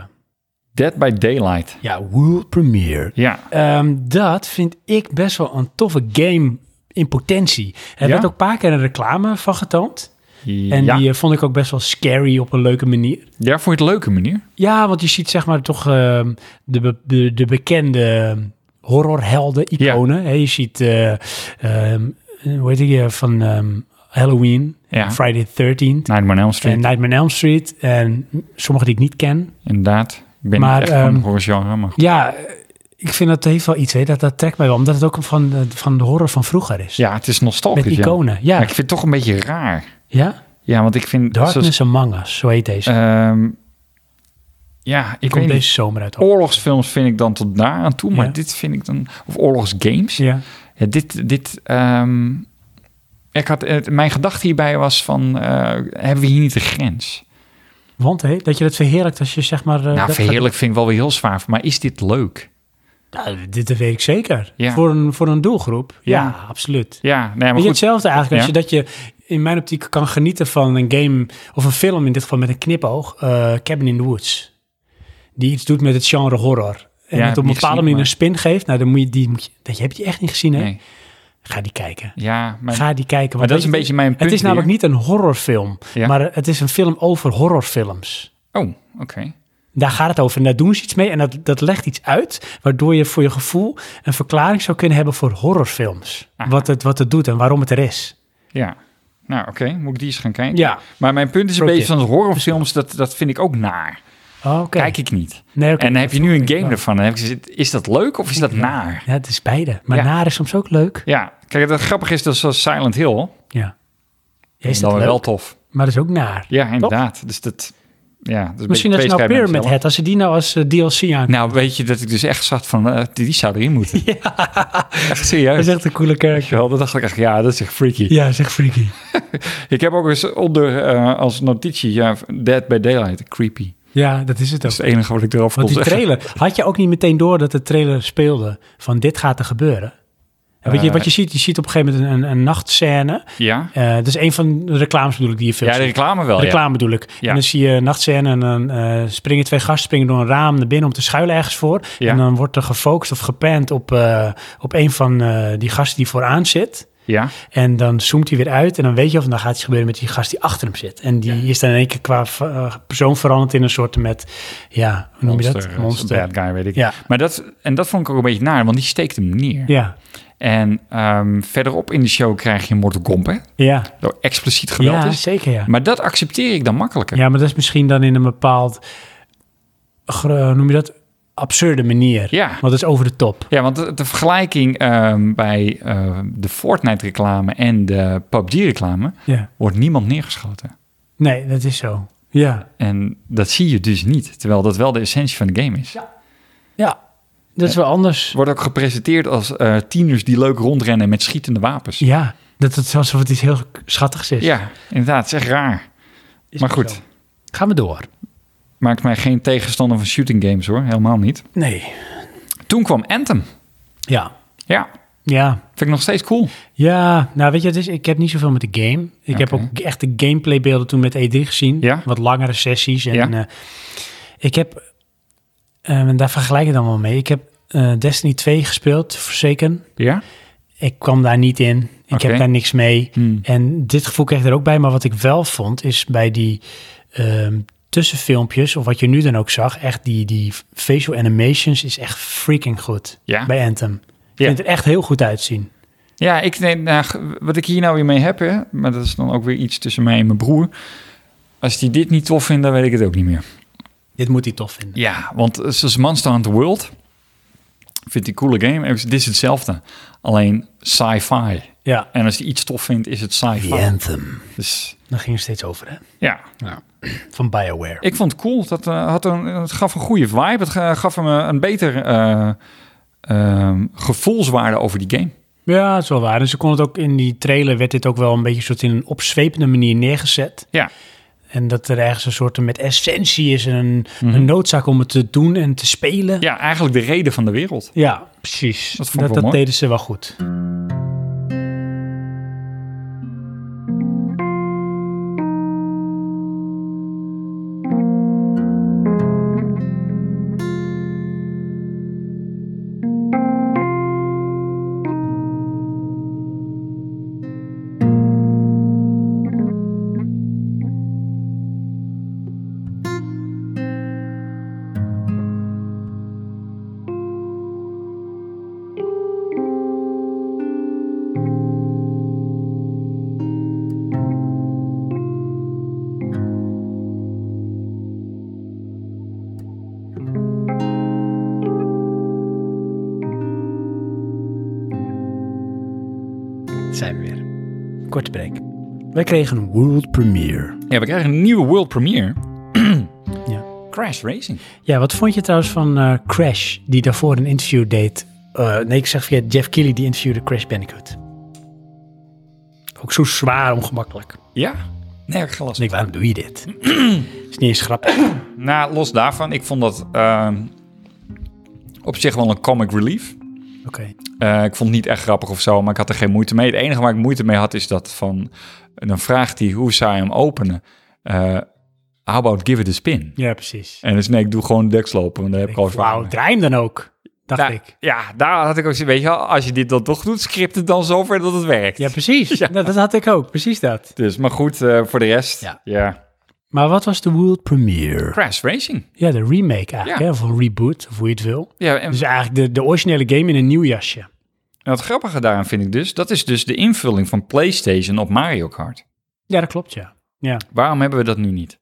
[SPEAKER 2] Dead by Daylight.
[SPEAKER 1] Ja, World Premiere.
[SPEAKER 2] Ja,
[SPEAKER 1] Ehm, dat vind ik best wel een toffe game in potentie. Er
[SPEAKER 2] Ja?
[SPEAKER 1] werd ook een paar keer een reclame van getoond. En
[SPEAKER 2] ja.
[SPEAKER 1] die eh, vond ik ook best wel scary op een leuke manier.
[SPEAKER 2] ja, vond je het leuke manier?
[SPEAKER 1] Ja, want je ziet zeg maar toch ehm, de, be- de, de bekende horrorhelden, iconen. Hè, je ziet, eh, ehm, hoe heet die, eh, van ehm, Halloween,
[SPEAKER 2] Ja.
[SPEAKER 1] Friday the 13th.
[SPEAKER 2] Nightmare on Elm Street,
[SPEAKER 1] En Nightmare on Elm Street en sommige die ik niet ken.
[SPEAKER 2] inderdaad. Ik ben
[SPEAKER 1] Maar,
[SPEAKER 2] niet echt van
[SPEAKER 1] ehm,
[SPEAKER 2] het horrorgenre, maar goed.
[SPEAKER 1] Ja, eh, ik vind dat heeft wel iets, hè. Dat, dat trekt mij wel, omdat het ook van, de- van de horror van vroeger is.
[SPEAKER 2] Ja, het is
[SPEAKER 1] Met
[SPEAKER 2] nostalgisch. ja.
[SPEAKER 1] iconen, ja.
[SPEAKER 2] Maar ik
[SPEAKER 1] ja.
[SPEAKER 2] vind het toch een beetje raar. Ja, want ik vind...
[SPEAKER 1] Darkness
[SPEAKER 2] zoals-
[SPEAKER 1] Among Us, zo heet deze.
[SPEAKER 2] ehm, ja, ik
[SPEAKER 1] Komt
[SPEAKER 2] weet
[SPEAKER 1] deze
[SPEAKER 2] niet.
[SPEAKER 1] zomer uit.
[SPEAKER 2] Oorlogsfilms vind ik dan tot daar aan toe, maar
[SPEAKER 1] Ja.
[SPEAKER 2] dit vind ik dan... Of oorlogsgames. Ja.
[SPEAKER 1] Ja.
[SPEAKER 2] dit... dit ehm, ik had, het- mijn gedachte hierbij was van, eh, hebben we hier niet de grens?
[SPEAKER 1] Want hè, dat je dat verheerlijkt als je zeg maar... eh, dat
[SPEAKER 2] nou,
[SPEAKER 1] gaat-
[SPEAKER 2] verheerlijk vind ik wel weer heel zwaar. Maar is dit leuk?
[SPEAKER 1] Nou, dit dat weet ik zeker.
[SPEAKER 2] Ja.
[SPEAKER 1] Voor, een, voor een doelgroep. Ja,
[SPEAKER 2] Ja.
[SPEAKER 1] absoluut.
[SPEAKER 2] Ja, nee, maar
[SPEAKER 1] Weet je,
[SPEAKER 2] goed.
[SPEAKER 1] hetzelfde eigenlijk.
[SPEAKER 2] Ja.
[SPEAKER 1] Als je dat je in mijn optiek kan genieten van een game of een film, in dit geval met een knipoog, eh, Cabin in the Woods. Die iets doet met het genre horror. En het
[SPEAKER 2] Ja,
[SPEAKER 1] op
[SPEAKER 2] heb
[SPEAKER 1] een
[SPEAKER 2] niet
[SPEAKER 1] bepaalde
[SPEAKER 2] gezien,
[SPEAKER 1] manier
[SPEAKER 2] maar-
[SPEAKER 1] een spin geeft. Nou, dan moet je die... Moet je, dat, je hebt die echt niet gezien, hè?
[SPEAKER 2] Nee.
[SPEAKER 1] Ga die kijken.
[SPEAKER 2] Ja, maar,
[SPEAKER 1] Ga die kijken.
[SPEAKER 2] maar
[SPEAKER 1] want
[SPEAKER 2] dat is
[SPEAKER 1] weet
[SPEAKER 2] een
[SPEAKER 1] je-
[SPEAKER 2] beetje mijn punt
[SPEAKER 1] Het is namelijk
[SPEAKER 2] weer.
[SPEAKER 1] niet een horrorfilm,
[SPEAKER 2] Ja.
[SPEAKER 1] maar het is een film over horrorfilms.
[SPEAKER 2] Oh, oké.
[SPEAKER 1] Daar gaat het over. En daar doen ze iets mee. En dat, dat legt iets uit. Waardoor je voor je gevoel een verklaring zou kunnen hebben voor horrorfilms.
[SPEAKER 2] Ah.
[SPEAKER 1] Wat, het, wat het doet en waarom het er is.
[SPEAKER 2] Ja. Nou, oké. Moet ik die eens gaan kijken?
[SPEAKER 1] Ja.
[SPEAKER 2] Maar mijn punt is een
[SPEAKER 1] Pro
[SPEAKER 2] beetje van horrorfilms, dat, dat vind ik ook naar.
[SPEAKER 1] Oké.
[SPEAKER 2] Kijk ik niet.
[SPEAKER 1] Nee, oké. Oh.
[SPEAKER 2] En dan heb je nu een game ervan. Dan heb ik gezegd, is dat leuk of is dat naar?
[SPEAKER 1] Ja, het is beide. Maar
[SPEAKER 2] Ja.
[SPEAKER 1] naar is soms ook leuk.
[SPEAKER 2] Ja. Kijk, dat grappig is, dat is zoals Silent Hill.
[SPEAKER 1] Ja. Ja,
[SPEAKER 2] En
[SPEAKER 1] Is
[SPEAKER 2] dan
[SPEAKER 1] dat leuk?
[SPEAKER 2] wel tof.
[SPEAKER 1] Maar dat is ook naar.
[SPEAKER 2] Ja, inderdaad. Dus dat... Ja, dat is een
[SPEAKER 1] Misschien dat
[SPEAKER 2] beetje
[SPEAKER 1] ze nou
[SPEAKER 2] tweestrijd met
[SPEAKER 1] Pyramid
[SPEAKER 2] mezelf.
[SPEAKER 1] Head, als ze die nou als eh, DLC aan.
[SPEAKER 2] Nou, weet je dat ik dus echt zat van, eh, die die zou erin moeten. Ja. Echt
[SPEAKER 1] dat
[SPEAKER 2] serieus.
[SPEAKER 1] is echt een coole kerk.
[SPEAKER 2] Wel, dat dacht ik echt, ja, dat is echt freaky.
[SPEAKER 1] Ja, zeg freaky.
[SPEAKER 2] Ik heb ook eens onder eh, als notitie, ja, Dead by Daylight, creepy.
[SPEAKER 1] Ja, dat is het
[SPEAKER 2] Dat
[SPEAKER 1] ook.
[SPEAKER 2] is het enige wat ik erover kon
[SPEAKER 1] Want die
[SPEAKER 2] zeggen.
[SPEAKER 1] trailer, had je ook niet meteen door dat de trailer speelde van dit gaat er gebeuren? En weet je,
[SPEAKER 2] Eh.
[SPEAKER 1] wat je ziet, je ziet op een gegeven moment een, een, een nachtscène.
[SPEAKER 2] Ja?
[SPEAKER 1] Eh, dat is een van de reclames bedoel ik die je veel
[SPEAKER 2] ja, de
[SPEAKER 1] ziet.
[SPEAKER 2] reclame wel, ja.
[SPEAKER 1] reclame bedoel ik.
[SPEAKER 2] Ja.
[SPEAKER 1] En dan zie je een nachtscène en dan eh, springen twee gasten springen door een raam naar binnen om te schuilen ergens voor.
[SPEAKER 2] Ja.
[SPEAKER 1] En dan wordt er gefocust of gepand op, eh, op een van eh, die gasten die vooraan zit.
[SPEAKER 2] Ja.
[SPEAKER 1] En dan zoomt hij weer uit en dan weet je of dan gaat iets gebeuren met die gast die achter hem zit. En die is dan in één keer qua eh, persoon veranderd in een soort met, ja, hoe noem je dat?
[SPEAKER 2] Monster, eh, Bad guy, weet ik.
[SPEAKER 1] Ja.
[SPEAKER 2] Maar dat, en dat vond ik ook een beetje naar, want die steekt hem neer.
[SPEAKER 1] Ja,
[SPEAKER 2] En ehm, verderop in de show krijg je Mortal Kombat.
[SPEAKER 1] ja.
[SPEAKER 2] Door expliciet geweld
[SPEAKER 1] ja
[SPEAKER 2] is.
[SPEAKER 1] zeker ja.
[SPEAKER 2] Maar dat accepteer ik dan makkelijker.
[SPEAKER 1] Ja, maar dat is misschien dan in een bepaald, gro- hoe noem je dat, absurde manier.
[SPEAKER 2] Ja.
[SPEAKER 1] Want dat is over de top.
[SPEAKER 2] Ja, want de, de vergelijking ehm, bij eh, de Fortnite-reclame en de PUBG-reclame
[SPEAKER 1] Ja.
[SPEAKER 2] wordt niemand neergeschoten.
[SPEAKER 1] Nee, dat is zo. Ja.
[SPEAKER 2] En dat zie je dus niet, terwijl dat wel de essentie van de game is.
[SPEAKER 1] Ja, dat is wel anders.
[SPEAKER 2] Het wordt ook gepresenteerd als eh, tieners die leuk rondrennen met schietende wapens. Ja,
[SPEAKER 1] Ja, dat het alsof het iets heel schattigs is.
[SPEAKER 2] inderdaad, het is echt raar.
[SPEAKER 1] Is
[SPEAKER 2] maar
[SPEAKER 1] ook
[SPEAKER 2] goed.
[SPEAKER 1] zo. Gaan we door.
[SPEAKER 2] Maakt mij geen tegenstander van shooting games hoor, helemaal niet.
[SPEAKER 1] Nee.
[SPEAKER 2] Toen kwam Anthem.
[SPEAKER 1] Ja.
[SPEAKER 2] Ja,
[SPEAKER 1] Ja.
[SPEAKER 2] vind ik nog steeds cool.
[SPEAKER 1] Ja, nou weet je, het is, ik heb niet zoveel met de game. Ik heb
[SPEAKER 2] Oké.
[SPEAKER 1] ook echt de gameplaybeelden toen met E3 gezien.
[SPEAKER 2] Ja.
[SPEAKER 1] Wat langere sessies. En
[SPEAKER 2] Ja.
[SPEAKER 1] eh, ik heb, eh, en daar vergelijk ik dan wel mee. Ik heb eh, Destiny 2 gespeeld, Forsaken.
[SPEAKER 2] Ja?
[SPEAKER 1] Ik kwam daar niet in. Ik
[SPEAKER 2] Oké.
[SPEAKER 1] heb daar niks mee.
[SPEAKER 2] Hmm.
[SPEAKER 1] En dit gevoel kreeg ik er ook bij. Maar wat ik wel vond, is bij die ehm, tussenfilmpjes, of wat je nu dan ook zag, echt die, die facial animations is echt freaking goed
[SPEAKER 2] Ja.
[SPEAKER 1] bij Anthem. Ik
[SPEAKER 2] Ja.
[SPEAKER 1] vind het er echt heel goed uitzien.
[SPEAKER 2] Ja, ik, nee, nou, g- wat ik hier nou weer mee heb, hè, maar dat is dan ook weer iets tussen mij en mijn broer. Als die dit niet tof vindt, dan weet ik het ook niet meer.
[SPEAKER 1] Dit moet hij tof vinden.
[SPEAKER 2] Ja, want eh, zoals Monster Hunter World vindt die coole game. En Dit is hetzelfde, alleen sci-fi.
[SPEAKER 1] Ja.
[SPEAKER 2] En als die iets tof vindt, is het sci-fi.
[SPEAKER 1] The Anthem.
[SPEAKER 2] Dus
[SPEAKER 1] Daar ging het steeds over, hè?
[SPEAKER 2] ja,
[SPEAKER 1] Van BioWare.
[SPEAKER 2] ik vond het cool. Dat, eh, had een, het gaf een goede vibe. Het ge- gaf hem eh, een beter eh, ehm, gevoelswaarde over die game.
[SPEAKER 1] Ja, dat is wel waar. En ze kon het ook in die trailer, werd dit ook wel een beetje soort in een opzwepende manier neergezet.
[SPEAKER 2] Ja,
[SPEAKER 1] En dat er ergens een soort met essentie is en een,
[SPEAKER 2] Mhm.
[SPEAKER 1] een noodzaak om het te doen en te spelen.
[SPEAKER 2] ja eigenlijk de reden van de wereld.
[SPEAKER 1] Ja, precies.
[SPEAKER 2] Dat
[SPEAKER 1] Dat,
[SPEAKER 2] vond ik
[SPEAKER 1] dat,
[SPEAKER 2] wel mooi.
[SPEAKER 1] deden ze wel goed. Zijn we weer. Korte break. Wij kregen een world premiere.
[SPEAKER 2] Ja, we krijgen een nieuwe world premiere.
[SPEAKER 1] Ja.
[SPEAKER 2] Crash Racing.
[SPEAKER 1] Ja, wat vond je trouwens van eh, Crash, die daarvoor een interview deed? Eh, nee, ik zeg via Jeff Keighley, die interviewde Crash Bandicoot. Ook zo zwaar ongemakkelijk.
[SPEAKER 2] Ja? Nee, ik gelast.
[SPEAKER 1] Dus ik, waarom doe je dit? is niet eens grappig.
[SPEAKER 2] Nou, los daarvan, ik vond dat ehm, op zich wel een comic relief.
[SPEAKER 1] Oké.
[SPEAKER 2] Eh, ik vond het niet echt grappig of zo, maar ik had er geen moeite mee. Het enige waar ik moeite mee had, is dat van... Dan vraagt hij, hoe zou je hem openen? Eh, how about give it a spin?
[SPEAKER 1] Ja, precies.
[SPEAKER 2] En dus nee, ik doe gewoon de deks lopen, want daar heb ik,
[SPEAKER 1] Ik,
[SPEAKER 2] al zwaar
[SPEAKER 1] wauw,
[SPEAKER 2] mee.
[SPEAKER 1] draai hem dan ook, dacht
[SPEAKER 2] Daar-
[SPEAKER 1] ik.
[SPEAKER 2] Ja, daar had ik ook zoiets, weet je wel, als je dit dan toch doet, script het dan zover dat het werkt.
[SPEAKER 1] Ja, precies.
[SPEAKER 2] Ja.
[SPEAKER 1] Nou, dat had ik ook, precies dat.
[SPEAKER 2] Dus, maar goed, eh, voor de rest, ja.
[SPEAKER 1] Ja. Maar wat was de world premiere?
[SPEAKER 2] Crash Racing.
[SPEAKER 1] Ja, de remake eigenlijk,
[SPEAKER 2] Ja.
[SPEAKER 1] hè? of een reboot, of hoe je het wil.
[SPEAKER 2] Ja, en
[SPEAKER 1] Dus eigenlijk de, de originele game in een nieuw jasje.
[SPEAKER 2] En het grappige daaraan vind ik dus, dat is dus de invulling van PlayStation op Mario Kart.
[SPEAKER 1] Ja, dat klopt, ja. Ja,
[SPEAKER 2] Waarom hebben we dat nu niet?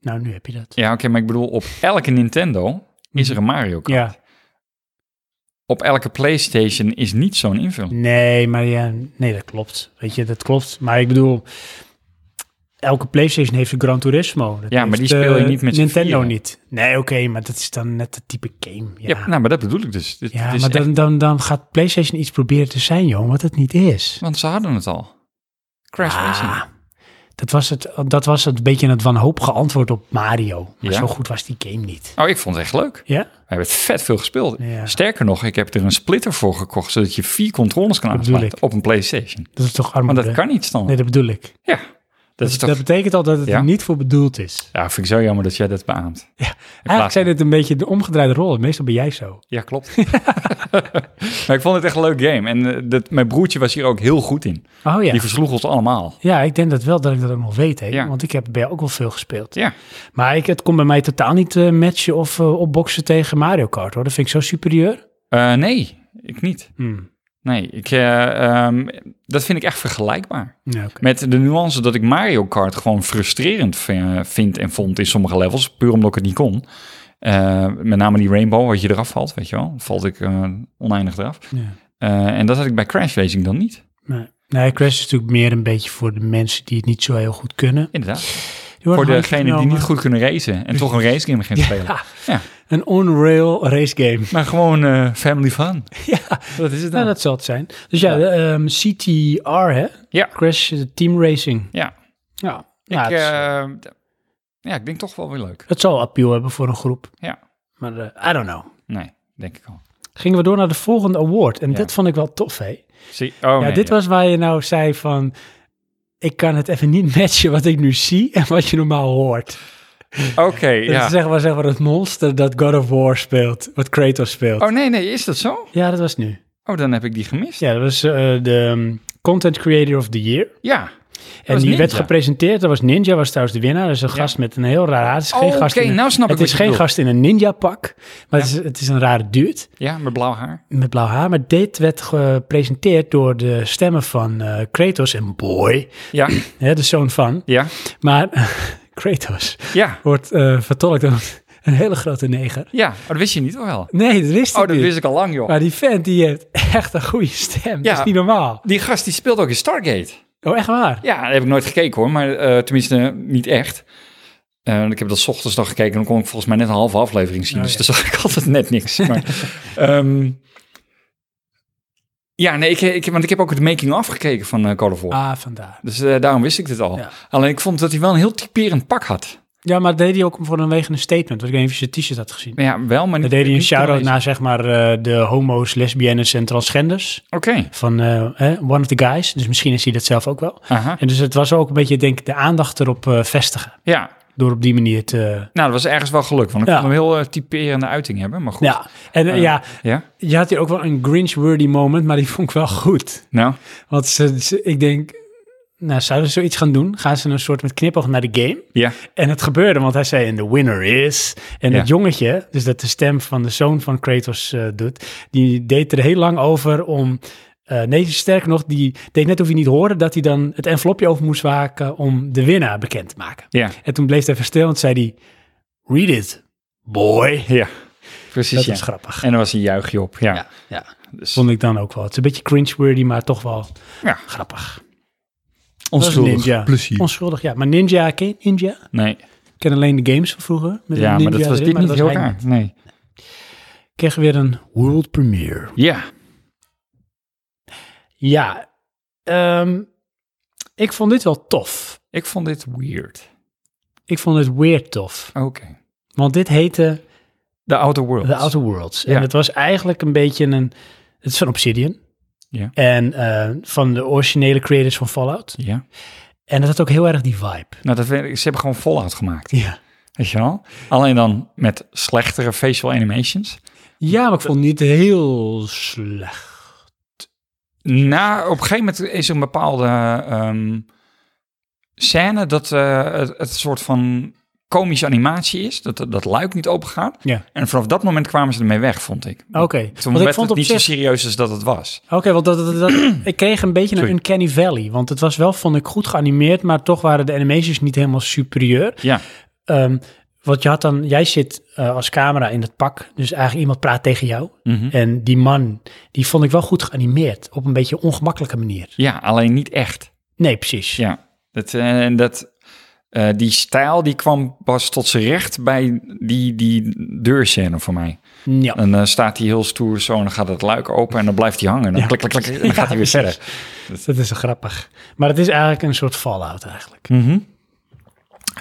[SPEAKER 1] nou nu heb je dat.
[SPEAKER 2] Ja, oké, maar ik bedoel, op elke Nintendo is er een Mario Kart.
[SPEAKER 1] Ja,
[SPEAKER 2] Op elke PlayStation is niet zo'n invulling.
[SPEAKER 1] nee, maar ja, nee, dat klopt. Weet je, dat klopt. Maar ik bedoel, elke PlayStation heeft een Gran Turismo. Dat
[SPEAKER 2] Ja, maar
[SPEAKER 1] heeft,
[SPEAKER 2] die speel je
[SPEAKER 1] eh,
[SPEAKER 2] niet met z'n
[SPEAKER 1] Nintendo
[SPEAKER 2] vieren.
[SPEAKER 1] niet. Nee, oké, maar dat is dan net het type game. Ja,
[SPEAKER 2] Ja.
[SPEAKER 1] ja,
[SPEAKER 2] nou, maar dat bedoel ik dus. Dit, dit is
[SPEAKER 1] maar dan,
[SPEAKER 2] echt-
[SPEAKER 1] dan, dan gaat PlayStation iets proberen te zijn, jong, wat het niet is.
[SPEAKER 2] want ze hadden het al. Crash
[SPEAKER 1] Ah,
[SPEAKER 2] Racing.
[SPEAKER 1] dat was het, dat was het beetje het wanhoopige antwoord op Mario. Maar
[SPEAKER 2] Ja.
[SPEAKER 1] zo goed was die game niet.
[SPEAKER 2] Oh, ik vond het echt leuk.
[SPEAKER 1] Ja?
[SPEAKER 2] We hebben het vet veel gespeeld.
[SPEAKER 1] Ja.
[SPEAKER 2] Sterker nog, ik heb er een splitter voor gekocht, zodat je vier controllers kan
[SPEAKER 1] Dat bedoel
[SPEAKER 2] aansluiten op een PlayStation.
[SPEAKER 1] Dat is toch
[SPEAKER 2] Maar
[SPEAKER 1] armoede?
[SPEAKER 2] dat kan niet standaard.
[SPEAKER 1] Nee, dat bedoel ik.
[SPEAKER 2] Ja.
[SPEAKER 1] Dat,
[SPEAKER 2] is toch-
[SPEAKER 1] dat betekent al dat het
[SPEAKER 2] Ja.
[SPEAKER 1] er niet voor bedoeld is.
[SPEAKER 2] Ja, vind ik zo jammer dat jij dat beaamt.
[SPEAKER 1] Eigenlijk zijn dit een beetje de omgedraaide rollen. Meestal ben jij zo.
[SPEAKER 2] Ja, klopt. maar ik vond het echt een leuk game. En eh, dat, mijn broertje was hier ook heel goed in.
[SPEAKER 1] Oh ja.
[SPEAKER 2] Die versloeg ons allemaal.
[SPEAKER 1] Ja, ik denk dat wel dat ik dat ook nog weet. Hè?
[SPEAKER 2] Ja.
[SPEAKER 1] Want ik heb bij jou ook wel veel gespeeld.
[SPEAKER 2] Ja.
[SPEAKER 1] Maar ik, het kon bij mij totaal niet eh, matchen of eh, opboksen tegen Mario Kart hoor. Dat vind ik zo superieur.
[SPEAKER 2] Eh, nee, ik niet.
[SPEAKER 1] Hmm.
[SPEAKER 2] Nee, ik, eh, ehm, dat vind ik echt vergelijkbaar.
[SPEAKER 1] Ja, oké.
[SPEAKER 2] Met de nuance dat ik Mario Kart gewoon frustrerend v- eh, vind en vond in sommige levels. Puur omdat ik het niet kon. Eh, met name die Rainbow, wat je eraf valt, weet je wel. Valt ik eh, oneindig eraf.
[SPEAKER 1] Ja.
[SPEAKER 2] Eh, en dat had ik bij Crash Racing dan niet.
[SPEAKER 1] Nee. nee, Crash is natuurlijk meer een beetje voor de mensen die het niet zo heel goed kunnen.
[SPEAKER 2] Inderdaad.
[SPEAKER 1] Die worden
[SPEAKER 2] Voor
[SPEAKER 1] gewoon
[SPEAKER 2] degenen die
[SPEAKER 1] genomen.
[SPEAKER 2] niet goed kunnen racen en toch een racegame gaan spelen.
[SPEAKER 1] Een on-rail race game.
[SPEAKER 2] Maar gewoon eh, family fun.
[SPEAKER 1] ja,
[SPEAKER 2] Dat is het dan.
[SPEAKER 1] nou, dat zal het zijn. Dus ja,
[SPEAKER 2] Ja.
[SPEAKER 1] de, ehm, CTR hè?
[SPEAKER 2] Ja.
[SPEAKER 1] Crash eh, Team Racing.
[SPEAKER 2] Ja.
[SPEAKER 1] Ja,
[SPEAKER 2] Ik,
[SPEAKER 1] ja, Nou, het, is-
[SPEAKER 2] eh, d- ja, ik denk toch wel weer leuk.
[SPEAKER 1] het zal appeal hebben voor een groep.
[SPEAKER 2] Ja.
[SPEAKER 1] Maar eh, I don't know.
[SPEAKER 2] Nee, denk ik al.
[SPEAKER 1] Gingen we door naar de volgende award. En
[SPEAKER 2] Ja.
[SPEAKER 1] dit vond ik wel tof, hè?
[SPEAKER 2] Zie, oh,
[SPEAKER 1] ja,
[SPEAKER 2] nee,
[SPEAKER 1] dit
[SPEAKER 2] ja.
[SPEAKER 1] was waar je nou zei van... Ik kan het even niet matchen wat ik nu zie en wat je normaal hoort.
[SPEAKER 2] Oké,
[SPEAKER 1] Dat is
[SPEAKER 2] ja.
[SPEAKER 1] zeg maar, zeg maar het monster dat God of War speelt. Wat Kratos speelt.
[SPEAKER 2] Oh nee, nee, is dat zo?
[SPEAKER 1] Ja, dat was nu.
[SPEAKER 2] Oh, dan heb ik die gemist. Ja.
[SPEAKER 1] Ja, dat was eh, de ehm, Content Creator of the Year. En
[SPEAKER 2] was
[SPEAKER 1] die werd
[SPEAKER 2] Ninja.
[SPEAKER 1] gepresenteerd. Dat was Ninja, was trouwens de winnaar. Dus een gast met een heel raar... Het is geen
[SPEAKER 2] Oh,
[SPEAKER 1] gast
[SPEAKER 2] oké,
[SPEAKER 1] in een-
[SPEAKER 2] nou snap ik
[SPEAKER 1] Het
[SPEAKER 2] wat
[SPEAKER 1] is
[SPEAKER 2] je
[SPEAKER 1] geen
[SPEAKER 2] bedoelt.
[SPEAKER 1] gast in een ninja pak. Maar het, is, het is een rare dude.
[SPEAKER 2] Ja, met blauw haar.
[SPEAKER 1] met blauw haar. Maar dit werd gepresenteerd door de stemmen van eh, Kratos en Boy,
[SPEAKER 2] Ja,
[SPEAKER 1] hè, de zoon van.
[SPEAKER 2] ja,
[SPEAKER 1] Maar Kratos
[SPEAKER 2] ja.
[SPEAKER 1] wordt eh, vertolkt door een hele grote neger.
[SPEAKER 2] Ja, oh, dat wist je niet wel.
[SPEAKER 1] Nee, dat wist ik
[SPEAKER 2] Oh, dat
[SPEAKER 1] niet. Eh,
[SPEAKER 2] wist ik al lang, joh.
[SPEAKER 1] Maar die vent die heeft echt een goede stem.
[SPEAKER 2] Ja.
[SPEAKER 1] Dat is niet normaal.
[SPEAKER 2] Die gast die speelt ook in Stargate.
[SPEAKER 1] Oh, echt waar?
[SPEAKER 2] Ja, dat heb ik nooit gekeken hoor, maar eh, tenminste eh, niet echt. Eh, ik heb dat 's ochtends nog gekeken en dan kon ik volgens mij net een halve aflevering zien.
[SPEAKER 1] Oh,
[SPEAKER 2] dus
[SPEAKER 1] ja.
[SPEAKER 2] dan zag ik altijd net niks. Maar, ehm, ja, nee, ik, ik, want ik heb ook het making-of gekeken van eh Call of War.
[SPEAKER 1] Ah, vandaar.
[SPEAKER 2] Dus eh, daarom wist ik dit al.
[SPEAKER 1] Ja.
[SPEAKER 2] Alleen ik vond dat hij wel een heel typerend pak had.
[SPEAKER 1] Ja, maar dat deed hij ook voor een wegen een statement. Want ik weet niet of je zijn t-shirt had gezien.
[SPEAKER 2] Maar ja, wel, maar
[SPEAKER 1] Daar
[SPEAKER 2] niet.
[SPEAKER 1] deed hij een
[SPEAKER 2] niet
[SPEAKER 1] shout-out
[SPEAKER 2] gelezen.
[SPEAKER 1] naar, zeg maar, eh, de homo's, lesbiennes en transgenders.
[SPEAKER 2] Oké,
[SPEAKER 1] Van eh, hè, One of the Guys. Dus misschien is hij dat zelf ook wel.
[SPEAKER 2] aha.
[SPEAKER 1] En dus het was ook een beetje, denk ik, de aandacht erop eh, vestigen.
[SPEAKER 2] Ja,
[SPEAKER 1] Door op die manier te...
[SPEAKER 2] nou, dat was ergens wel geluk, want ik
[SPEAKER 1] Ja.
[SPEAKER 2] vond hem een heel eh, typerende uiting hebben, maar goed.
[SPEAKER 1] Ja, en eh,
[SPEAKER 2] Eh.
[SPEAKER 1] ja,
[SPEAKER 2] Ja?
[SPEAKER 1] je had hier ook wel een Grinch-worthy moment, maar die vond ik wel goed.
[SPEAKER 2] Nou,
[SPEAKER 1] Want ze, ze- ik denk, nou, zouden ze zoiets gaan doen? Gaan ze een soort met knipoog naar de game?
[SPEAKER 2] ja.
[SPEAKER 1] En het gebeurde, want hij zei, en de winner is... En
[SPEAKER 2] Ja.
[SPEAKER 1] dat jongetje, dus dat de stem van de zoon van Kratos eh, doet... die deed er heel lang over om... eh, nee, sterker nog, die deed net of hij niet hoorde... dat hij dan het envelopje over moest waken om de winnaar bekend te maken.
[SPEAKER 2] Ja,
[SPEAKER 1] En toen bleef hij even stil en zei hij... Read it, boy.
[SPEAKER 2] ja. Precies,
[SPEAKER 1] Dat
[SPEAKER 2] ja.
[SPEAKER 1] is grappig.
[SPEAKER 2] En er was een juichje op, ja.
[SPEAKER 1] Ja, ja.
[SPEAKER 2] Dus-
[SPEAKER 1] Vond ik dan ook wel. Het is een beetje cringe-worthy, maar toch wel
[SPEAKER 2] Ja.
[SPEAKER 1] grappig.
[SPEAKER 2] Onschuldig.
[SPEAKER 1] Dat is Ninja.
[SPEAKER 2] Plezier.
[SPEAKER 1] Onschuldig, ja. Maar Ninja, ken je Ninja? Ik
[SPEAKER 2] nee.
[SPEAKER 1] ken alleen de games van vroeger. Met
[SPEAKER 2] Ja,
[SPEAKER 1] een
[SPEAKER 2] maar
[SPEAKER 1] ninja
[SPEAKER 2] dat was
[SPEAKER 1] erin,
[SPEAKER 2] dit
[SPEAKER 1] maar
[SPEAKER 2] niet
[SPEAKER 1] dat
[SPEAKER 2] heel
[SPEAKER 1] hij
[SPEAKER 2] raar. Nee.
[SPEAKER 1] Kreeg weer een world premiere.
[SPEAKER 2] Ja.
[SPEAKER 1] Ja. ehm, ik vond dit wel tof.
[SPEAKER 2] Ik vond dit weird.
[SPEAKER 1] Ik vond het weer tof.
[SPEAKER 2] Oké.
[SPEAKER 1] Want dit heette
[SPEAKER 2] The Outer Worlds.
[SPEAKER 1] The Outer Worlds.
[SPEAKER 2] Ja.
[SPEAKER 1] En het was eigenlijk een beetje een... Het is van Obsidian.
[SPEAKER 2] Ja.
[SPEAKER 1] En eh, van de originele creators van Fallout.
[SPEAKER 2] Ja.
[SPEAKER 1] En dat had ook heel erg die vibe.
[SPEAKER 2] Nou, dat, weet ik- ze hebben gewoon Fallout gemaakt.
[SPEAKER 1] Ja.
[SPEAKER 2] Weet je wel? Alleen dan met slechtere facial animations.
[SPEAKER 1] Ja, maar ik vond het niet heel slecht.
[SPEAKER 2] Na, op een gegeven moment is er een bepaalde ehm, scène dat eh, het, het een soort van komische animatie is. Dat, dat, dat luik niet open gaat.
[SPEAKER 1] Ja.
[SPEAKER 2] En vanaf dat moment kwamen ze ermee weg, vond ik.
[SPEAKER 1] Oké.
[SPEAKER 2] Toen
[SPEAKER 1] Want ik
[SPEAKER 2] werd
[SPEAKER 1] vond
[SPEAKER 2] het
[SPEAKER 1] op
[SPEAKER 2] niet
[SPEAKER 1] zich...
[SPEAKER 2] zo serieus als dat het was.
[SPEAKER 1] Oké, want dat, dat, dat- ik kreeg een beetje een
[SPEAKER 2] Sorry.
[SPEAKER 1] Uncanny Valley. Want het was wel, vond ik, goed geanimeerd. Maar toch waren de animations niet helemaal superieur.
[SPEAKER 2] Ja.
[SPEAKER 1] Ehm want je had dan... Jij zit eh, als camera in het pak. Dus eigenlijk iemand praat tegen jou.
[SPEAKER 2] Mhm.
[SPEAKER 1] En die man, die vond ik wel goed geanimeerd. Op een beetje ongemakkelijke manier.
[SPEAKER 2] Ja, alleen niet echt.
[SPEAKER 1] Nee, precies.
[SPEAKER 2] Ja, dat, eh, en dat, eh, die stijl die kwam pas tot zijn recht bij die, die deurscène voor mij.
[SPEAKER 1] Ja.
[SPEAKER 2] En dan staat hij heel stoer zo en dan gaat het luik open en dan blijft hij hangen. En dan
[SPEAKER 1] Ja.
[SPEAKER 2] klik, klik, klik, en dan
[SPEAKER 1] Ja,
[SPEAKER 2] gaat hij weer
[SPEAKER 1] precies.
[SPEAKER 2] verder.
[SPEAKER 1] Dat is grappig. Maar het is eigenlijk een soort Fallout eigenlijk.
[SPEAKER 2] Mhm.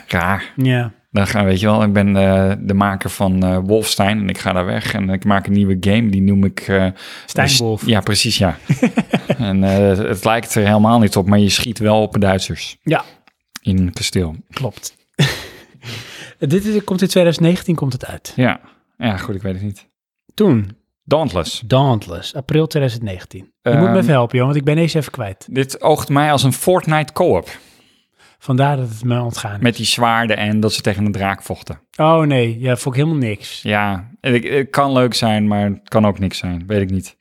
[SPEAKER 2] Raar.
[SPEAKER 1] Ja.
[SPEAKER 2] Dan gaan, weet je wel, ik ben eh, de maker van eh, Wolfstein en ik ga daar weg en ik maak een nieuwe game. Die noem ik... eh,
[SPEAKER 1] Steinwolf.
[SPEAKER 2] Ja, precies, ja. en eh, het lijkt er helemaal niet op, maar je schiet wel op de Duitsers.
[SPEAKER 1] Ja.
[SPEAKER 2] in een kasteel.
[SPEAKER 1] Klopt. Dit is, komt in 2019 komt het uit.
[SPEAKER 2] Ja. ja, goed, ik weet het niet.
[SPEAKER 1] Toen,
[SPEAKER 2] Dauntless.
[SPEAKER 1] Dauntless, april 2019. Je moet
[SPEAKER 2] Ehm,
[SPEAKER 1] me even helpen, jongen, want ik ben deze even kwijt.
[SPEAKER 2] Dit oogt mij als een Fortnite co-op.
[SPEAKER 1] Vandaar dat het me ontgaan is.
[SPEAKER 2] Met die zwaarden en dat ze tegen een draak vochten.
[SPEAKER 1] Oh nee, ja, vond ik helemaal niks.
[SPEAKER 2] Ja, het, het kan leuk zijn, maar het kan ook niks zijn. Weet ik niet.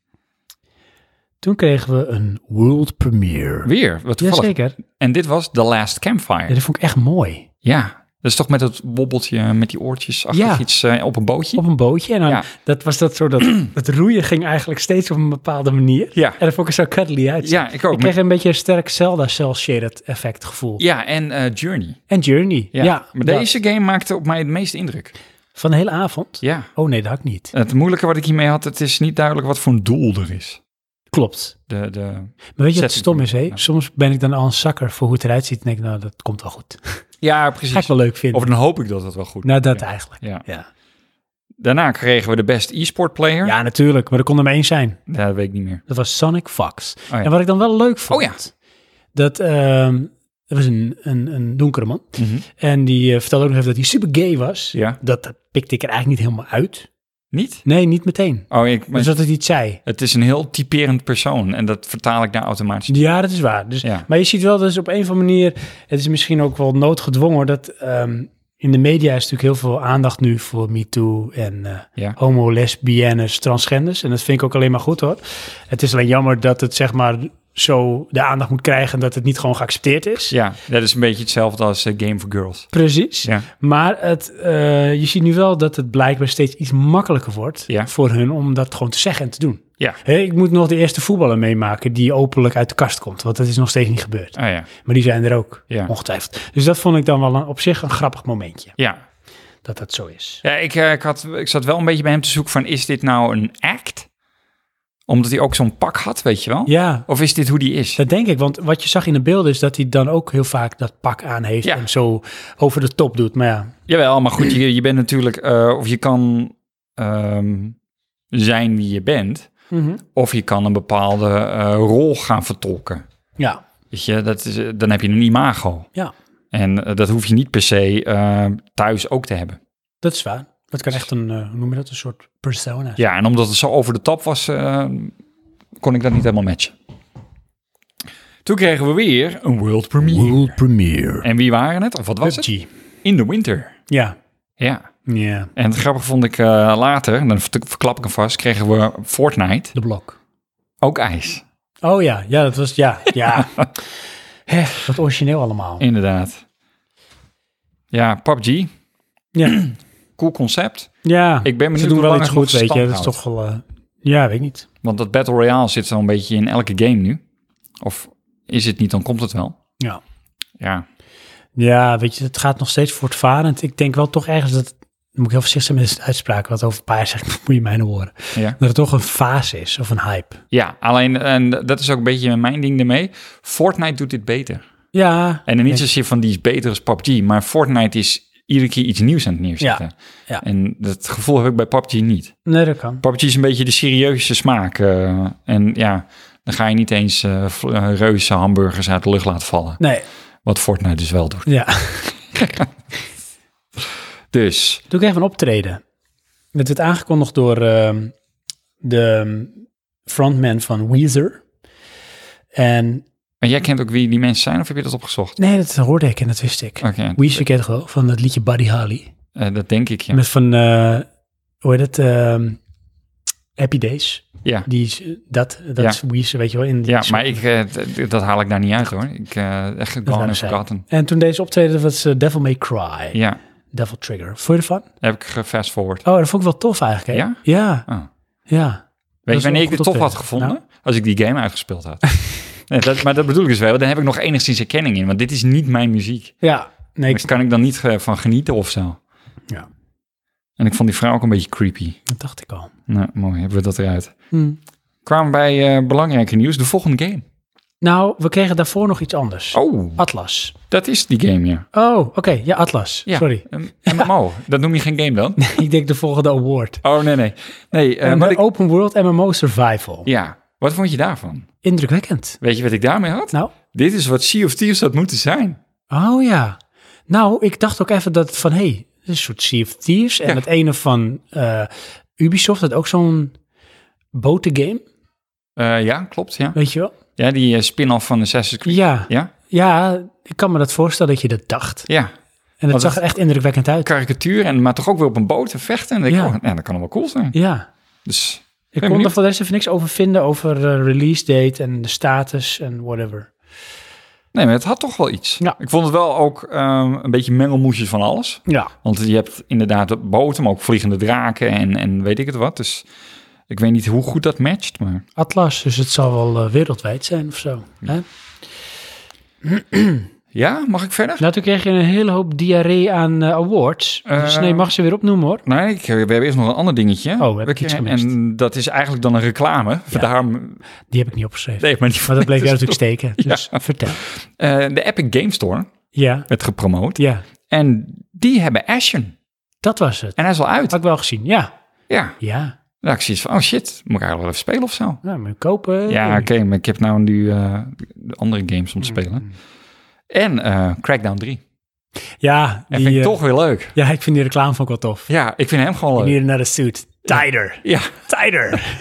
[SPEAKER 1] Toen kregen we een world premiere.
[SPEAKER 2] Weer, wat toevallig.
[SPEAKER 1] Jazeker.
[SPEAKER 2] En dit was The Last
[SPEAKER 1] Ja,
[SPEAKER 2] Campfire.
[SPEAKER 1] dat vond ik echt mooi.
[SPEAKER 2] Ja, dat is Dus toch met dat wobbeltje, eh, met die oortjes achter
[SPEAKER 1] Ja.
[SPEAKER 2] iets eh, op een bootje?
[SPEAKER 1] Op een bootje. En dan,
[SPEAKER 2] Ja.
[SPEAKER 1] dat was dat zo dat het roeien ging eigenlijk steeds op een bepaalde manier.
[SPEAKER 2] Ja.
[SPEAKER 1] En dat vond ik er zo cuddly uit.
[SPEAKER 2] Ja, ik
[SPEAKER 1] Ik
[SPEAKER 2] ook.
[SPEAKER 1] kreeg een beetje een sterk Zelda cel-shaded effect gevoel.
[SPEAKER 2] Ja, en eh, Journey.
[SPEAKER 1] En Journey. Ja.
[SPEAKER 2] maar
[SPEAKER 1] Ja.
[SPEAKER 2] deze game maakte op mij het meeste indruk.
[SPEAKER 1] Van de hele avond?
[SPEAKER 2] Ja.
[SPEAKER 1] Oh nee, dat had ik niet.
[SPEAKER 2] Het moeilijke wat ik hiermee had, het is niet duidelijk wat voor een doel er is.
[SPEAKER 1] Klopt.
[SPEAKER 2] De, de...
[SPEAKER 1] Maar weet je wat
[SPEAKER 2] Setting.
[SPEAKER 1] stom is, hè?
[SPEAKER 2] Ja.
[SPEAKER 1] Soms ben ik dan al een zakker voor hoe het eruit ziet. En denk ik, nou, dat komt wel goed.
[SPEAKER 2] Ja,
[SPEAKER 1] Ga ik
[SPEAKER 2] precies.
[SPEAKER 1] wel leuk vinden.
[SPEAKER 2] Of dan hoop ik dat het wel goed
[SPEAKER 1] Nou, dat
[SPEAKER 2] ja.
[SPEAKER 1] eigenlijk.
[SPEAKER 2] Ja.
[SPEAKER 1] Ja.
[SPEAKER 2] Daarna kregen we de best e-sport player.
[SPEAKER 1] ja, natuurlijk. Maar er kon er maar één zijn.
[SPEAKER 2] Ja, Dat weet ik niet meer.
[SPEAKER 1] Dat was Sonic Fox.
[SPEAKER 2] Oh, ja.
[SPEAKER 1] En wat ik dan wel leuk vond...
[SPEAKER 2] Oh ja.
[SPEAKER 1] Dat, ehm dat was een, een, een donkere man. En die eh, vertelde ook nog even dat hij super gay was.
[SPEAKER 2] Ja.
[SPEAKER 1] Dat, dat pikte ik er eigenlijk niet helemaal uit.
[SPEAKER 2] Niet?
[SPEAKER 1] Nee, niet meteen.
[SPEAKER 2] Oh, ik, maar
[SPEAKER 1] Dus dat het iets zei.
[SPEAKER 2] het is een heel typerend persoon en dat vertaal ik daar automatisch.
[SPEAKER 1] Ja, dat is waar. Dus,
[SPEAKER 2] Ja.
[SPEAKER 1] Maar je ziet wel dus op een of andere manier... Het is misschien ook wel noodgedwongen hoor, dat... ehm, in de media is natuurlijk heel veel aandacht nu voor MeToo en eh
[SPEAKER 2] Ja.
[SPEAKER 1] homo, lesbiennes, transgenders. En dat vind ik ook alleen maar goed hoor. Het is alleen jammer dat het zeg maar zo de aandacht moet krijgen... en dat het niet gewoon geaccepteerd is.
[SPEAKER 2] Ja, dat is een beetje hetzelfde als eh, Game for Girls.
[SPEAKER 1] Precies.
[SPEAKER 2] Ja.
[SPEAKER 1] Maar het, eh, je ziet nu wel dat het blijkbaar steeds iets makkelijker wordt
[SPEAKER 2] Ja.
[SPEAKER 1] voor hun om dat gewoon te zeggen en te doen.
[SPEAKER 2] Ja.
[SPEAKER 1] Hé, ik moet nog de eerste voetballer meemaken die openlijk uit de kast komt, want dat is nog steeds niet gebeurd.
[SPEAKER 2] Ah ja.
[SPEAKER 1] Maar die zijn er ook,
[SPEAKER 2] Ja.
[SPEAKER 1] ongetwijfeld. Dus dat vond ik dan wel een- op zich een grappig momentje,
[SPEAKER 2] Ja,
[SPEAKER 1] dat dat zo is.
[SPEAKER 2] ja ik, eh, ik, had, ik zat wel een beetje bij hem te zoeken van, is dit nou een act? Omdat hij ook zo'n pak had, weet je wel?
[SPEAKER 1] Ja,
[SPEAKER 2] Of is dit hoe die is?
[SPEAKER 1] dat denk ik, want wat je zag in de beelden is dat hij dan ook heel vaak dat pak aan heeft
[SPEAKER 2] Ja.
[SPEAKER 1] en zo over de top doet. Maar ja,
[SPEAKER 2] Jawel, maar goed, je, je bent natuurlijk, eh, of je kan ehm, zijn wie je bent, of je kan een bepaalde eh, rol gaan vertolken.
[SPEAKER 1] ja,
[SPEAKER 2] Weet je, dat is, eh, dan heb je een imago.
[SPEAKER 1] ja,
[SPEAKER 2] En eh, dat hoef je niet per se eh, thuis ook te hebben.
[SPEAKER 1] dat is waar. Dat kan echt een, eh, hoe noem je dat, een soort persona zijn.
[SPEAKER 2] Ja, en omdat het zo over de top was, eh, kon ik dat niet helemaal matchen. Toen kregen we weer een world premiere.
[SPEAKER 1] World premiere.
[SPEAKER 2] En wie waren het? Of wat was het?
[SPEAKER 1] PUBG.
[SPEAKER 2] In the winter.
[SPEAKER 1] Ja.
[SPEAKER 2] Ja.
[SPEAKER 1] Ja.
[SPEAKER 2] En het grappige vond ik eh, later, en dan vert- verklap ik hem vast, kregen we Fortnite.
[SPEAKER 1] De blok.
[SPEAKER 2] Ook ijs.
[SPEAKER 1] Oh ja, ja, dat was, ja, ja. Hè, wat origineel allemaal.
[SPEAKER 2] Inderdaad. Ja, PUBG.
[SPEAKER 1] Ja,
[SPEAKER 2] Cool concept.
[SPEAKER 1] ja.
[SPEAKER 2] Ik ben benieuwd
[SPEAKER 1] ze
[SPEAKER 2] hoe
[SPEAKER 1] doen wel
[SPEAKER 2] lang
[SPEAKER 1] iets
[SPEAKER 2] het nog
[SPEAKER 1] goed, weet je.
[SPEAKER 2] stand
[SPEAKER 1] Dat is
[SPEAKER 2] houdt.
[SPEAKER 1] toch wel, eh, ja, weet ik niet.
[SPEAKER 2] Want dat Battle Royale zit zo'n beetje in elke game nu. Of is het niet, dan komt het wel.
[SPEAKER 1] Ja.
[SPEAKER 2] Ja.
[SPEAKER 1] Ja, weet je, het gaat nog steeds voortvarend. Ik denk wel toch ergens dat, dan moet ik heel voorzichtig zijn met de uitspraken, wat over een paar jaar zegt, moet je mij nou horen.
[SPEAKER 2] Ja.
[SPEAKER 1] Dat het toch een fase is, of een hype.
[SPEAKER 2] Ja, alleen, en dat is ook een beetje mijn ding ermee. Fortnite doet dit beter.
[SPEAKER 1] Ja,
[SPEAKER 2] En dan niet
[SPEAKER 1] Ja.
[SPEAKER 2] zozeer van die is beter als PUBG, maar Fortnite is iedere keer iets nieuws aan het neerzetten.
[SPEAKER 1] ja.
[SPEAKER 2] En dat gevoel heb ik bij PUBG niet.
[SPEAKER 1] nee, dat kan.
[SPEAKER 2] PUBG is een beetje de serieuze smaak. eh, en ja, dan ga je niet eens eh, v- eh, reuze hamburgers uit de lucht laten vallen.
[SPEAKER 1] Nee,
[SPEAKER 2] Wat Fortnite dus wel doet.
[SPEAKER 1] ja.
[SPEAKER 2] Dus,
[SPEAKER 1] Toen kreeg ik een optreden. Dat werd aangekondigd door ehm, de frontman van Weezer. En
[SPEAKER 2] maar jij kent ook wie die mensen zijn of heb je dat opgezocht?
[SPEAKER 1] nee, dat hoorde ik en dat wist ik.
[SPEAKER 2] Oké,
[SPEAKER 1] Weezer kent wel van het liedje Buddy Holly.
[SPEAKER 2] eh, dat denk ik ja.
[SPEAKER 1] Met van, eh, hoe heet het? ehm, Happy Days.
[SPEAKER 2] ja.
[SPEAKER 1] Die, is- eh, dat dat
[SPEAKER 2] Ja.
[SPEAKER 1] is Weezer, weet je wel. In die
[SPEAKER 2] Ja,
[SPEAKER 1] song.
[SPEAKER 2] maar ik, eh, d- d- dat haal ik daar niet uit hoor. Ik eh echt gone
[SPEAKER 1] waren
[SPEAKER 2] and
[SPEAKER 1] zij.
[SPEAKER 2] forgotten.
[SPEAKER 1] En toen deze optreden was eh, Devil May Cry.
[SPEAKER 2] Ja,
[SPEAKER 1] Devil Trigger. Vond je ervan?
[SPEAKER 2] heb ik gefast forward.
[SPEAKER 1] Oh, dat vond ik wel tof eigenlijk. Hè?
[SPEAKER 2] Ja?
[SPEAKER 1] Ja,
[SPEAKER 2] Oh.
[SPEAKER 1] ja.
[SPEAKER 2] Weet
[SPEAKER 1] is Nou?
[SPEAKER 2] je wanneer
[SPEAKER 1] wel
[SPEAKER 2] ik dit
[SPEAKER 1] goed
[SPEAKER 2] tof had
[SPEAKER 1] optreden.
[SPEAKER 2] gevonden? Als ik die game uitgespeeld had. nee, dat, maar dat bedoel ik dus wel. want Dan heb ik nog enigszins erkenning in. Want dit is niet mijn muziek.
[SPEAKER 1] Ja, nee,
[SPEAKER 2] Daar
[SPEAKER 1] ik,
[SPEAKER 2] kan ik dan niet eh, van genieten of zo.
[SPEAKER 1] Ja.
[SPEAKER 2] En ik vond die vrouw ook een beetje creepy.
[SPEAKER 1] dat dacht ik al.
[SPEAKER 2] Nou, mooi. Hebben we dat eruit.
[SPEAKER 1] Hm.
[SPEAKER 2] Kwamen bij eh, belangrijke nieuws. De volgende game.
[SPEAKER 1] Nou, we kregen daarvoor nog iets anders.
[SPEAKER 2] Oh,
[SPEAKER 1] Atlas.
[SPEAKER 2] dat is die game, ja.
[SPEAKER 1] Oh, oké. Ja, Atlas.
[SPEAKER 2] ja
[SPEAKER 1] Sorry.
[SPEAKER 2] een MMO. dat noem je geen game dan?
[SPEAKER 1] ik denk de volgende award.
[SPEAKER 2] Oh, nee, nee. Nee, eh,
[SPEAKER 1] Een
[SPEAKER 2] wat ik...
[SPEAKER 1] Open World MMO Survival.
[SPEAKER 2] Ja, wat vond je daarvan?
[SPEAKER 1] Indrukwekkend.
[SPEAKER 2] Weet je wat ik daarmee had?
[SPEAKER 1] Nou,
[SPEAKER 2] Dit is wat Sea of Thieves had moeten zijn.
[SPEAKER 1] Oh ja. Nou, ik dacht ook even dat van, hé, hey, dit is een soort Sea of Thieves. En
[SPEAKER 2] Ja.
[SPEAKER 1] het ene van eh, Ubisoft had ook zo'n botengame,
[SPEAKER 2] Eh, ja, klopt, ja.
[SPEAKER 1] weet je wel?
[SPEAKER 2] Ja, die eh, spin-off van Assassin's Creed.
[SPEAKER 1] Ja,
[SPEAKER 2] Ja,
[SPEAKER 1] ja, ik kan me dat voorstellen dat je dat dacht.
[SPEAKER 2] ja.
[SPEAKER 1] En
[SPEAKER 2] Wat
[SPEAKER 1] het zag
[SPEAKER 2] het-
[SPEAKER 1] er echt indrukwekkend uit.
[SPEAKER 2] Karikatuur, en, maar toch ook weer op een boot en vechten. En dan denk ik,
[SPEAKER 1] Ja.
[SPEAKER 2] oh, nou, dat kan allemaal cool zijn.
[SPEAKER 1] Ja,
[SPEAKER 2] Dus
[SPEAKER 1] ik
[SPEAKER 2] Ben
[SPEAKER 1] kon er
[SPEAKER 2] benieuwd.
[SPEAKER 1] voor de rest even niks over vinden over eh, release date en de status en whatever.
[SPEAKER 2] nee, maar het had toch wel iets.
[SPEAKER 1] Ja.
[SPEAKER 2] Ik vond het wel ook ehm, een beetje mengelmoesjes van alles.
[SPEAKER 1] Ja,
[SPEAKER 2] Want je hebt inderdaad boten, maar ook vliegende draken en, en weet ik het wat. Dus ik weet niet hoe goed dat matcht, maar
[SPEAKER 1] Atlas, dus het zal wel eh, wereldwijd zijn of zo. Hè?
[SPEAKER 2] ja, mag ik verder?
[SPEAKER 1] Nou, toen kreeg je een hele hoop diarree aan eh, awards. Dus
[SPEAKER 2] Eh.
[SPEAKER 1] nee, mag ze weer opnoemen hoor.
[SPEAKER 2] Nee, ik, we hebben eerst nog een ander dingetje.
[SPEAKER 1] Oh, heb ik
[SPEAKER 2] We-
[SPEAKER 1] iets gemist?
[SPEAKER 2] En dat is eigenlijk dan een reclame. Vandaar, nee,
[SPEAKER 1] Die heb ik niet opgeschreven.
[SPEAKER 2] maar die
[SPEAKER 1] Maar dat bleek
[SPEAKER 2] dus-
[SPEAKER 1] daar natuurlijk steken. Dus
[SPEAKER 2] Ja.
[SPEAKER 1] vertel.
[SPEAKER 2] Eh, de Epic Game Store
[SPEAKER 1] Ja,
[SPEAKER 2] werd gepromoot.
[SPEAKER 1] ja,
[SPEAKER 2] En die hebben Ashen.
[SPEAKER 1] dat was het.
[SPEAKER 2] En hij is al uit.
[SPEAKER 1] Had ik wel gezien. Ja,
[SPEAKER 2] Ja.
[SPEAKER 1] ja.
[SPEAKER 2] Nou, ik zie het van, oh shit, moet ik eigenlijk wel even spelen of zo?
[SPEAKER 1] Nou, moet je kopen.
[SPEAKER 2] Ja, oké, maar ik heb nou nu eh, de andere
[SPEAKER 1] Mm.
[SPEAKER 2] games om te spelen. En eh, Crackdown 3.
[SPEAKER 1] Ja,
[SPEAKER 2] En
[SPEAKER 1] die,
[SPEAKER 2] vind ik
[SPEAKER 1] eh,
[SPEAKER 2] toch weer leuk.
[SPEAKER 1] ja, ik vind die reclame van wel tof.
[SPEAKER 2] Ja, ik vind hem gewoon
[SPEAKER 1] I
[SPEAKER 2] leuk.
[SPEAKER 1] need another suit. Tighter.
[SPEAKER 2] Ja,
[SPEAKER 1] Tighter.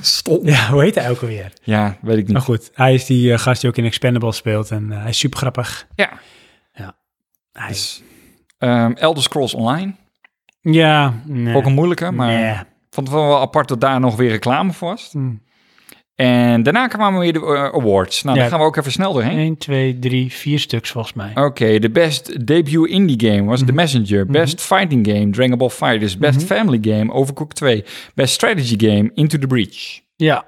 [SPEAKER 2] stom.
[SPEAKER 1] Ja, hoe heet hij ook alweer?
[SPEAKER 2] Ja, weet ik
[SPEAKER 1] Maar
[SPEAKER 2] niet.
[SPEAKER 1] goed, hij is die eh, gast die ook in Expendables speelt. En eh, hij is super grappig.
[SPEAKER 2] Ja,
[SPEAKER 1] Hij
[SPEAKER 2] dus, ehm, Elder Scrolls Online.
[SPEAKER 1] Ja, nee.
[SPEAKER 2] Ook een moeilijke, maar
[SPEAKER 1] Nee.
[SPEAKER 2] vond het wel wel apart dat daar nog weer reclame voor was.
[SPEAKER 1] Hm.
[SPEAKER 2] En daarna kwamen weer de eh, awards. Nou,
[SPEAKER 1] Ja.
[SPEAKER 2] daar gaan we ook even snel doorheen.
[SPEAKER 1] 1, 2, 3, 4 stuks volgens mij.
[SPEAKER 2] Oké, de best debut indie game was The Messenger. Best fighting game, Dragon Ball Fighters. Best family game, Overcooked 2. Best strategy game, Into the Breach.
[SPEAKER 1] Ja.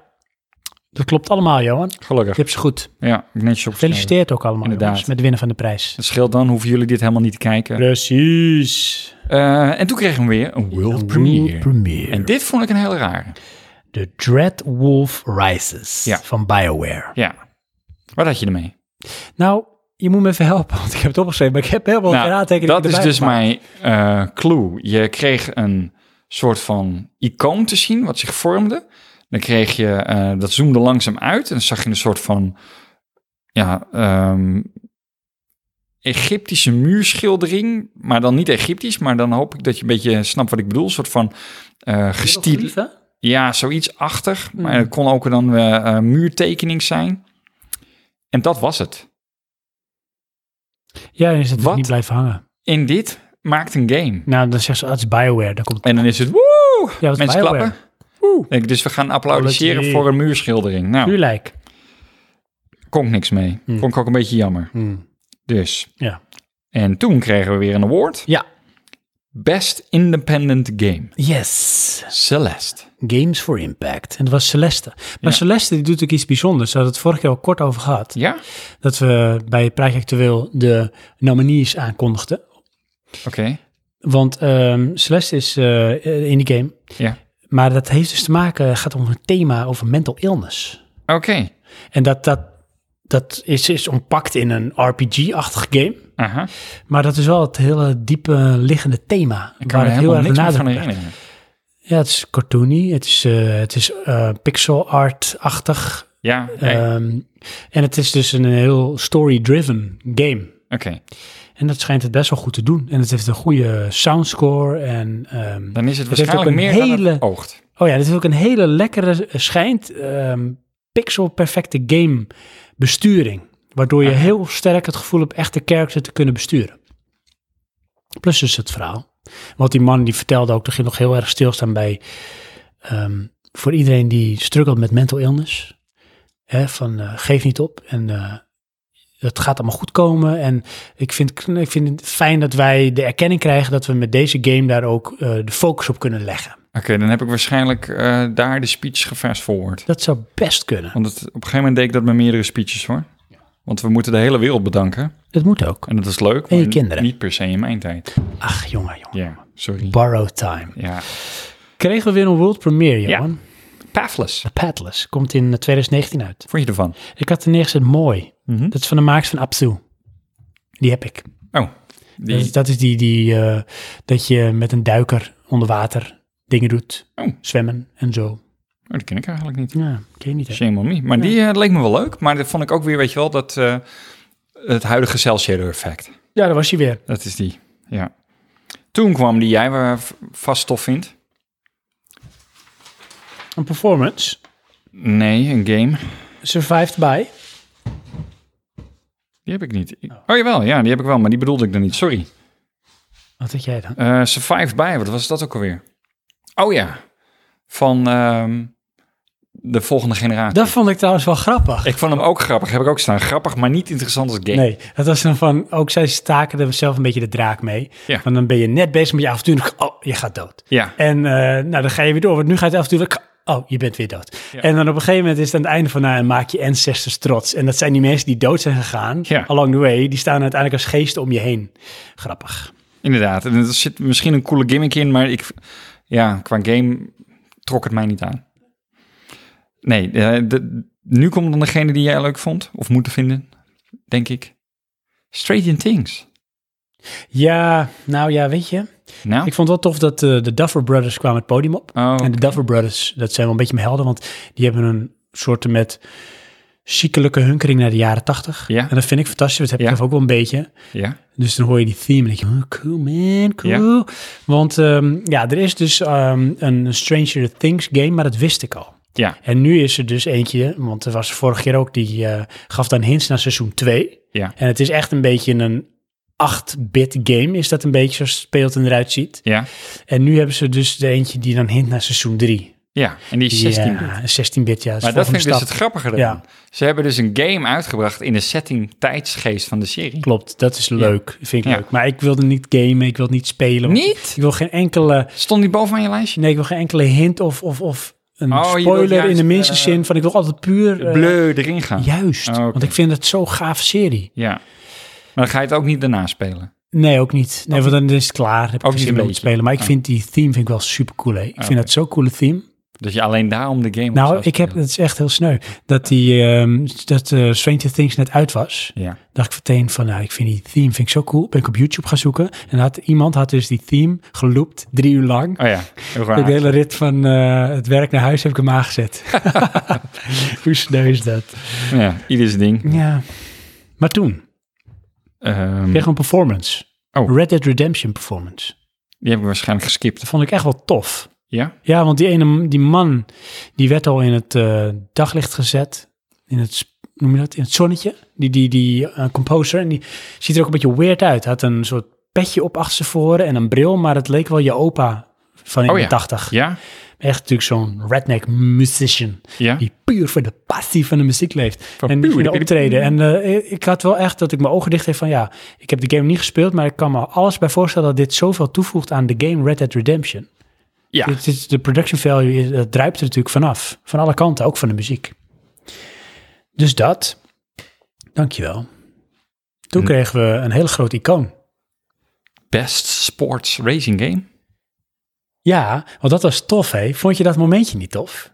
[SPEAKER 1] Dat klopt allemaal, Johan.
[SPEAKER 2] Gelukkig.
[SPEAKER 1] Je hebt ze goed.
[SPEAKER 2] Ja, ik netjes op.
[SPEAKER 1] Gefeliciteerd ook allemaal,
[SPEAKER 2] Inderdaad.
[SPEAKER 1] jongens, met het winnen van de prijs.
[SPEAKER 2] Dat scheelt dan, hoeven jullie dit helemaal niet te kijken.
[SPEAKER 1] Precies.
[SPEAKER 2] Eh, en toen kregen we weer een world premiere. En dit vond ik een hele rare.
[SPEAKER 1] De Dread Wolf Rises
[SPEAKER 2] Ja.
[SPEAKER 1] van BioWare.
[SPEAKER 2] Ja. Wat had je ermee?
[SPEAKER 1] Nou, je moet me even helpen, want ik heb het opgeschreven, maar ik heb helemaal geen aantekeningen
[SPEAKER 2] Nou, dat is
[SPEAKER 1] erbij
[SPEAKER 2] dus
[SPEAKER 1] gemaakt.
[SPEAKER 2] mijn eh, clue. Je kreeg een soort van icoon te zien wat zich vormde. Dan kreeg je, eh, dat zoomde langzaam uit en dan zag je een soort van, ja, ehm, Egyptische muurschildering. Maar dan niet Egyptisch, maar dan hoop ik dat je een beetje snapt wat ik bedoel. Een soort van eh gestiel,
[SPEAKER 1] Hieroglyphen?
[SPEAKER 2] ja, zoiets achtig. Maar
[SPEAKER 1] Mm.
[SPEAKER 2] het kon ook dan eh eh, muurtekening zijn. En dat was het.
[SPEAKER 1] Ja, dan is het
[SPEAKER 2] Wat?
[SPEAKER 1] niet blijven hangen.
[SPEAKER 2] In dit maakt een game.
[SPEAKER 1] Nou, dan zegt ze, dat is BioWare. Dan komt
[SPEAKER 2] En dan is het woe!
[SPEAKER 1] Ja, dat is
[SPEAKER 2] Mensen
[SPEAKER 1] BioWare.
[SPEAKER 2] klappen. Denk, dus we gaan applaudisseren
[SPEAKER 1] Applaudisseren.
[SPEAKER 2] voor een muurschildering. Nou,
[SPEAKER 1] Tuurlijk.
[SPEAKER 2] kon ik niks mee.
[SPEAKER 1] Hmm.
[SPEAKER 2] Vond ik ook een beetje jammer.
[SPEAKER 1] Hmm.
[SPEAKER 2] Dus.
[SPEAKER 1] Ja.
[SPEAKER 2] En toen kregen we weer een award.
[SPEAKER 1] Ja.
[SPEAKER 2] Best Independent Game.
[SPEAKER 1] Yes.
[SPEAKER 2] Celeste.
[SPEAKER 1] Games for Impact. En dat was Celeste. Maar
[SPEAKER 2] Ja.
[SPEAKER 1] Celeste die doet ook iets bijzonders. Daar hadden we het vorige keer al kort over gehad.
[SPEAKER 2] Ja?
[SPEAKER 1] Dat we bij Praatje Actueel de nominees aankondigden.
[SPEAKER 2] Oké.
[SPEAKER 1] Want ehm, Celeste is eh, in die game.
[SPEAKER 2] Ja.
[SPEAKER 1] Maar dat heeft dus te maken, gaat om een thema over mental illness.
[SPEAKER 2] Oké.
[SPEAKER 1] En dat, dat, dat is, is ontpakt in een RPG-achtig game.
[SPEAKER 2] Aha.
[SPEAKER 1] Maar dat is wel het hele diepe liggende thema.
[SPEAKER 2] Ik kan me
[SPEAKER 1] het heel
[SPEAKER 2] helemaal
[SPEAKER 1] erg
[SPEAKER 2] niks meer
[SPEAKER 1] nadruk
[SPEAKER 2] van
[SPEAKER 1] legt.
[SPEAKER 2] herinneren.
[SPEAKER 1] Ja, het is cartoony. Het is, eh, het is eh, pixel art-achtig.
[SPEAKER 2] Ja, ja,
[SPEAKER 1] Ehm, en het is dus een heel story-driven game.
[SPEAKER 2] oké.
[SPEAKER 1] En dat schijnt het best wel goed te doen. En het heeft een goede soundscore. En, ehm,
[SPEAKER 2] Dan is het
[SPEAKER 1] Het heeft ook
[SPEAKER 2] waarschijnlijk
[SPEAKER 1] een
[SPEAKER 2] meer dan
[SPEAKER 1] hele-
[SPEAKER 2] het oogt.
[SPEAKER 1] oh ja, dit is ook een hele lekkere, eh, schijnt ehm pixel-perfecte game besturing. Waardoor je heel sterk het gevoel hebt echt de character te kunnen besturen. Plus dus het verhaal. Want die man die vertelde ook, er ging nog heel erg stilstaan bij... ehm, voor iedereen die struggelt met mental illness. Hè, van eh, geef niet op en eh, het gaat allemaal goed komen. En ik vind, ik vind het fijn dat wij de erkenning krijgen... dat we met deze game daar ook eh, de focus op kunnen leggen.
[SPEAKER 2] Oké, dan heb ik waarschijnlijk eh, daar de speech gevers forward.
[SPEAKER 1] Dat zou best kunnen.
[SPEAKER 2] Want het, op een gegeven moment deed ik dat met meerdere speeches hoor. Want we moeten de hele wereld bedanken.
[SPEAKER 1] Dat moet ook.
[SPEAKER 2] En dat is leuk.
[SPEAKER 1] En je
[SPEAKER 2] maar
[SPEAKER 1] kinderen.
[SPEAKER 2] Niet per se in mijn tijd.
[SPEAKER 1] Ach, jongen, jongen.
[SPEAKER 2] Ja, sorry.
[SPEAKER 1] Borrow time.
[SPEAKER 2] Ja.
[SPEAKER 1] Kregen we weer een world premiere,
[SPEAKER 2] Ja.
[SPEAKER 1] Johan.
[SPEAKER 2] Pathless.
[SPEAKER 1] The Pathless komt in eh, 2019 uit.
[SPEAKER 2] Vond je ervan?
[SPEAKER 1] Ik had er neergezet mooi.
[SPEAKER 2] Mhm.
[SPEAKER 1] Dat is van de makers van Absu. Die heb ik.
[SPEAKER 2] Oh, die...
[SPEAKER 1] Dat, is, dat is die, die eh, dat je met een duiker onder water dingen doet.
[SPEAKER 2] Oh.
[SPEAKER 1] Zwemmen en zo.
[SPEAKER 2] oh, die ken ik eigenlijk niet.
[SPEAKER 1] Ja, ken je niet. hè?
[SPEAKER 2] Shame on me. Maar die eh, leek me wel leuk. Maar dat vond ik ook weer, weet je wel, dat eh, het huidige Celsius-effect.
[SPEAKER 1] Ja, daar was hij weer.
[SPEAKER 2] Dat is die, ja. Toen kwam die jij, waar v- vast tof vindt.
[SPEAKER 1] Een performance.
[SPEAKER 2] Nee, een game.
[SPEAKER 1] Survived by.
[SPEAKER 2] Die heb ik niet. Oh jawel, ja, die heb ik wel, maar die bedoelde ik dan niet. Sorry.
[SPEAKER 1] Wat had jij dan?
[SPEAKER 2] Eh Survive by, wat was dat ook alweer? Oh ja, van ehm, de volgende generatie.
[SPEAKER 1] Dat vond ik trouwens wel grappig.
[SPEAKER 2] Ik vond hem ook grappig, heb ik ook staan. Grappig, maar niet interessant als game.
[SPEAKER 1] Nee, dat was dan van, ook zij staken er zelf een beetje de draak mee.
[SPEAKER 2] Ja.
[SPEAKER 1] Want dan ben je net bezig met je avontuur, oh, je gaat dood.
[SPEAKER 2] Ja,
[SPEAKER 1] En eh, nou, dan ga je weer door, want nu gaat het avontuur, oh, je bent weer dood.
[SPEAKER 2] Ja.
[SPEAKER 1] En dan op een gegeven moment is het aan het einde van, nou, maak je ancestors trots. En dat zijn die mensen die dood zijn gegaan,
[SPEAKER 2] Ja.
[SPEAKER 1] along the way, die staan uiteindelijk als geesten om je heen. Grappig.
[SPEAKER 2] inderdaad. En er zit misschien een coole gimmick in, maar ik, ja, qua game trok het mij niet aan. Nee, eh, de, nu komt dan degene die jij leuk vond, of moeten vinden, denk ik. Straight Things.
[SPEAKER 1] Ja, nou ja, weet je.
[SPEAKER 2] Nou,
[SPEAKER 1] Ik vond wel tof dat eh, de Duffer Brothers kwamen het podium op.
[SPEAKER 2] oh,
[SPEAKER 1] En de Duffer Brothers, dat zijn wel een beetje mijn helden, want die hebben een soort met ziekelijke hunkering naar de jaren tachtig.
[SPEAKER 2] Ja.
[SPEAKER 1] En dat vind ik fantastisch, dat heb ik
[SPEAKER 2] Ja.
[SPEAKER 1] zelf ook wel een beetje.
[SPEAKER 2] ja.
[SPEAKER 1] Dus dan hoor je die theme en denk je, oh, cool man, cool. Want ehm, ja, er is dus ehm, een Stranger Things game, maar dat wist ik al.
[SPEAKER 2] Ja.
[SPEAKER 1] En nu is er dus eentje, want er was vorige keer ook, die eh, gaf dan hints naar seizoen 2.
[SPEAKER 2] Ja.
[SPEAKER 1] En het is echt een beetje een 8-bit game, is dat een beetje zoals het speelt en eruit ziet.
[SPEAKER 2] Ja,
[SPEAKER 1] En nu hebben ze dus de eentje die dan hint naar seizoen 3.
[SPEAKER 2] ja. En die is 16 bit.
[SPEAKER 1] Ja, 16-bit, ja. is
[SPEAKER 2] Maar
[SPEAKER 1] eh, volgende
[SPEAKER 2] dat vind ik dus
[SPEAKER 1] stap.
[SPEAKER 2] het grappige eraan.
[SPEAKER 1] Ja.
[SPEAKER 2] Ze hebben dus een game uitgebracht in de setting tijdsgeest van de serie.
[SPEAKER 1] Klopt, dat is leuk. Vind ik
[SPEAKER 2] Ja.
[SPEAKER 1] leuk. Maar ik wilde niet gamen, ik wil niet spelen. want
[SPEAKER 2] Niet?
[SPEAKER 1] Ik wil geen enkele...
[SPEAKER 2] Stond die bovenaan je lijstje?
[SPEAKER 1] Nee, ik wil geen enkele hint of, of, of een
[SPEAKER 2] Oh, je wilt
[SPEAKER 1] spoiler in de
[SPEAKER 2] juist,
[SPEAKER 1] minste
[SPEAKER 2] eh,
[SPEAKER 1] zin. Van ik wil altijd puur. eh,
[SPEAKER 2] Bleu erin gaan. Ja.
[SPEAKER 1] Juist.
[SPEAKER 2] Oh, oké.
[SPEAKER 1] Want ik vind het zo'n gaaf serie.
[SPEAKER 2] Maar dan ga je het ook niet daarna spelen.
[SPEAKER 1] Nee, ook niet. Nee, want dan is het klaar. Dan heb ik geen
[SPEAKER 2] Ook niet
[SPEAKER 1] zin om
[SPEAKER 2] een
[SPEAKER 1] te
[SPEAKER 2] beetje.
[SPEAKER 1] spelen. Maar ik
[SPEAKER 2] Oh.
[SPEAKER 1] vind die theme vind ik wel super cool. Hè. Ik
[SPEAKER 2] oké.
[SPEAKER 1] vind dat zo'n coole theme.
[SPEAKER 2] Dus je alleen daarom de game op
[SPEAKER 1] Nou,
[SPEAKER 2] zou
[SPEAKER 1] ik heb,
[SPEAKER 2] spelen.
[SPEAKER 1] dat is echt heel sneu. Dat die, ehm, dat eh, Stranger Things net uit was.
[SPEAKER 2] Ja.
[SPEAKER 1] dacht ik meteen van, nou, ik vind die theme vind ik zo cool. Ben ik op YouTube gaan zoeken. En had, iemand had dus die theme geloopt, drie uur lang.
[SPEAKER 2] Oh ja, heel raar.
[SPEAKER 1] Ik de hele rit van eh, het werk naar huis heb ik hem aangezet. Hoe sneu is dat?
[SPEAKER 2] Ja, ieder zijn ding.
[SPEAKER 1] Ja. Maar toen,
[SPEAKER 2] Ehm,
[SPEAKER 1] kreeg een performance.
[SPEAKER 2] Oh.
[SPEAKER 1] Red Dead Redemption performance.
[SPEAKER 2] die heb ik waarschijnlijk geskipt.
[SPEAKER 1] Dat vond ik echt wel tof.
[SPEAKER 2] Ja?
[SPEAKER 1] Ja, want die ene die man, die werd al in het eh, daglicht gezet. In het, sp- noem je dat? In het zonnetje. Die, die, die eh, composer. En die ziet er ook een beetje weird uit. Had een soort petje op achter voren en een bril. Maar het leek wel je opa van in
[SPEAKER 2] Oh
[SPEAKER 1] de
[SPEAKER 2] ja.
[SPEAKER 1] 80.
[SPEAKER 2] Ja?
[SPEAKER 1] Echt natuurlijk zo'n redneck musician.
[SPEAKER 2] Ja?
[SPEAKER 1] Die puur voor de passie van de muziek leeft.
[SPEAKER 2] Van
[SPEAKER 1] en
[SPEAKER 2] puur
[SPEAKER 1] puur de
[SPEAKER 2] de-
[SPEAKER 1] optreden. En eh, ik had wel echt dat ik mijn ogen dicht deed van ja, ik heb de game niet gespeeld. Maar ik kan me alles bij voorstellen dat dit zoveel toevoegt aan de game Red Dead Redemption.
[SPEAKER 2] Ja.
[SPEAKER 1] Dit is, de production value is- dat druipt er natuurlijk vanaf. Van alle kanten, ook van de muziek. Dus dat. Dankjewel. Toen
[SPEAKER 2] Hm.
[SPEAKER 1] kregen we een hele groot icoon.
[SPEAKER 2] Best sports racing game?
[SPEAKER 1] Ja, want dat was tof, hè? Vond je dat momentje niet tof?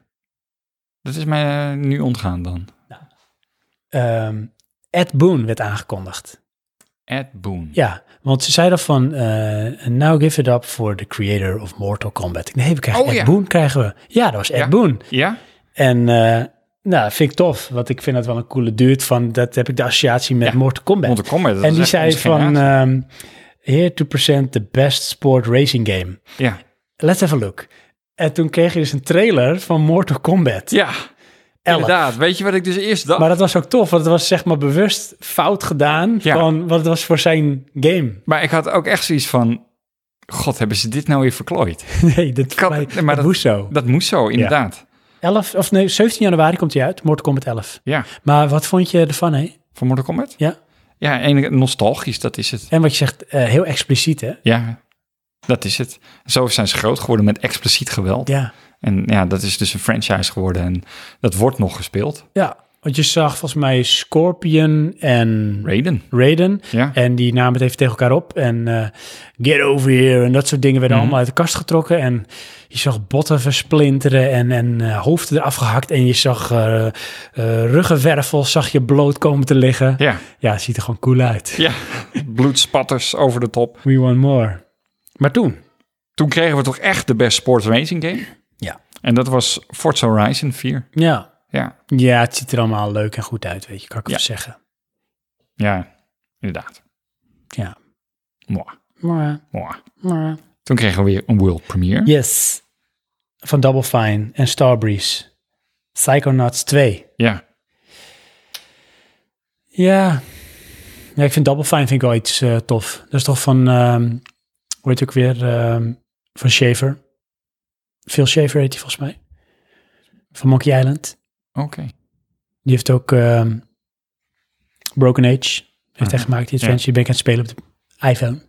[SPEAKER 2] Dat is mij eh, nu ontgaan dan.
[SPEAKER 1] Ehm, Ed Boon werd aangekondigd.
[SPEAKER 2] Ed Boon.
[SPEAKER 1] Ja, want ze zeiden van, eh now give it up for the creator of Mortal Kombat. Nee, we krijgen
[SPEAKER 2] Oh,
[SPEAKER 1] Ed
[SPEAKER 2] ja.
[SPEAKER 1] Boon, krijgen we. Ja, dat was Ed
[SPEAKER 2] Ja.
[SPEAKER 1] Boon.
[SPEAKER 2] Ja?
[SPEAKER 1] En eh, nou, vind ik tof, want ik vind dat wel een coole duurt van, dat heb ik de associatie met
[SPEAKER 2] Ja,
[SPEAKER 1] Mortal Kombat.
[SPEAKER 2] Mortal Kombat, dat
[SPEAKER 1] en
[SPEAKER 2] is
[SPEAKER 1] die
[SPEAKER 2] echt
[SPEAKER 1] zei
[SPEAKER 2] onze
[SPEAKER 1] van,
[SPEAKER 2] generatie.
[SPEAKER 1] ehm here to present the best sport racing game.
[SPEAKER 2] Ja.
[SPEAKER 1] Let's have a look. En toen kreeg je dus een trailer van Mortal Kombat
[SPEAKER 2] Ja,
[SPEAKER 1] 11.
[SPEAKER 2] inderdaad. Weet je wat ik dus eerst dacht?
[SPEAKER 1] Maar dat was ook tof, want het was zeg maar bewust fout gedaan
[SPEAKER 2] Ja.
[SPEAKER 1] van wat het was voor zijn game.
[SPEAKER 2] Maar ik had ook echt zoiets van... God, hebben ze dit nou weer verklooid?
[SPEAKER 1] Nee, dat,
[SPEAKER 2] Kan-
[SPEAKER 1] mij,
[SPEAKER 2] nee, maar
[SPEAKER 1] maar
[SPEAKER 2] dat-
[SPEAKER 1] dat moest zo.
[SPEAKER 2] Dat moest zo, inderdaad.
[SPEAKER 1] 11, of nee, 17 januari komt hij uit, Mortal Kombat 11.
[SPEAKER 2] Ja,
[SPEAKER 1] Maar wat vond je ervan, hè?
[SPEAKER 2] van Mortal Kombat?
[SPEAKER 1] Ja.
[SPEAKER 2] Ja, en nostalgisch, dat is het.
[SPEAKER 1] En wat je zegt, eh, heel expliciet, hè?
[SPEAKER 2] Ja, dat is het. Zo zijn ze groot geworden met expliciet geweld.
[SPEAKER 1] Ja.
[SPEAKER 2] En ja, dat is dus een franchise geworden en dat wordt nog gespeeld.
[SPEAKER 1] Ja, want je zag volgens mij Scorpion en
[SPEAKER 2] Raiden,
[SPEAKER 1] Raiden.
[SPEAKER 2] ja.
[SPEAKER 1] En die namen het even tegen elkaar op. En eh, get over here en dat soort dingen werden
[SPEAKER 2] Mhm.
[SPEAKER 1] allemaal uit de kast getrokken. En je zag botten versplinteren en, en eh, hoofden eraf gehakt. En je zag eh eh, ruggenwervels, zag je bloot komen te liggen.
[SPEAKER 2] Ja,
[SPEAKER 1] Ja, het ziet er gewoon cool uit.
[SPEAKER 2] ja. bloedspatters over de top.
[SPEAKER 1] We want more. Maar toen?
[SPEAKER 2] Toen kregen we toch echt de best sports racing game.
[SPEAKER 1] Ja.
[SPEAKER 2] En dat was Forza Horizon 4.
[SPEAKER 1] Ja.
[SPEAKER 2] Ja,
[SPEAKER 1] Ja, het ziet er allemaal leuk en goed uit, weet je, kan ik
[SPEAKER 2] Ja.
[SPEAKER 1] wel zeggen.
[SPEAKER 2] ja. Inderdaad.
[SPEAKER 1] Ja.
[SPEAKER 2] Mwah,
[SPEAKER 1] Maar,
[SPEAKER 2] mwah.
[SPEAKER 1] maar.
[SPEAKER 2] Toen kregen we weer een world premiere.
[SPEAKER 1] Yes. Van Double Fine en Starbreeze. Psychonauts 2.
[SPEAKER 2] Ja.
[SPEAKER 1] Ja. ja ik vind Double Fine vind ik wel iets eh, tof. Dat is toch van, ehm hoe heet het ook weer, ehm, van Shaver. Phil Shaver heet hij volgens mij. Van Monkey Island.
[SPEAKER 2] Oké.
[SPEAKER 1] Die heeft ook ehm, Broken Age. Heeft hij gemaakt, die
[SPEAKER 2] Ja.
[SPEAKER 1] adventure. Die ben ik aan het spelen op de iPhone.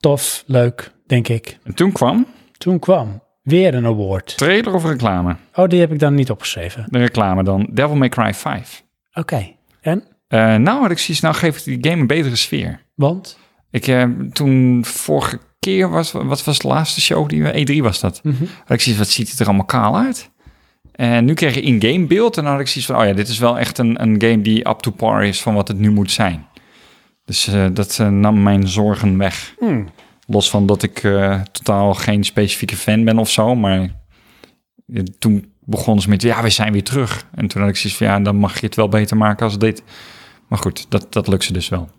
[SPEAKER 1] Tof, leuk, denk ik.
[SPEAKER 2] En toen kwam
[SPEAKER 1] Toen kwam weer een award.
[SPEAKER 2] trailer of reclame?
[SPEAKER 1] Oh, die heb ik dan niet opgeschreven.
[SPEAKER 2] De reclame dan. Devil May Cry 5.
[SPEAKER 1] Oké. En?
[SPEAKER 2] Eh, nou had ik zoiets, nou geeft die game een betere sfeer.
[SPEAKER 1] Want?
[SPEAKER 2] Ik, eh, toen vorige keer was, wat was de laatste show die we, E3 was dat. Had ik zoiets, wat ziet het er allemaal kaal uit? En nu kreeg je in-game beeld en dan had ik zoiets van, oh ja, dit is wel echt een, een game die up to par is van wat het nu moet zijn. Dus eh, dat eh, nam mijn zorgen weg. Los van dat ik eh, totaal geen specifieke fan ben of zo, maar eh, toen begonnen ze met, ja, we zijn weer terug. En toen had ik zoiets van, ja, dan mag je het wel beter maken als dit. Maar goed, dat, dat lukt ze dus wel.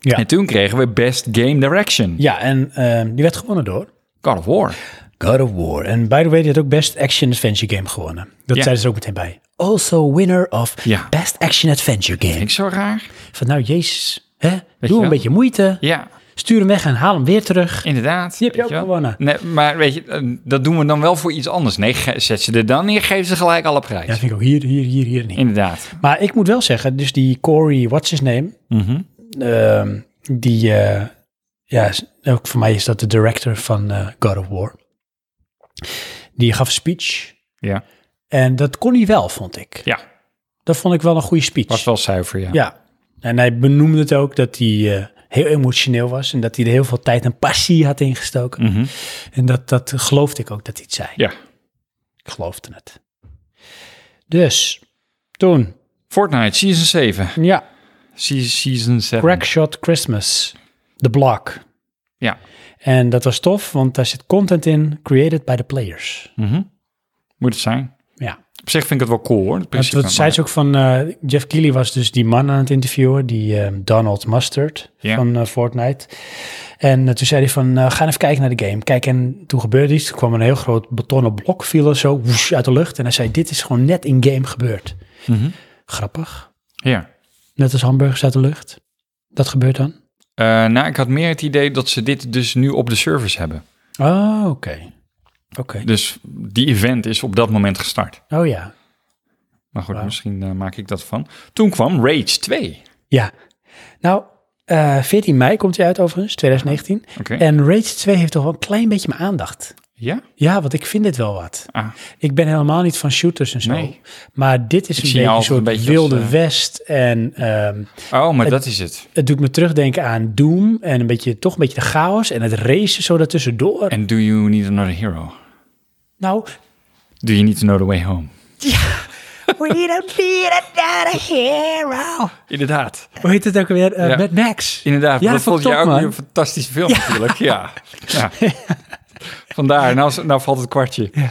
[SPEAKER 1] Ja.
[SPEAKER 2] En toen kregen we Best Game Direction.
[SPEAKER 1] Ja, en ehm, die werd gewonnen door
[SPEAKER 2] God of War.
[SPEAKER 1] God of War. En by the way, die had ook Best Action Adventure Game gewonnen. Dat
[SPEAKER 2] Ja.
[SPEAKER 1] zeiden ze ook meteen bij. Also winner of
[SPEAKER 2] Ja.
[SPEAKER 1] Best Action Adventure Game.
[SPEAKER 2] Vind ik zo raar?
[SPEAKER 1] Van nou, jezus. Hè?
[SPEAKER 2] je
[SPEAKER 1] Doe een
[SPEAKER 2] wel?
[SPEAKER 1] beetje moeite.
[SPEAKER 2] Ja,
[SPEAKER 1] Stuur hem weg en haal hem weer terug.
[SPEAKER 2] inderdaad.
[SPEAKER 1] Die heb je
[SPEAKER 2] weet
[SPEAKER 1] ook
[SPEAKER 2] wel.
[SPEAKER 1] gewonnen.
[SPEAKER 2] Nee, maar weet je, eh, dat doen we dan wel voor iets anders. Nee, ge- zet ze er dan neer, geef ze gelijk alle prijs.
[SPEAKER 1] Ja, vind ik ook hier, hier, hier, hier en hier.
[SPEAKER 2] Inderdaad.
[SPEAKER 1] Maar ik moet wel zeggen, dus die Corey, what's his name?
[SPEAKER 2] Mhm.
[SPEAKER 1] Ehm, die, eh, ja, is- ook voor mij is dat de director van eh, God of War. Die gaf een speech.
[SPEAKER 2] Ja.
[SPEAKER 1] En dat kon hij wel, vond ik.
[SPEAKER 2] ja,
[SPEAKER 1] Dat vond ik wel een goede speech.
[SPEAKER 2] was wel zuiver, ja.
[SPEAKER 1] Ja. En hij benoemde het ook dat hij eh, heel emotioneel was. En dat hij er heel veel tijd en passie had ingestoken.
[SPEAKER 2] Mhm.
[SPEAKER 1] En dat, dat geloofde ik ook dat hij het zei.
[SPEAKER 2] Ja.
[SPEAKER 1] Ik geloofde het. Dus, toen.
[SPEAKER 2] Fortnite Season 7.
[SPEAKER 1] Ja.
[SPEAKER 2] Se- Season 7.
[SPEAKER 1] Crackshot Christmas. The Block.
[SPEAKER 2] Ja.
[SPEAKER 1] En dat was tof, want daar zit content in created by the players.
[SPEAKER 2] Mhm. Moet het zijn.
[SPEAKER 1] Ja.
[SPEAKER 2] Op zich vind ik het wel cool, hoor. Het
[SPEAKER 1] Dat,
[SPEAKER 2] principe,
[SPEAKER 1] dat zei ze ook van... eh, Jeff Keighley was dus die man aan het interviewen. Die eh, Donald Mustard
[SPEAKER 2] Ja.
[SPEAKER 1] van eh, Fortnite. En eh, toen zei hij van... eh, ga even kijken naar de game. Kijk, en toen gebeurde iets. Toen kwam een heel groot betonnen blok. Viel er zo woes, uit de lucht. En hij zei, dit is gewoon net in-game gebeurd.
[SPEAKER 2] maar- Mhm.
[SPEAKER 1] Grappig.
[SPEAKER 2] Ja.
[SPEAKER 1] Net als hamburgers uit de lucht. Dat gebeurt dan.
[SPEAKER 2] Eh, nou, ik had meer het idee dat ze dit dus nu op de servers hebben.
[SPEAKER 1] Oh, oké. Oké.
[SPEAKER 2] Dus die event is op dat moment gestart.
[SPEAKER 1] Oh ja.
[SPEAKER 2] Maar goed,
[SPEAKER 1] Wauw.
[SPEAKER 2] misschien eh, maak ik dat van. Toen kwam Rage 2.
[SPEAKER 1] Ja. Nou, eh, 14 mei komt hij uit overigens, 2019.
[SPEAKER 2] Oké.
[SPEAKER 1] En Rage 2 heeft toch wel een klein beetje mijn aandacht.
[SPEAKER 2] Ja?
[SPEAKER 1] Ja, want ik vind dit wel wat.
[SPEAKER 2] Ah,
[SPEAKER 1] Ik ben helemaal niet van shooters en zo.
[SPEAKER 2] Nee.
[SPEAKER 1] Maar dit is een
[SPEAKER 2] zie
[SPEAKER 1] beetje
[SPEAKER 2] jou
[SPEAKER 1] een
[SPEAKER 2] ook
[SPEAKER 1] soort
[SPEAKER 2] een beetje als,
[SPEAKER 1] wilde
[SPEAKER 2] eh,
[SPEAKER 1] west. En ehm,
[SPEAKER 2] Oh, maar dat is het.
[SPEAKER 1] het doet me terugdenken aan Doom. En een beetje, toch een beetje de chaos en het racen zo daartussendoor.
[SPEAKER 2] En do you need another hero?
[SPEAKER 1] Nou,
[SPEAKER 2] Do you need to know the way home?
[SPEAKER 3] We don't need another hero.
[SPEAKER 2] Inderdaad.
[SPEAKER 1] hoe heet het ook weer? Eh,
[SPEAKER 2] Ja.
[SPEAKER 1] Mad Max.
[SPEAKER 2] Inderdaad.
[SPEAKER 1] Ja,
[SPEAKER 2] dat
[SPEAKER 1] dat vond ik
[SPEAKER 2] vond jij
[SPEAKER 1] top,
[SPEAKER 2] ook
[SPEAKER 1] man.
[SPEAKER 2] weer een fantastische film natuurlijk. Ja. ja. Vandaar. Nou, is- nou valt het kwartje.
[SPEAKER 1] Ja.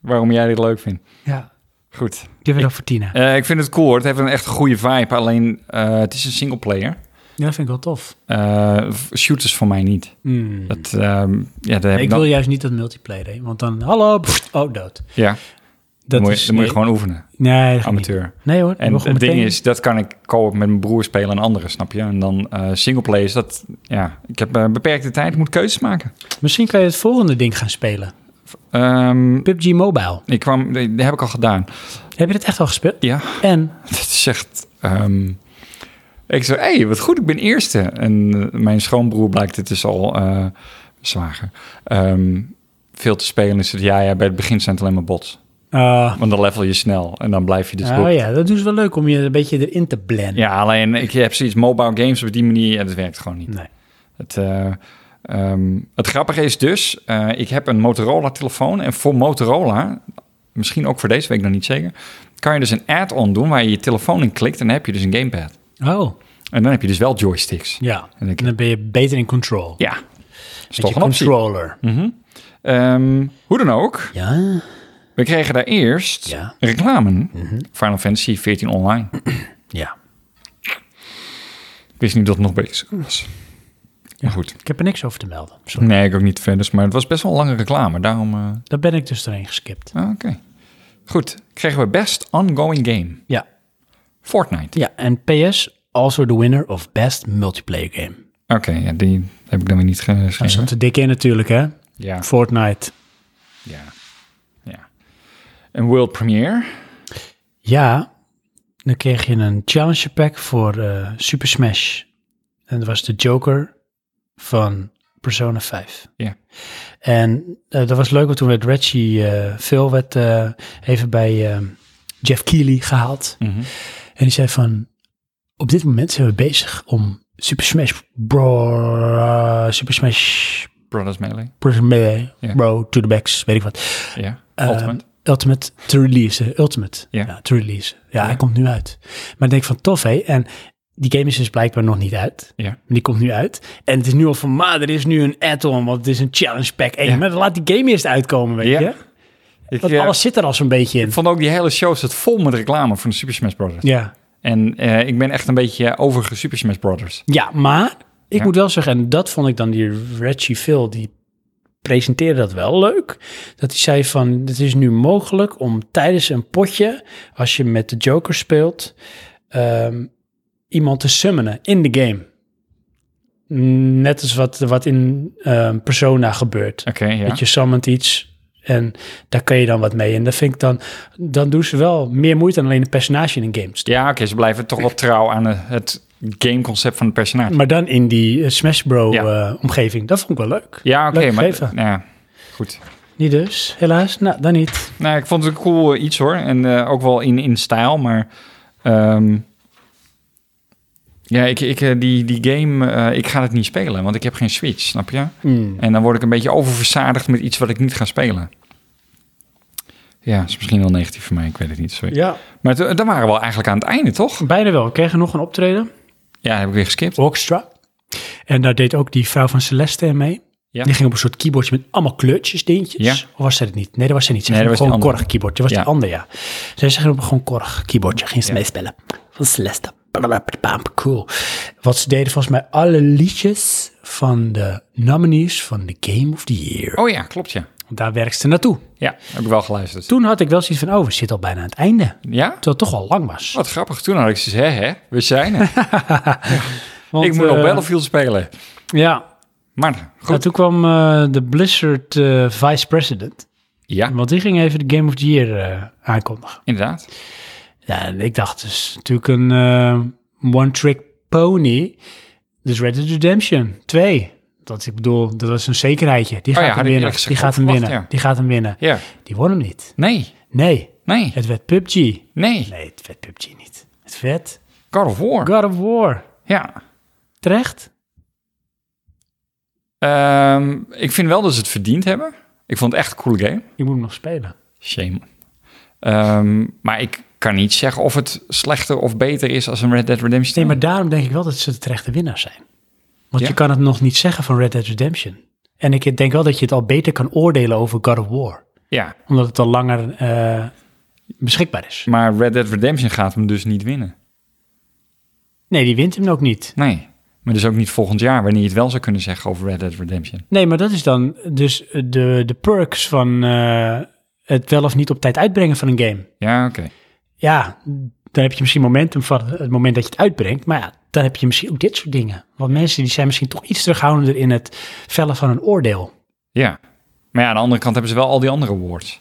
[SPEAKER 2] Waarom jij dit leuk vindt.
[SPEAKER 1] Ja,
[SPEAKER 2] Goed.
[SPEAKER 1] die hebben we ook voor Tina.
[SPEAKER 2] Eh, ik vind het cool hoor. Het heeft een echt goede vibe. Alleen, eh, het is een singleplayer.
[SPEAKER 1] Ja, dat vind ik wel tof.
[SPEAKER 2] Eh shooters voor mij niet.
[SPEAKER 1] Hmm.
[SPEAKER 2] Dat, ehm, ja, daar heb
[SPEAKER 1] ik
[SPEAKER 2] dan-
[SPEAKER 1] wil juist niet dat multiplayer, hè, want dan, hallo, pff, oh, dood.
[SPEAKER 2] ja, dan
[SPEAKER 1] Dat
[SPEAKER 2] moet je,
[SPEAKER 1] is,
[SPEAKER 2] dan moet je
[SPEAKER 1] nee,
[SPEAKER 2] gewoon oefenen.
[SPEAKER 1] nee, dat gaat niet.
[SPEAKER 2] Amateur.
[SPEAKER 1] Nee hoor,
[SPEAKER 2] En
[SPEAKER 1] we
[SPEAKER 2] het
[SPEAKER 1] gaan
[SPEAKER 2] ding
[SPEAKER 1] meteen-
[SPEAKER 2] is, dat kan ik co-op met mijn broer spelen en anderen, snap je? En dan eh singleplay is dat, ja, ik heb eh, beperkte tijd, ik moet keuzes maken.
[SPEAKER 1] Misschien kan je het volgende ding gaan spelen.
[SPEAKER 2] Ehm,
[SPEAKER 1] PUBG Mobile.
[SPEAKER 2] ik kwam, dat heb ik al gedaan.
[SPEAKER 1] Heb je dat echt al gespeeld?
[SPEAKER 2] Ja,
[SPEAKER 1] En?
[SPEAKER 2] dat is echt, ehm, ik zo, hé, hey, wat goed, ik ben eerste. En eh, mijn schoonbroer blijkt, het is al eh, mijn zwager, ehm, veel te spelen. Is het, ja, ja, bij het begin zijn het alleen maar bots.
[SPEAKER 1] eh,
[SPEAKER 2] Want dan level je snel en dan blijf je dus
[SPEAKER 1] oh ja, dat is wel leuk om je een beetje erin te blenden.
[SPEAKER 2] Ja, alleen ik heb zoiets mobile games op die manier. Ja, dat werkt gewoon niet.
[SPEAKER 1] Nee.
[SPEAKER 2] Het, eh, ehm, het grappige is dus, eh, ik heb een Motorola-telefoon. En voor Motorola, misschien ook voor deze week nog niet zeker... kan je dus een add-on doen waar je je telefoon in klikt... en dan heb je dus een gamepad.
[SPEAKER 1] Oh,
[SPEAKER 2] En dan heb je dus wel joysticks.
[SPEAKER 1] ja.
[SPEAKER 2] En
[SPEAKER 1] En
[SPEAKER 2] ik-
[SPEAKER 1] dan ben je beter in control.
[SPEAKER 2] Ja, dat is
[SPEAKER 1] Met
[SPEAKER 2] toch
[SPEAKER 1] je
[SPEAKER 2] een optie.
[SPEAKER 1] controller.
[SPEAKER 2] Mhm. Ehm, hoe dan ook,
[SPEAKER 1] Ja.
[SPEAKER 2] we kregen daar eerst
[SPEAKER 1] Ja.
[SPEAKER 2] reclame. Final Fantasy 14 online.
[SPEAKER 1] Ja.
[SPEAKER 2] Ik wist niet dat het nog bezig was. Maar goed.
[SPEAKER 1] Ik heb er niks over te melden. Sorry.
[SPEAKER 2] Nee, ik ook niet verder. Maar het was best wel een lange reclame. Daarom. eh,
[SPEAKER 1] Daar ben ik dus doorheen geskipt.
[SPEAKER 2] ah, Oké. Goed. Kregen we best ongoing game.
[SPEAKER 1] Ja.
[SPEAKER 2] Fortnite.
[SPEAKER 1] Ja, en PS, also the winner of best multiplayer game.
[SPEAKER 2] Oké, ja, die heb ik dan weer niet
[SPEAKER 1] Dat
[SPEAKER 2] geschreven.
[SPEAKER 1] zat er dik in natuurlijk, hè?
[SPEAKER 2] Ja.
[SPEAKER 1] Fortnite.
[SPEAKER 2] Ja. ja. Een world premiere.
[SPEAKER 1] Ja, dan kreeg je een challenger pack voor eh, Super Smash. En dat was de Joker van Persona 5.
[SPEAKER 2] Ja.
[SPEAKER 1] En eh, dat was leuk, want toen werd Reggie eh, Phil werd, eh, even bij eh, Jeff Keighley gehaald. En die zei van, op dit moment zijn we bezig om Super Smash Bro... Super Smash
[SPEAKER 2] Brothers Melee.
[SPEAKER 1] Bros. Melee,
[SPEAKER 2] Ja.
[SPEAKER 1] Bro, to the backs, weet ik wat.
[SPEAKER 2] Ja.
[SPEAKER 1] Ehm,
[SPEAKER 2] Ultimate.
[SPEAKER 1] Ultimate te releasen. Ultimate.
[SPEAKER 2] Ja.
[SPEAKER 1] Ja. te releasen. Ja,
[SPEAKER 2] Ja.
[SPEAKER 1] hij komt nu uit. Maar ik denk van tof, hé. En die game is dus blijkbaar nog niet uit.
[SPEAKER 2] Ja.
[SPEAKER 1] Maar die komt nu uit. En het is nu al van, maar er is nu een add-on, want het is een challenge pack 1.
[SPEAKER 2] Ja.
[SPEAKER 1] Maar dan laat die game eerst uitkomen, weet
[SPEAKER 2] Ja.
[SPEAKER 1] je.
[SPEAKER 2] Ik
[SPEAKER 1] Want
[SPEAKER 2] eh,
[SPEAKER 1] alles zit er al zo'n beetje in.
[SPEAKER 2] vond ook die hele show zat vol met reclame van de Super Smash Brothers.
[SPEAKER 1] Ja.
[SPEAKER 2] En eh, ik ben echt een beetje overige Super Smash Brothers.
[SPEAKER 1] Ja, maar ik
[SPEAKER 2] Ja.
[SPEAKER 1] moet wel zeggen, en dat vond ik dan die Reggie Phil, die presenteerde dat wel leuk. Dat hij zei van, het is nu mogelijk om tijdens een potje, als je met de Joker speelt, ehm, iemand te summonen in de game. Net als wat, wat in ehm, Persona gebeurt.
[SPEAKER 2] Oké, ja.
[SPEAKER 1] Dat je summont iets en daar kan je dan wat mee. En dat vind ik dan, dan doen ze wel meer moeite dan alleen een personage in een game. te
[SPEAKER 2] Ja, oké, ze blijven toch wel trouw aan eh, het gameconcept van het personage.
[SPEAKER 1] Maar dan in die eh, Smash Bro
[SPEAKER 2] Ja.
[SPEAKER 1] eh, omgeving. Dat vond ik wel leuk.
[SPEAKER 2] ja, oké,
[SPEAKER 1] leuk
[SPEAKER 2] maar...
[SPEAKER 1] gegeven.
[SPEAKER 2] Nou, ja, goed.
[SPEAKER 1] Niet dus, helaas. Nou, dan niet.
[SPEAKER 2] Nou, ik vond het een cool eh, iets hoor. En eh, ook wel in, in stijl, maar... ehm, ja, ik, ik, eh, die, die game, eh, ik ga het niet spelen, want ik heb geen Switch, snap je?
[SPEAKER 1] Mm.
[SPEAKER 2] En dan word ik een beetje oververzadigd met iets wat ik niet ga spelen. Ja, is misschien wel negatief voor mij, ik weet het niet. Sorry.
[SPEAKER 1] Ja,
[SPEAKER 2] Maar t- dan waren we wel eigenlijk aan het einde, toch?
[SPEAKER 1] bijna wel. We kregen nog een optreden.
[SPEAKER 2] Ja, heb ik weer geskipt.
[SPEAKER 1] Orchestra. En daar deed ook die vrouw van Celeste in mee.
[SPEAKER 2] Ja.
[SPEAKER 1] Die ging op een soort keyboardje met allemaal kleurtjes, dingetjes.
[SPEAKER 2] Ja.
[SPEAKER 1] Of was zij het niet? Nee, dat was zij niet. Ze
[SPEAKER 2] Nee,
[SPEAKER 1] ging
[SPEAKER 2] dat
[SPEAKER 1] op
[SPEAKER 2] was die
[SPEAKER 1] gewoon een
[SPEAKER 2] andere.
[SPEAKER 1] korg keyboard. Dat was
[SPEAKER 2] Ja.
[SPEAKER 1] die ander, ja. Zij ging op een gewoon korg keyboardje. Ging ze meespellen. Van Celeste. Blablabla, Cool. Wat ze deden volgens mij alle liedjes van de nominees van de Game of the Year.
[SPEAKER 2] Oh ja, klopt ja.
[SPEAKER 1] Daar werkte ze naartoe.
[SPEAKER 2] Ja, heb ik wel geluisterd.
[SPEAKER 1] Toen had ik wel zoiets van, oh, we zitten al bijna aan het einde.
[SPEAKER 2] Ja?
[SPEAKER 1] Terwijl het toch al lang was.
[SPEAKER 2] Wat grappig. Toen had ik ze hè, hè, we zijn er.
[SPEAKER 1] Want,
[SPEAKER 2] ik moet
[SPEAKER 1] eh,
[SPEAKER 2] nog Battlefield spelen.
[SPEAKER 1] Ja,
[SPEAKER 2] Maar
[SPEAKER 1] en
[SPEAKER 2] goed.
[SPEAKER 1] toen kwam eh, de Blizzard eh, vice president.
[SPEAKER 2] Ja,
[SPEAKER 1] Want die ging even de Game of the Year eh, aankondigen.
[SPEAKER 2] inderdaad.
[SPEAKER 1] Ja, en ik dacht, het is natuurlijk een eh, one-trick pony. Dus Red Dead Redemption 2. Dat ik bedoel, dat was een zekerheidje. Die
[SPEAKER 2] Oh ja,
[SPEAKER 1] gaat
[SPEAKER 2] had
[SPEAKER 1] hem
[SPEAKER 2] ik
[SPEAKER 1] winnen.
[SPEAKER 2] eerlijk gezegd
[SPEAKER 1] Die gaat hem
[SPEAKER 2] verwacht,
[SPEAKER 1] winnen.
[SPEAKER 2] ja.
[SPEAKER 1] Die gaat hem winnen.
[SPEAKER 2] Ja.
[SPEAKER 1] Die won hem niet.
[SPEAKER 2] Nee,
[SPEAKER 1] Nee,
[SPEAKER 2] nee,
[SPEAKER 1] het werd PUBG.
[SPEAKER 2] nee.
[SPEAKER 1] Nee, het werd PUBG niet. Het werd
[SPEAKER 2] God of War.
[SPEAKER 1] God of War.
[SPEAKER 2] Ja.
[SPEAKER 1] Terecht?
[SPEAKER 2] Ehm, ik vind wel dat ze het verdiend hebben. Ik vond het echt een coole game.
[SPEAKER 1] Je moet hem nog spelen.
[SPEAKER 2] Shame. Ehm, maar ik kan niet zeggen of het slechter of beter is als een Red Dead Redemption.
[SPEAKER 1] Nee, maar daarom denk ik wel dat ze de terechte winnaar zijn. Want
[SPEAKER 2] Ja?
[SPEAKER 1] je kan het nog niet zeggen van Red Dead Redemption. En ik denk wel dat je het al beter kan oordelen over God of War.
[SPEAKER 2] Ja,
[SPEAKER 1] Omdat het al langer eh, beschikbaar is.
[SPEAKER 2] maar Red Dead Redemption gaat hem dus niet winnen.
[SPEAKER 1] Nee, die wint hem ook niet.
[SPEAKER 2] Nee. Maar dus ook niet volgend jaar, wanneer je het wel zou kunnen zeggen over Red Dead Redemption.
[SPEAKER 1] Nee, maar dat is dan dus de, de perks van eh, het wel of niet op tijd uitbrengen van een game.
[SPEAKER 2] Ja, oké.
[SPEAKER 1] Ja, dan heb je misschien momentum van het moment dat je het uitbrengt. Maar ja, dan heb je misschien ook dit soort dingen. Want mensen die zijn misschien toch iets terughoudender in het vellen van een oordeel.
[SPEAKER 2] Ja. Maar ja, aan de andere kant hebben ze wel al die andere awards.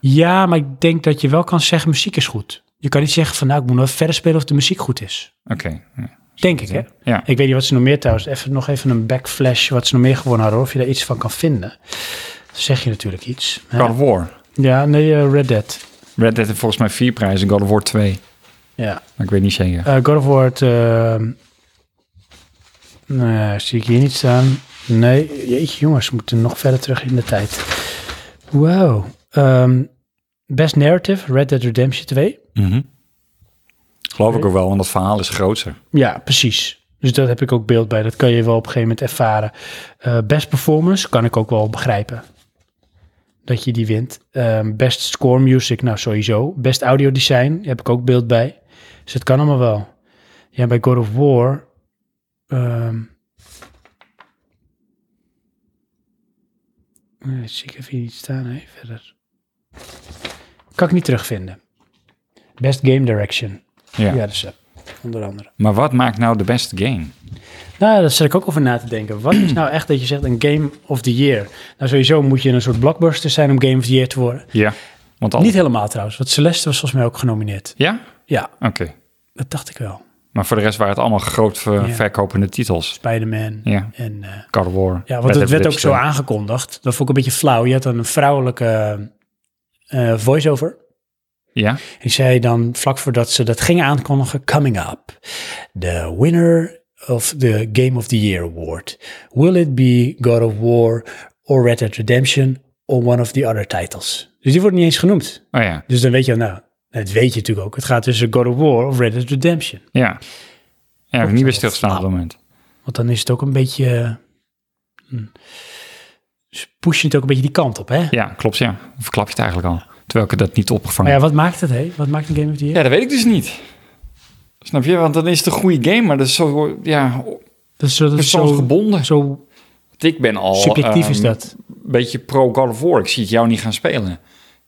[SPEAKER 1] Ja, maar ik denk dat je wel kan zeggen muziek is goed. Je kan niet zeggen van nou, ik moet nog even verder spelen of de muziek goed is.
[SPEAKER 2] Oké. Ja.
[SPEAKER 1] Denk ik, hè?
[SPEAKER 2] Ja.
[SPEAKER 1] Ik weet niet wat ze nog meer trouwens. Even, nog even een backflash wat ze nog meer gewonnen hadden. Of je daar iets van kan vinden. Dan zeg je natuurlijk iets. hè?
[SPEAKER 2] God of War.
[SPEAKER 1] Ja, nee, eh, Red Dead.
[SPEAKER 2] Red Dead heeft volgens mij vier prijzen, God of War twee.
[SPEAKER 1] Ja.
[SPEAKER 2] Maar ik weet niet zeker.
[SPEAKER 1] Eh, God of War, eh, nee, zie ik hier niet staan. Nee, jeetje jongens, we moeten nog verder terug in de tijd. Wow. Ehm, best Narrative, Red Dead Redemption 2.
[SPEAKER 2] Mhm. Geloof ik ook wel, want dat verhaal is groter.
[SPEAKER 1] Ja, precies. Dus dat heb ik ook beeld bij. Dat kan je wel op een gegeven moment ervaren. Eh, best performance kan ik ook wel begrijpen. Dat je die wint. Ehm, best score music, nou sowieso. Best audio design heb ik ook beeld bij. Dus het kan allemaal wel. Ja, bij God of War. ehm, eh, zie ik even hier niet staan. Nee, verder. Kan ik niet terugvinden. Best Game Direction. Ja,
[SPEAKER 2] Ja.
[SPEAKER 1] dat is eh, onder andere.
[SPEAKER 2] Maar wat maakt nou de beste game?
[SPEAKER 1] Nou, daar zit ik ook over na te denken. Wat is nou echt dat je zegt een Game of the Year? Nou, sowieso moet je een soort blockbuster zijn om Game of the Year te worden.
[SPEAKER 2] Ja. Want al...
[SPEAKER 1] Niet helemaal trouwens, want Celeste was volgens mij ook genomineerd.
[SPEAKER 2] Ja?
[SPEAKER 1] Ja,
[SPEAKER 2] Oké.
[SPEAKER 1] dat dacht ik wel.
[SPEAKER 2] Maar voor de rest waren het allemaal groot ver-
[SPEAKER 1] Ja.
[SPEAKER 2] verkopende titels.
[SPEAKER 1] Spider-Man
[SPEAKER 2] Ja.
[SPEAKER 1] en... eh,
[SPEAKER 2] God of War.
[SPEAKER 1] Ja,
[SPEAKER 2] Red
[SPEAKER 1] want
[SPEAKER 2] Dead
[SPEAKER 1] het werd ook zo
[SPEAKER 2] Redemption.
[SPEAKER 1] aangekondigd. Dat vond ik een beetje flauw. Je had dan een vrouwelijke eh voice-over.
[SPEAKER 2] Ja?
[SPEAKER 1] Die zei dan vlak voordat ze dat gingen aankondigen, coming up, the winner of the Game of the Year award. Will it be God of War or Red Dead Redemption or one of the other titles? Dus die wordt niet eens genoemd.
[SPEAKER 2] Oh ja.
[SPEAKER 1] Dus dan weet je, nou, dat weet je natuurlijk ook. Het gaat tussen God of War of Red Dead Redemption.
[SPEAKER 2] Ja. Ja, heb ik niet bij stilgestaan op dat moment.
[SPEAKER 1] Want dan is het ook een beetje... eh, hm, Ze pushen het ook een beetje die kant op, hè?
[SPEAKER 2] Ja, klopt, ja. Verklap je het eigenlijk al. Terwijl ik dat niet opgevangen
[SPEAKER 1] Maar
[SPEAKER 2] heb.
[SPEAKER 1] ja, wat maakt het, hè? Wat maakt een Game of the Year?
[SPEAKER 2] Ja, dat weet ik dus niet. Snap je? Want dan is het een goede game, maar dat is zo, ja,
[SPEAKER 1] Dat is, zo- dat is zo,
[SPEAKER 2] persoonsgebonden.
[SPEAKER 1] zo
[SPEAKER 2] Ik ben al
[SPEAKER 1] subjectief is
[SPEAKER 2] ehm,
[SPEAKER 1] dat.
[SPEAKER 2] een beetje pro God of War. Ik zie het jou niet gaan spelen.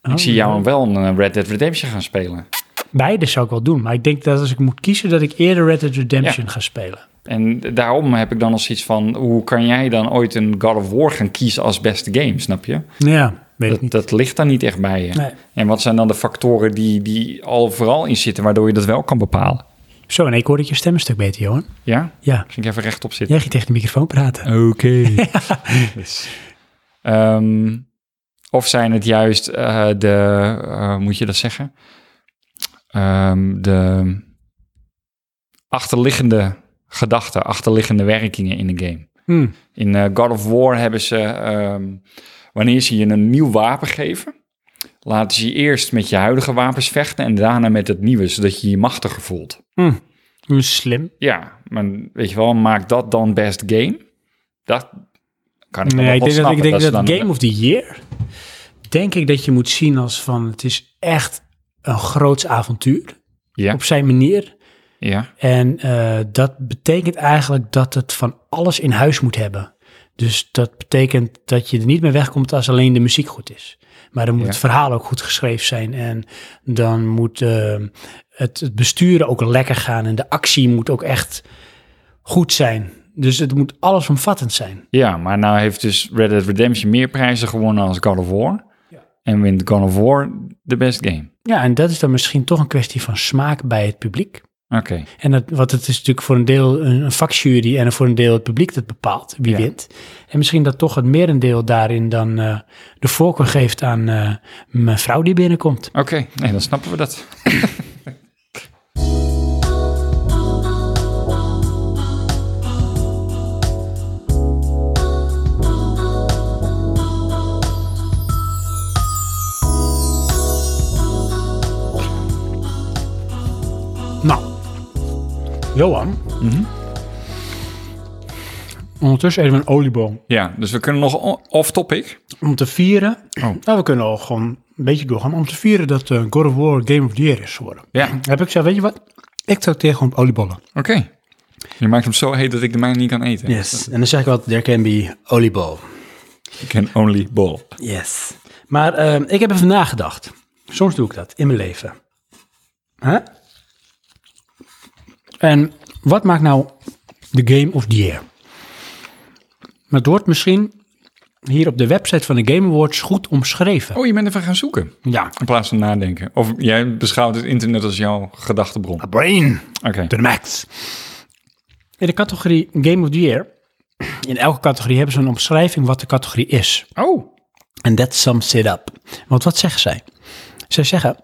[SPEAKER 1] Oh,
[SPEAKER 2] ik zie jou wel een eh, Red Dead Redemption gaan spelen.
[SPEAKER 1] Beide zou ik wel doen, maar ik denk dat als ik moet kiezen, dat ik eerder Red Dead Redemption ga spelen.
[SPEAKER 2] En daarom heb ik dan al zoiets van... hoe kan jij dan ooit een God of War gaan kiezen als beste game, snap je?
[SPEAKER 1] Ja, weet ik
[SPEAKER 2] Dat,
[SPEAKER 1] niet.
[SPEAKER 2] dat ligt daar niet echt bij je.
[SPEAKER 1] Nee.
[SPEAKER 2] En wat zijn dan de factoren die, die al vooral in zitten... waardoor je dat wel kan bepalen?
[SPEAKER 1] Zo, en ik hoor dat je stem een stuk beter, Johan.
[SPEAKER 2] Ja?
[SPEAKER 1] Ja,
[SPEAKER 2] Ging ik even rechtop zitten?
[SPEAKER 1] jij ging tegen de microfoon praten.
[SPEAKER 2] Oké. Yes. Ehm, of zijn het juist eh, de, eh, moet je dat zeggen? Ehm, de achterliggende gedachten, achterliggende werkingen in de game.
[SPEAKER 1] Hm,
[SPEAKER 2] In eh, God of War hebben ze, ehm, wanneer ze je een nieuw wapen geven, laten ze je eerst met je huidige wapens vechten en daarna met het nieuwe, zodat je je machtiger voelt.
[SPEAKER 1] hm. Hm, Slim.
[SPEAKER 2] Ja, maar weet je wel, maak dat dan best game. Dat kan ik dan
[SPEAKER 1] Nee,
[SPEAKER 2] nog
[SPEAKER 1] ik
[SPEAKER 2] wel
[SPEAKER 1] denk dat,
[SPEAKER 2] snappen.
[SPEAKER 1] ik denk
[SPEAKER 2] ze
[SPEAKER 1] dat
[SPEAKER 2] dan-
[SPEAKER 1] Game of the Year, denk ik dat je moet zien als van, het is echt een groots avontuur.
[SPEAKER 2] Ja,
[SPEAKER 1] Op zijn manier.
[SPEAKER 2] ja,
[SPEAKER 1] En eh, dat betekent eigenlijk dat het van alles in huis moet hebben. Dus dat betekent dat je er niet meer wegkomt als alleen de muziek goed is. Maar dan moet
[SPEAKER 2] Ja.
[SPEAKER 1] het verhaal ook goed geschreven zijn. En dan moet eh, het, het besturen ook lekker gaan. En de actie moet ook echt goed zijn. Dus het moet allesomvattend zijn.
[SPEAKER 2] ja, maar nou heeft dus Red Dead Redemption meer prijzen gewonnen als God of War. En wint God of War de best game.
[SPEAKER 1] Ja, en dat is dan misschien toch een kwestie van smaak bij het publiek.
[SPEAKER 2] Oké,
[SPEAKER 1] En dat, want het is natuurlijk voor een deel een, een vakjury en voor een deel het publiek dat bepaalt wie
[SPEAKER 2] Ja.
[SPEAKER 1] wint. En misschien dat toch het merendeel daarin dan eh, de voorkeur geeft aan eh, mijn vrouw die binnenkomt.
[SPEAKER 2] oké. Nee, dan snappen we dat.
[SPEAKER 1] Nou, Johan.
[SPEAKER 2] Mhm.
[SPEAKER 1] Ondertussen even een olieboom.
[SPEAKER 2] Ja, dus we kunnen nog o- off-topic.
[SPEAKER 1] Om te vieren,
[SPEAKER 2] Oh.
[SPEAKER 1] nou we kunnen al gewoon een beetje doorgaan, om te vieren dat eh, God of War Game of the Year is geworden.
[SPEAKER 2] Ja,
[SPEAKER 1] Heb ik zo, weet je wat? Ik trakteer gewoon op oliebollen.
[SPEAKER 2] oké. Je maakt hem zo heet dat ik de mijne niet kan eten.
[SPEAKER 1] Yes. En dan zeg ik altijd, there can be oliebol.
[SPEAKER 2] You can only ball.
[SPEAKER 1] Yes. Maar ehm, ik heb even nagedacht. Soms doe ik dat in mijn leven. Hè? En wat maakt nou de Game of the Year? Maar het wordt misschien hier op de website van de Game Awards goed omschreven.
[SPEAKER 2] Oh, je bent even gaan zoeken.
[SPEAKER 1] Ja.
[SPEAKER 2] In plaats van nadenken. Of jij beschouwt het internet als jouw gedachterbron. Oké.
[SPEAKER 1] Brain to the max. In de categorie Game of the Year, in elke categorie hebben ze een omschrijving wat de categorie is.
[SPEAKER 2] Oh.
[SPEAKER 1] And that sums it up. Want wat zeggen zij? Zij zeggen: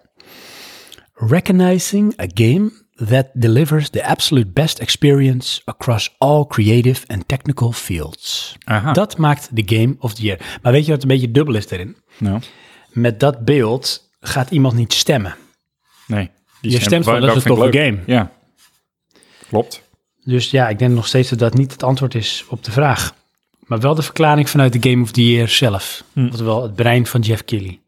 [SPEAKER 1] Recognizing a game that delivers the absolute best experience across all creative and technical fields.
[SPEAKER 2] Aha.
[SPEAKER 1] Dat maakt de game of the year. Maar weet je wat een beetje dubbel is daarin?
[SPEAKER 2] Nou,
[SPEAKER 1] Met dat beeld gaat iemand niet stemmen.
[SPEAKER 2] nee. Die
[SPEAKER 1] Je
[SPEAKER 2] stem-
[SPEAKER 1] stemt wel,
[SPEAKER 2] wa-
[SPEAKER 1] dat is
[SPEAKER 2] vind
[SPEAKER 1] een
[SPEAKER 2] ik
[SPEAKER 1] toffe
[SPEAKER 2] leuk.
[SPEAKER 1] game.
[SPEAKER 2] Ja. Klopt.
[SPEAKER 1] Dus ja, ik denk nog steeds dat dat niet het antwoord is op de vraag. Maar wel de verklaring vanuit de Game of the Year zelf. Oftewel het brein van Jeff Keighley.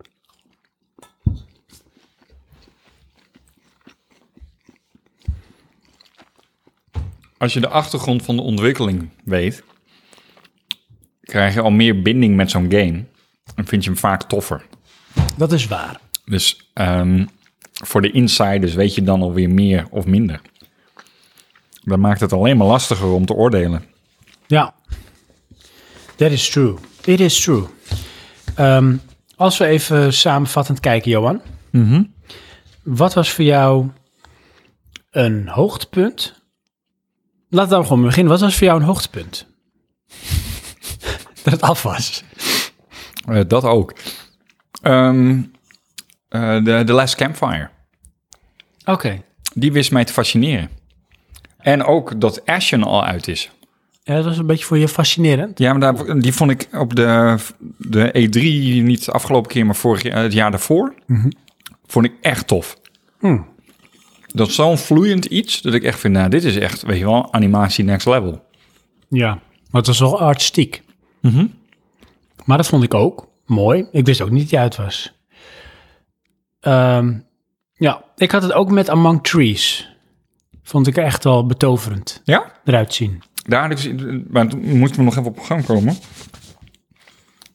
[SPEAKER 2] als je de achtergrond van de ontwikkeling weet, krijg je al meer binding met zo'n game. En vind je hem vaak toffer.
[SPEAKER 1] Dat is waar.
[SPEAKER 2] Dus ehm, voor de insiders weet je dan alweer meer of minder. Dat maakt het alleen maar lastiger om te oordelen.
[SPEAKER 1] Ja. That is true. It is true. Ehm, als we even samenvattend kijken, Johan. Mhm. Wat was voor jou een hoogtepunt? Laten we dan gewoon beginnen. Wat was voor jou een hoogtepunt? Dat het af was.
[SPEAKER 2] Eh, dat ook. Ehm, eh, de, de Last Campfire.
[SPEAKER 1] Oké.
[SPEAKER 2] Die wist mij te fascineren. En ook dat Ashen al uit is.
[SPEAKER 1] Ja, dat was een beetje voor je fascinerend.
[SPEAKER 2] Ja, maar daar, die vond ik op de, de E3, niet de afgelopen keer, maar vorig jaar, het jaar daarvoor, vond ik echt tof. Dat is zo'n vloeiend iets, dat ik echt vind, nou, dit is echt, weet je wel, animatie next level.
[SPEAKER 1] Ja. Maar het was wel artistiek.
[SPEAKER 2] Mhm.
[SPEAKER 1] Maar dat vond ik ook mooi. Ik wist ook niet dat hij uit was. Ehm, ja, ik had het ook met Among Trees. Vond ik echt wel betoverend
[SPEAKER 2] Ja?
[SPEAKER 1] eruit zien.
[SPEAKER 2] Daar had ik, dus- maar toen moeten we nog even op gang komen.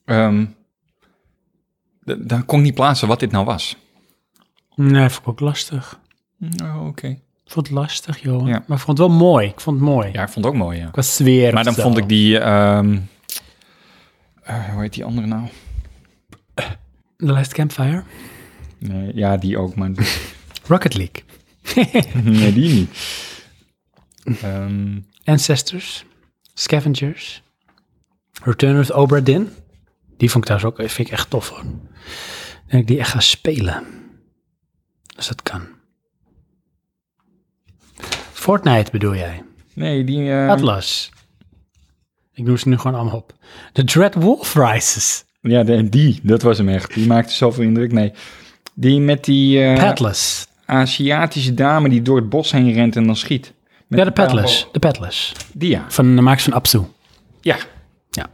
[SPEAKER 2] Ehm, d- daar kon ik niet plaatsen wat dit nou was.
[SPEAKER 1] Nee, vond ik ook lastig.
[SPEAKER 2] Oh, oké.
[SPEAKER 1] Ik vond het lastig, joh.
[SPEAKER 2] Ja.
[SPEAKER 1] Maar ik vond het wel mooi. Ik vond het mooi.
[SPEAKER 2] Ja, ik vond het ook mooi, ja.
[SPEAKER 1] Qua sfeer.
[SPEAKER 2] Maar dan
[SPEAKER 1] of zo.
[SPEAKER 2] vond ik die, ehm, eh, hoe heet die andere nou?
[SPEAKER 1] The Last Campfire.
[SPEAKER 2] Nee, ja, die ook, maar
[SPEAKER 1] Rocket League.
[SPEAKER 2] Nee, die niet. Ehm,
[SPEAKER 1] Ancestors. Scavengers. Return of the Obra Dinn. Die vond ik trouwens ook vind ik echt tof. Hoor. Ik Denk ik die echt ga spelen. Als dat kan. Fortnite bedoel jij?
[SPEAKER 2] nee, die... eh,
[SPEAKER 1] Atlas. Ik noem ze nu gewoon allemaal op. The Dread Wolf Rises.
[SPEAKER 2] ja, de- die, dat was hem echt. Die maakte zoveel indruk. Nee, die met die eh,
[SPEAKER 1] Patlas.
[SPEAKER 2] Aziatische dame die door het bos heen rent en dan schiet. Met
[SPEAKER 1] Ja, de
[SPEAKER 2] die
[SPEAKER 1] Patlas.
[SPEAKER 2] paal-
[SPEAKER 1] De Patlas.
[SPEAKER 2] Die ja.
[SPEAKER 1] Van de makers van Absu.
[SPEAKER 2] Ja,
[SPEAKER 1] Ja.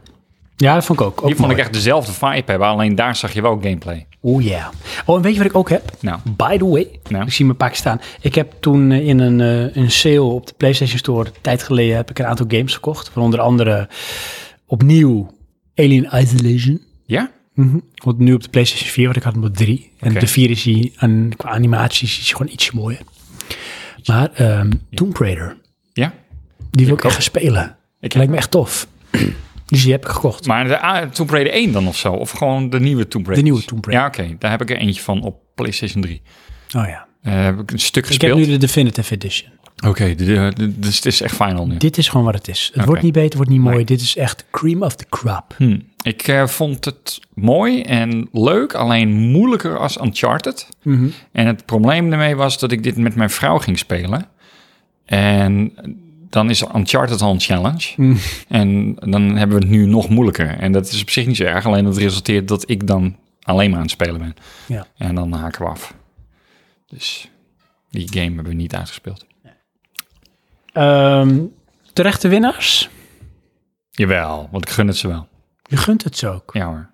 [SPEAKER 1] Ja, dat vond ik ook. ook
[SPEAKER 2] die vond ik
[SPEAKER 1] mooi.
[SPEAKER 2] echt dezelfde vibe hebben. Alleen daar zag je wel gameplay.
[SPEAKER 1] Oh ja. Oh, en weet je wat ik ook heb?
[SPEAKER 2] Nou.
[SPEAKER 1] By the way,
[SPEAKER 2] Nou.
[SPEAKER 1] ik zie mijn pak staan. Ik heb toen eh, in een, eh, een sale op de PlayStation Store, een tijd geleden, heb ik een aantal games gekocht. Van onder andere eh, opnieuw Alien Isolation.
[SPEAKER 2] Ja?
[SPEAKER 1] Want nu op de PlayStation 4, want ik had hem op 3. En
[SPEAKER 2] Oké.
[SPEAKER 1] op de 4 is hij, en qua animaties, is hij gewoon ietsje mooier. Maar ehm Tomb Raider,
[SPEAKER 2] Ja.
[SPEAKER 1] die wil ik echt gaan spelen.
[SPEAKER 2] Ik-
[SPEAKER 1] Lijkt me echt tof. Dus die heb ik gekocht.
[SPEAKER 2] Maar de A- Tomb Raider 1 dan of zo? Of gewoon de nieuwe Tomb Raider?
[SPEAKER 1] nieuwe Tomb Raider.
[SPEAKER 2] Ja, oké. Daar heb ik er eentje van op PlayStation 3.
[SPEAKER 1] Oh ja.
[SPEAKER 2] Eh, heb ik een stuk
[SPEAKER 1] Ik heb
[SPEAKER 2] gespeeld.
[SPEAKER 1] nu de Definitive Edition.
[SPEAKER 2] Oké, de- de- de- dus het is echt final nu.
[SPEAKER 1] Dit is gewoon wat het is. Het
[SPEAKER 2] Oké.
[SPEAKER 1] wordt niet beter, wordt niet mooi.
[SPEAKER 2] Nee.
[SPEAKER 1] Dit is echt cream of the crop.
[SPEAKER 2] Hm. Ik eh, vond het mooi en leuk, alleen moeilijker als Uncharted. En het probleem daarmee was dat ik dit met mijn vrouw ging spelen. En dan is Uncharted al een challenge. En dan hebben we het nu nog moeilijker. En dat is op zich niet zo erg, alleen dat resulteert dat ik dan alleen maar aan het spelen ben.
[SPEAKER 1] Ja.
[SPEAKER 2] En dan haken we af. Dus die game hebben we niet uitgespeeld.
[SPEAKER 1] Ehm, terechte winnaars?
[SPEAKER 2] Jawel, want ik gun het ze wel.
[SPEAKER 1] Je gunt het ze ook.
[SPEAKER 2] Ja hoor.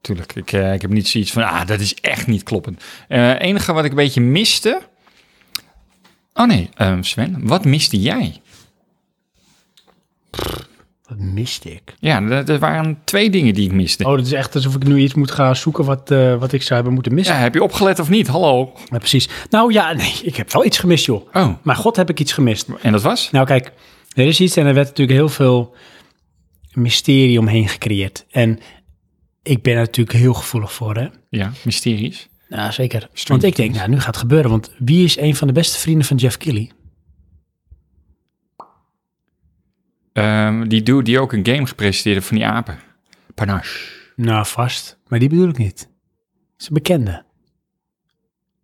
[SPEAKER 2] Tuurlijk. Ik, eh, ik heb niet zoiets van, ah, dat is echt niet kloppend. Het enige wat ik een beetje miste... Oh nee, ehm, Sven, wat miste jij?
[SPEAKER 1] Wat miste ik?
[SPEAKER 2] Ja, er er waren twee dingen die ik miste.
[SPEAKER 1] Oh, dat is echt alsof ik nu iets moet gaan zoeken wat, eh, wat ik zou hebben moeten missen.
[SPEAKER 2] Ja, heb je opgelet of niet? Hallo.
[SPEAKER 1] Ja, precies. Nou ja, nee, ik heb wel iets gemist, joh.
[SPEAKER 2] Oh,
[SPEAKER 1] Maar god, heb ik iets gemist.
[SPEAKER 2] en dat was?
[SPEAKER 1] Nou kijk, er is iets en er werd natuurlijk heel veel mysterie omheen gecreëerd. En ik ben er natuurlijk heel gevoelig voor, hè.
[SPEAKER 2] Ja, mysteries.
[SPEAKER 1] Nou, zeker.
[SPEAKER 2] Stranger
[SPEAKER 1] want ik denk, nou, nu gaat het gebeuren. Want wie is een van de beste vrienden van Jeff Kelly?
[SPEAKER 2] Ehm, die dude die ook een game gepresenteerd heeft van die apen. Panache.
[SPEAKER 1] Nou, vast. Maar die bedoel ik niet. Dat is een bekende.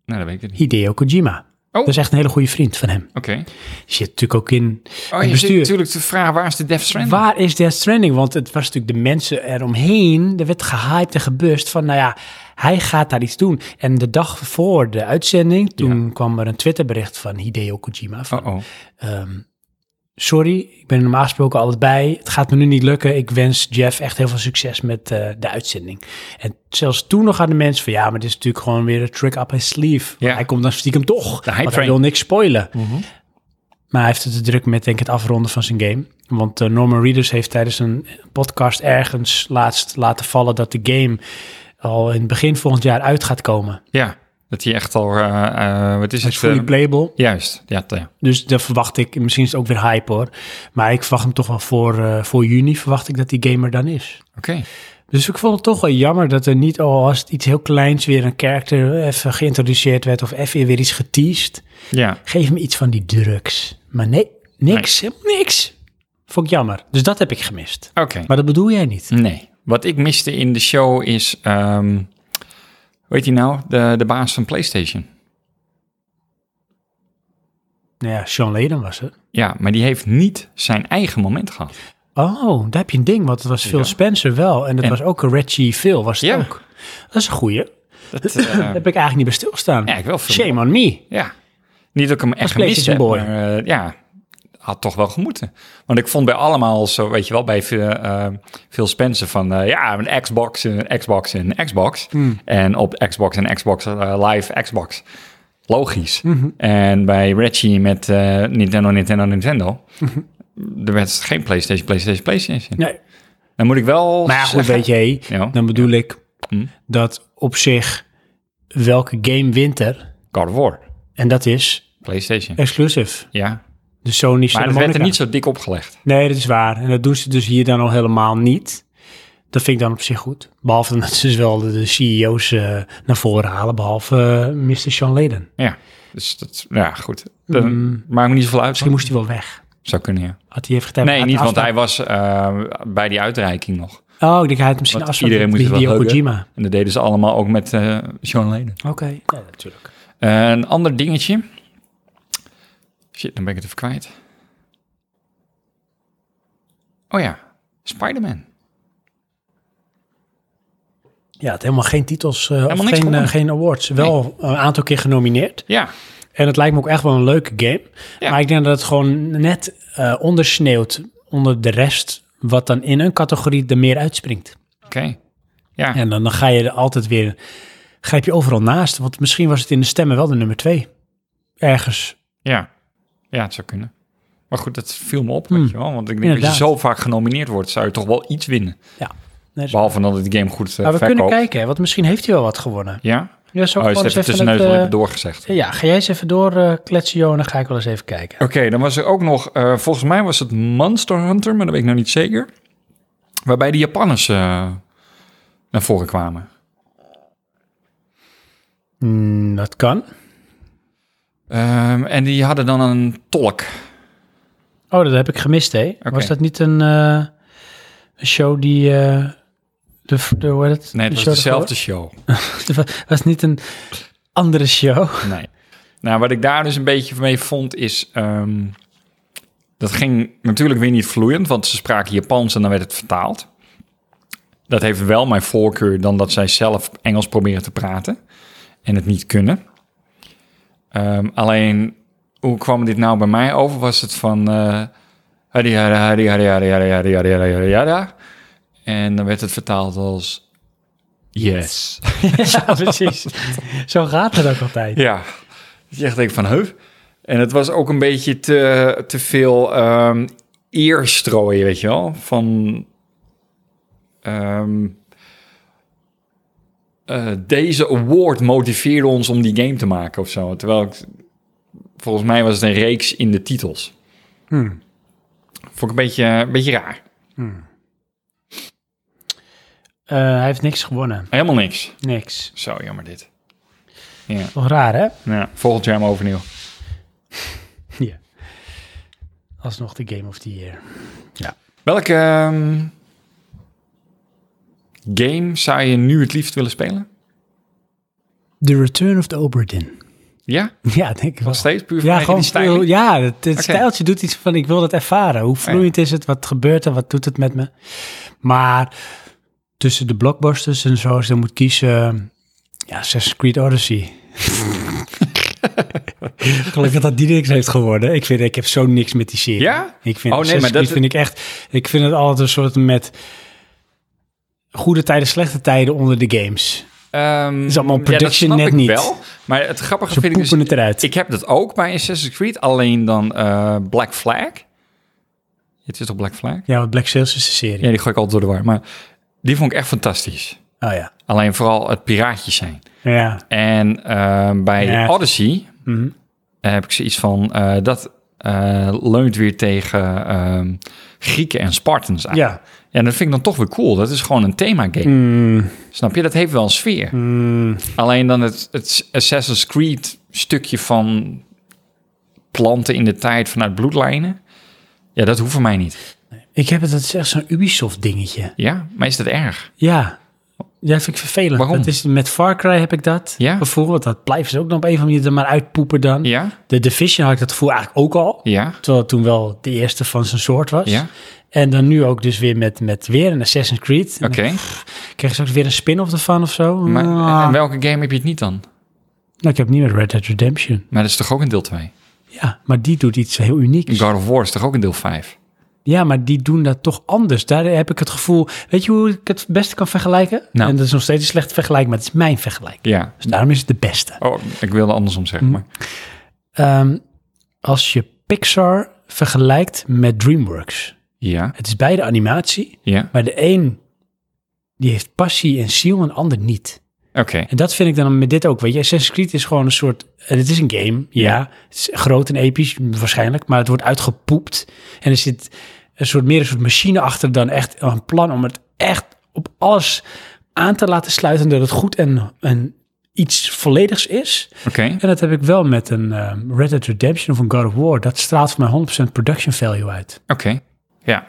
[SPEAKER 2] Nou, dat weet ik het niet.
[SPEAKER 1] Hideo Kojima.
[SPEAKER 2] Oh.
[SPEAKER 1] Dat is echt een hele goede vriend van hem.
[SPEAKER 2] Oké.
[SPEAKER 1] Die zit natuurlijk ook in
[SPEAKER 2] Oh,
[SPEAKER 1] het
[SPEAKER 2] je zit
[SPEAKER 1] bestuur.
[SPEAKER 2] natuurlijk te vragen, waar is de Death Stranding?
[SPEAKER 1] Waar is Death Stranding? Want het was natuurlijk de mensen eromheen. Er werd gehyped en gebust van, nou ja, hij gaat daar iets doen. En de dag voor de uitzending, toen kwam er een Twitterbericht van Hideo Kojima. Van,
[SPEAKER 2] Oh, oh.
[SPEAKER 1] ehm, sorry, ik ben er normaal gesproken altijd bij. Het gaat me nu niet lukken. Ik wens Jeff echt heel veel succes met eh, de uitzending. En zelfs toen nog aan de mensen van ja, maar dit is natuurlijk gewoon weer een trick up his sleeve.
[SPEAKER 2] Ja.
[SPEAKER 1] Hij komt dan stiekem toch.
[SPEAKER 2] De hype
[SPEAKER 1] Want hij
[SPEAKER 2] train.
[SPEAKER 1] wil niks spoilen. Maar hij heeft het te druk met denk ik, het afronden van zijn game. Want eh, Norman Reedus heeft tijdens een podcast ergens laatst laten vallen dat de game al in het begin volgend jaar uit gaat komen.
[SPEAKER 2] Ja, dat hij echt al... eh, eh, wat
[SPEAKER 1] Het
[SPEAKER 2] is het?
[SPEAKER 1] is fully
[SPEAKER 2] eh,
[SPEAKER 1] playable.
[SPEAKER 2] juist, ja, ja.
[SPEAKER 1] Dus daar verwacht ik, misschien is het ook weer hype hoor. Maar ik verwacht hem toch wel voor, eh, voor juni, verwacht ik dat die gamer dan is.
[SPEAKER 2] Oké.
[SPEAKER 1] Dus ik vond het toch wel jammer dat er niet, al als het iets heel kleins weer een karakter even geïntroduceerd werd of even weer iets geteased.
[SPEAKER 2] Ja,
[SPEAKER 1] Geef me iets van die drugs. Maar nee, niks, helemaal niks. Vond ik jammer. Dus dat heb ik gemist.
[SPEAKER 2] oké.
[SPEAKER 1] Maar dat bedoel jij niet.
[SPEAKER 2] Nee. Wat ik miste in de show is, ehm hoe heet hij nou? De, de baas van PlayStation.
[SPEAKER 1] Nou ja, Sean Leden was het.
[SPEAKER 2] Ja, maar die heeft niet zijn eigen moment gehad.
[SPEAKER 1] Oh, daar heb je een ding, want het was Phil
[SPEAKER 2] Ja.
[SPEAKER 1] Spencer wel. En het
[SPEAKER 2] En-
[SPEAKER 1] was ook een Reggie Phil, was het
[SPEAKER 2] Ja.
[SPEAKER 1] ook. Dat is een goeie.
[SPEAKER 2] Dat, eh,
[SPEAKER 1] Daar heb ik eigenlijk niet bij stilstaan.
[SPEAKER 2] ja, ik wel veel.
[SPEAKER 1] Shame on me.
[SPEAKER 2] Ja. Niet dat ik hem echt gemist
[SPEAKER 1] PlayStation
[SPEAKER 2] heb,
[SPEAKER 1] Boy.
[SPEAKER 2] maar eh, ja, had toch wel gemoeten. Want ik vond bij allemaal zo, weet je wel, bij veel Phil Spencer van... eh, ja, een Xbox, een Xbox, een Xbox.
[SPEAKER 1] Hmm.
[SPEAKER 2] En op Xbox en Xbox eh, Live Xbox. Logisch.
[SPEAKER 1] Mhm.
[SPEAKER 2] En bij Reggie met eh, Nintendo, Nintendo, Nintendo...
[SPEAKER 1] Mhm.
[SPEAKER 2] Er werd geen PlayStation, PlayStation, PlayStation.
[SPEAKER 1] Nee.
[SPEAKER 2] Dan moet ik wel
[SPEAKER 1] Maar Nou ja, goed,
[SPEAKER 2] zeggen-
[SPEAKER 1] weet je, hé,
[SPEAKER 2] Ja.
[SPEAKER 1] dan bedoel ik
[SPEAKER 2] Hm.
[SPEAKER 1] dat op zich welke game wint er?
[SPEAKER 2] God of War,
[SPEAKER 1] En dat is
[SPEAKER 2] PlayStation.
[SPEAKER 1] exclusive.
[SPEAKER 2] Ja,
[SPEAKER 1] De Sony
[SPEAKER 2] maar het werd er
[SPEAKER 1] Santa
[SPEAKER 2] niet
[SPEAKER 1] niet.
[SPEAKER 2] zo dik opgelegd.
[SPEAKER 1] Nee, dat is waar. En dat doen ze dus hier dan al helemaal niet. Dat vind ik dan op zich goed. Behalve dan dat ze dus wel de, de CEO's eh, naar voren halen, behalve eh, Mr. Sean Leden.
[SPEAKER 2] Ja, dus dat, ja, goed. Dan maakt me niet zoveel uit.
[SPEAKER 1] Mm. Misschien moest hij wel weg.
[SPEAKER 2] Zou kunnen, ja.
[SPEAKER 1] Had hij even getemd.
[SPEAKER 2] Nee, niet, want hij was eh, bij die uitreiking nog.
[SPEAKER 1] Oh, ik denk hij had misschien
[SPEAKER 2] Want
[SPEAKER 1] afstand
[SPEAKER 2] iedereen
[SPEAKER 1] met
[SPEAKER 2] moest het wel
[SPEAKER 1] Hideo
[SPEAKER 2] huggen.
[SPEAKER 1] Kojima.
[SPEAKER 2] En dat deden ze allemaal ook met eh Sean Leden.
[SPEAKER 1] Oké, ja, natuurlijk.
[SPEAKER 2] Eh, een ander dingetje. Shit, dan ben ik het even kwijt. Oh ja, Spider-Man.
[SPEAKER 1] Ja, het helemaal geen titels eh, of
[SPEAKER 2] niks
[SPEAKER 1] geen,
[SPEAKER 2] gewonnen.
[SPEAKER 1] eh, geen awards. Wel een aantal keer genomineerd.
[SPEAKER 2] Ja,
[SPEAKER 1] En het lijkt me ook echt wel een leuke game.
[SPEAKER 2] Ja.
[SPEAKER 1] Maar ik denk dat het gewoon net eh, ondersneeuwt onder de rest. Wat dan in een categorie er meer uitspringt.
[SPEAKER 2] oké. Ja,
[SPEAKER 1] En dan, dan ga je er altijd weer. Grijp je overal naast. Want misschien was het in de stemmen wel de nummer twee. Ergens.
[SPEAKER 2] ja. Ja, het zou kunnen. Maar goed, dat viel me op, weet je wel. Want ik denk dat je
[SPEAKER 1] Mm. Inderdaad.
[SPEAKER 2] zo vaak genomineerd wordt, zou je toch wel iets winnen.
[SPEAKER 1] Ja. Nee, dat is-
[SPEAKER 2] Behalve dan dat de game goed eh,
[SPEAKER 1] maar we
[SPEAKER 2] verkoopt.
[SPEAKER 1] kunnen kijken, hè, want misschien heeft hij wel wat gewonnen.
[SPEAKER 2] Ja?
[SPEAKER 1] Ja, zo
[SPEAKER 2] Oh, is het even tussen neus en
[SPEAKER 1] eh,
[SPEAKER 2] lippen doorgezegd.
[SPEAKER 1] Ja, ga jij eens even door eh, kletsen, Johan, dan ga ik wel eens even kijken.
[SPEAKER 2] Oké, dan was er ook nog, eh, volgens mij was het Monster Hunter, maar dat weet ik nou niet zeker. Waarbij de Japanners eh, naar voren kwamen.
[SPEAKER 1] Mm, dat kan.
[SPEAKER 2] Ehm, en die hadden dan een tolk.
[SPEAKER 1] Oh, dat heb ik gemist, hè?
[SPEAKER 2] Oké.
[SPEAKER 1] Was dat niet een, eh, een show die... eh, de, de, hoe heet het?
[SPEAKER 2] Nee, het
[SPEAKER 1] De
[SPEAKER 2] was
[SPEAKER 1] show
[SPEAKER 2] dezelfde show.
[SPEAKER 1] daarvoor? Het was niet een andere show.
[SPEAKER 2] Nee. Nou, wat ik daar dus een beetje mee vond is... ehm, dat ging natuurlijk weer niet vloeiend, want ze spraken Japans en dan werd het vertaald. Dat heeft wel mijn voorkeur dan dat zij zelf Engels proberen te praten en het niet kunnen. Ehm, alleen, hoe kwam dit nou bij mij over? Was het van... eh, hadi, hadi, hadi, hadi, hadi, hadi, hadi, hadi, hadi, hadi, hadi. En dan werd het vertaald als... Yes.
[SPEAKER 1] ja, precies. Zo gaat het ook altijd.
[SPEAKER 2] Ja, dat je echt denkt van heuf. En het was ook een beetje te, te veel ehm eer strooien, weet je wel. Van ehm, eh, deze award motiveerde ons om die game te maken of zo. Terwijl ik, volgens mij was het een reeks in de titels.
[SPEAKER 1] Hmm.
[SPEAKER 2] Vond ik een beetje, een beetje raar.
[SPEAKER 1] Eh, hij heeft niks gewonnen.
[SPEAKER 2] Helemaal niks.
[SPEAKER 1] Niks.
[SPEAKER 2] Zo jammer dit. Ja,
[SPEAKER 1] Toch raar, hè?
[SPEAKER 2] ja volgend jaar maar overnieuw.
[SPEAKER 1] Ja. Alsnog de Game of the Year.
[SPEAKER 2] Welke ehm, game zou je nu het liefst willen spelen?
[SPEAKER 1] The Return of the Oberdin.
[SPEAKER 2] Ja,
[SPEAKER 1] Ja, denk ik wel.
[SPEAKER 2] nog steeds puur
[SPEAKER 1] Ja,
[SPEAKER 2] vanwege
[SPEAKER 1] gewoon
[SPEAKER 2] die stijl.
[SPEAKER 1] veel, ja, het, het stijltje doet iets van ik wil dat ervaren. Hoe
[SPEAKER 2] Oh ja.
[SPEAKER 1] vloeiend is het? Wat gebeurt er? Wat doet het met me? Maar tussen de blockbusters en zo, als je dan moet kiezen, ja, Assassin's Creed Odyssey. Gelukkig dat die niks heeft geworden. Ik, vind, ik heb zo niks met die serie.
[SPEAKER 2] Ja?
[SPEAKER 1] Ik vind,
[SPEAKER 2] Oh, nee, maar
[SPEAKER 1] Assassin's
[SPEAKER 2] dat-
[SPEAKER 1] Creed vind ik echt... Ik vind het altijd een soort met goede tijden, slechte tijden onder de games.
[SPEAKER 2] Ehm,
[SPEAKER 1] Is allemaal
[SPEAKER 2] ja,
[SPEAKER 1] production
[SPEAKER 2] dat snap
[SPEAKER 1] net
[SPEAKER 2] ik
[SPEAKER 1] niet.
[SPEAKER 2] wel. Maar het grappige
[SPEAKER 1] Ze
[SPEAKER 2] vind ik dus...
[SPEAKER 1] poepen het eruit.
[SPEAKER 2] Ik heb dat ook bij Assassin's Creed, alleen dan eh, Black Flag. Het is toch Black Flag?
[SPEAKER 1] Ja, want Black Sails is de serie.
[SPEAKER 2] Ja, die gooi ik altijd door de war. Maar die vond ik echt fantastisch.
[SPEAKER 1] Oh ja.
[SPEAKER 2] Alleen vooral het piraatjes zijn.
[SPEAKER 1] Ja.
[SPEAKER 2] En eh, bij
[SPEAKER 1] Ja.
[SPEAKER 2] Odyssey
[SPEAKER 1] Mhm.
[SPEAKER 2] heb ik zoiets van... eh, dat eh, leunt weer tegen ehm, Grieken en Spartans aan.
[SPEAKER 1] Ja.
[SPEAKER 2] En dat vind ik dan toch weer cool. Dat is gewoon een thema game.
[SPEAKER 1] Mm,
[SPEAKER 2] Snap je? Dat heeft wel een sfeer. Hmm.
[SPEAKER 1] mm,
[SPEAKER 2] Alleen dan het, het Assassin's Creed stukje van planten in de tijd vanuit bloedlijnen. Ja, dat hoeft voor mij niet.
[SPEAKER 1] Ik heb het, dat is echt zo'n Ubisoft dingetje.
[SPEAKER 2] Ja, maar is dat erg?
[SPEAKER 1] Ja. Ja, vind ik vervelend.
[SPEAKER 2] Waarom?
[SPEAKER 1] Dat is, met Far Cry heb ik dat
[SPEAKER 2] Ja.
[SPEAKER 1] gevoel. Want dat blijven ze ook nog op een of andere manier er maar uitpoepen dan.
[SPEAKER 2] Ja,
[SPEAKER 1] De Division had ik dat gevoel eigenlijk ook al.
[SPEAKER 2] ja,
[SPEAKER 1] Terwijl het toen wel de eerste van zijn soort was.
[SPEAKER 2] ja.
[SPEAKER 1] En dan nu ook dus weer met, met weer een Assassin's Creed. En
[SPEAKER 2] Oké.
[SPEAKER 1] dan Kreeg ze ook weer een spin-off ervan of zo.
[SPEAKER 2] Maar
[SPEAKER 1] Ah.
[SPEAKER 2] en welke game heb je het niet dan?
[SPEAKER 1] Nou, ik heb niet met Red Dead Redemption.
[SPEAKER 2] Maar dat is toch ook een deel 2?
[SPEAKER 1] Ja, maar die doet iets heel unieks.
[SPEAKER 2] God of War is toch ook een deel 5?
[SPEAKER 1] Ja, maar die doen dat toch anders. Daar heb ik het gevoel... Weet je hoe ik het beste kan vergelijken?
[SPEAKER 2] Nou.
[SPEAKER 1] En dat is nog steeds een slecht vergelijking, maar het is mijn vergelijking.
[SPEAKER 2] Ja.
[SPEAKER 1] Dus daarom is het de beste.
[SPEAKER 2] Oh, ik wilde andersom zeggen,
[SPEAKER 1] Mhm.
[SPEAKER 2] maar...
[SPEAKER 1] Ehm, als je Pixar vergelijkt met DreamWorks.
[SPEAKER 2] Ja,
[SPEAKER 1] Het is beide animatie,
[SPEAKER 2] ja,
[SPEAKER 1] maar de een die heeft passie en ziel en de ander niet.
[SPEAKER 2] oké.
[SPEAKER 1] En dat vind ik dan met dit ook. Weet je, Assassin's Creed is gewoon een soort. en Het is een game, ja. Het is groot en episch waarschijnlijk, maar het wordt uitgepoept. En er zit een soort meer een soort machine achter dan echt een plan om het echt op alles aan te laten sluiten. Dat het goed en, en iets volledigs is.
[SPEAKER 2] Oké,
[SPEAKER 1] En dat heb ik wel met een ehm, Red Dead Redemption of een God of War. Dat straalt voor mij 100% production value uit.
[SPEAKER 2] oké. Ja.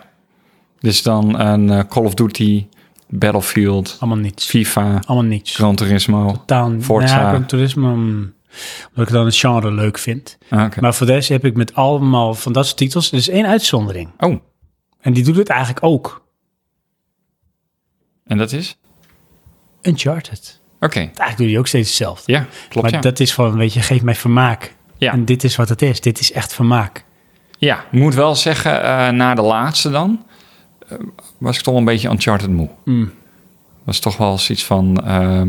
[SPEAKER 2] Dus dan een eh, Call of Duty, Battlefield,
[SPEAKER 1] Allemaal niets.
[SPEAKER 2] FIFA,
[SPEAKER 1] Allemaal niets.
[SPEAKER 2] Gran Turismo.
[SPEAKER 1] Town,
[SPEAKER 2] Forza.
[SPEAKER 1] Ja, Gran Turismo, mm, omdat ik dan het genre leuk vind.
[SPEAKER 2] Ah, oké.
[SPEAKER 1] Maar voor deze heb ik met allemaal van dat soort titels, er is één uitzondering.
[SPEAKER 2] Oh,
[SPEAKER 1] En die doet het eigenlijk ook.
[SPEAKER 2] en dat is?
[SPEAKER 1] Uncharted.
[SPEAKER 2] Oké,
[SPEAKER 1] Eigenlijk doe je ook steeds hetzelfde.
[SPEAKER 2] ja, klopt
[SPEAKER 1] maar
[SPEAKER 2] ja.
[SPEAKER 1] dat is van, weet je, geef mij vermaak.
[SPEAKER 2] Ja.
[SPEAKER 1] En dit is wat het is. Dit is echt vermaak.
[SPEAKER 2] Ja, ik moet wel zeggen, eh, na de laatste dan, eh, was ik toch wel een beetje Uncharted moe.
[SPEAKER 1] Mm.
[SPEAKER 2] was toch wel zoiets van... ehm,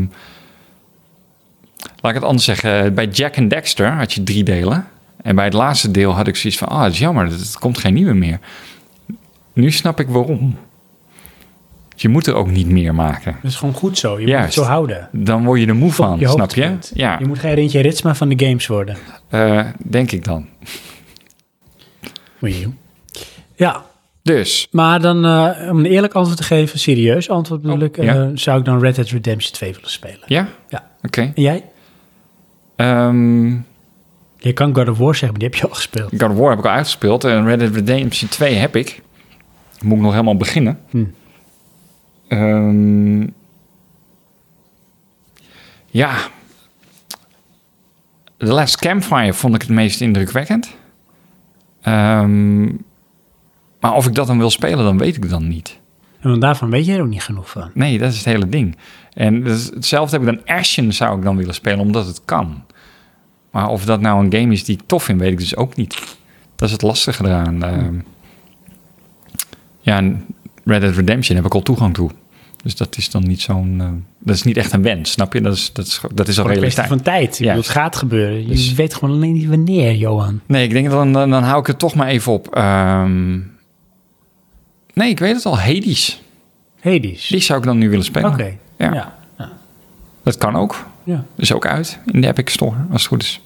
[SPEAKER 2] laat ik het anders zeggen. Eh, Bij Jack and Dexter had je drie delen. En bij het laatste deel had ik zoiets van... Ah, het is jammer, het, het komt geen nieuwe meer. Nu snap ik waarom. Je moet er ook niet meer maken.
[SPEAKER 1] Dat is gewoon goed zo. Je moet
[SPEAKER 2] Juist.
[SPEAKER 1] het zo houden.
[SPEAKER 2] Dan word je er moe van,
[SPEAKER 1] je
[SPEAKER 2] snap je?
[SPEAKER 1] hoogtepunt.
[SPEAKER 2] Ja,
[SPEAKER 1] Je moet geen Rintje Ritsma van de games worden.
[SPEAKER 2] eh, denk ik dan.
[SPEAKER 1] Moet je doen. Ja,
[SPEAKER 2] Dus,
[SPEAKER 1] maar dan eh, om een eerlijk antwoord te geven, serieus antwoord bedoel
[SPEAKER 2] Oh,
[SPEAKER 1] ik, eh,
[SPEAKER 2] ja.
[SPEAKER 1] zou ik dan Red Dead Redemption 2 willen spelen.
[SPEAKER 2] ja?
[SPEAKER 1] Ja.
[SPEAKER 2] Oké.
[SPEAKER 1] En jij?
[SPEAKER 2] Ehm,
[SPEAKER 1] Je kan God of War zeggen, maar die heb je al gespeeld.
[SPEAKER 2] God of War heb ik al uitgespeeld. En Red Dead Redemption 2 heb ik. Moet ik nog helemaal beginnen.
[SPEAKER 1] Hm.
[SPEAKER 2] Ehm, ja. The Last Campfire vond ik het meest indrukwekkend. Ehm, maar of ik dat dan wil spelen, dan weet ik dan niet.
[SPEAKER 1] En want daarvan weet jij er ook niet genoeg van.
[SPEAKER 2] Nee, dat is het hele ding. En dat is- hetzelfde heb ik dan Ashen zou ik dan willen spelen, omdat het kan. Maar of dat nou een game is die ik tof vind, weet ik dus ook niet. Dat is het lastige eraan. ehm. ja, en Red Dead Redemption heb ik al toegang toe. Dus dat is dan niet zo'n... eh, dat is niet echt een wens, snap je? Dat is, dat is, dat is al
[SPEAKER 1] Gewoon een kwestie
[SPEAKER 2] realiteit.
[SPEAKER 1] Oh, van tijd. Ik bedoel, het
[SPEAKER 2] Juist.
[SPEAKER 1] gaat gebeuren.
[SPEAKER 2] Dus-
[SPEAKER 1] Je weet gewoon alleen niet wanneer, Johan.
[SPEAKER 2] Nee, ik denk dan, dan, dan hou ik het toch maar even op. Ehm, nee, ik weet het al. Hades.
[SPEAKER 1] Hades.
[SPEAKER 2] Die zou ik dan nu willen spelen.
[SPEAKER 1] Oké.
[SPEAKER 2] Ja.
[SPEAKER 1] Ja. Ja.
[SPEAKER 2] Dat kan ook.
[SPEAKER 1] ja.
[SPEAKER 2] Is ook uit in de Epic Store, als het goed is.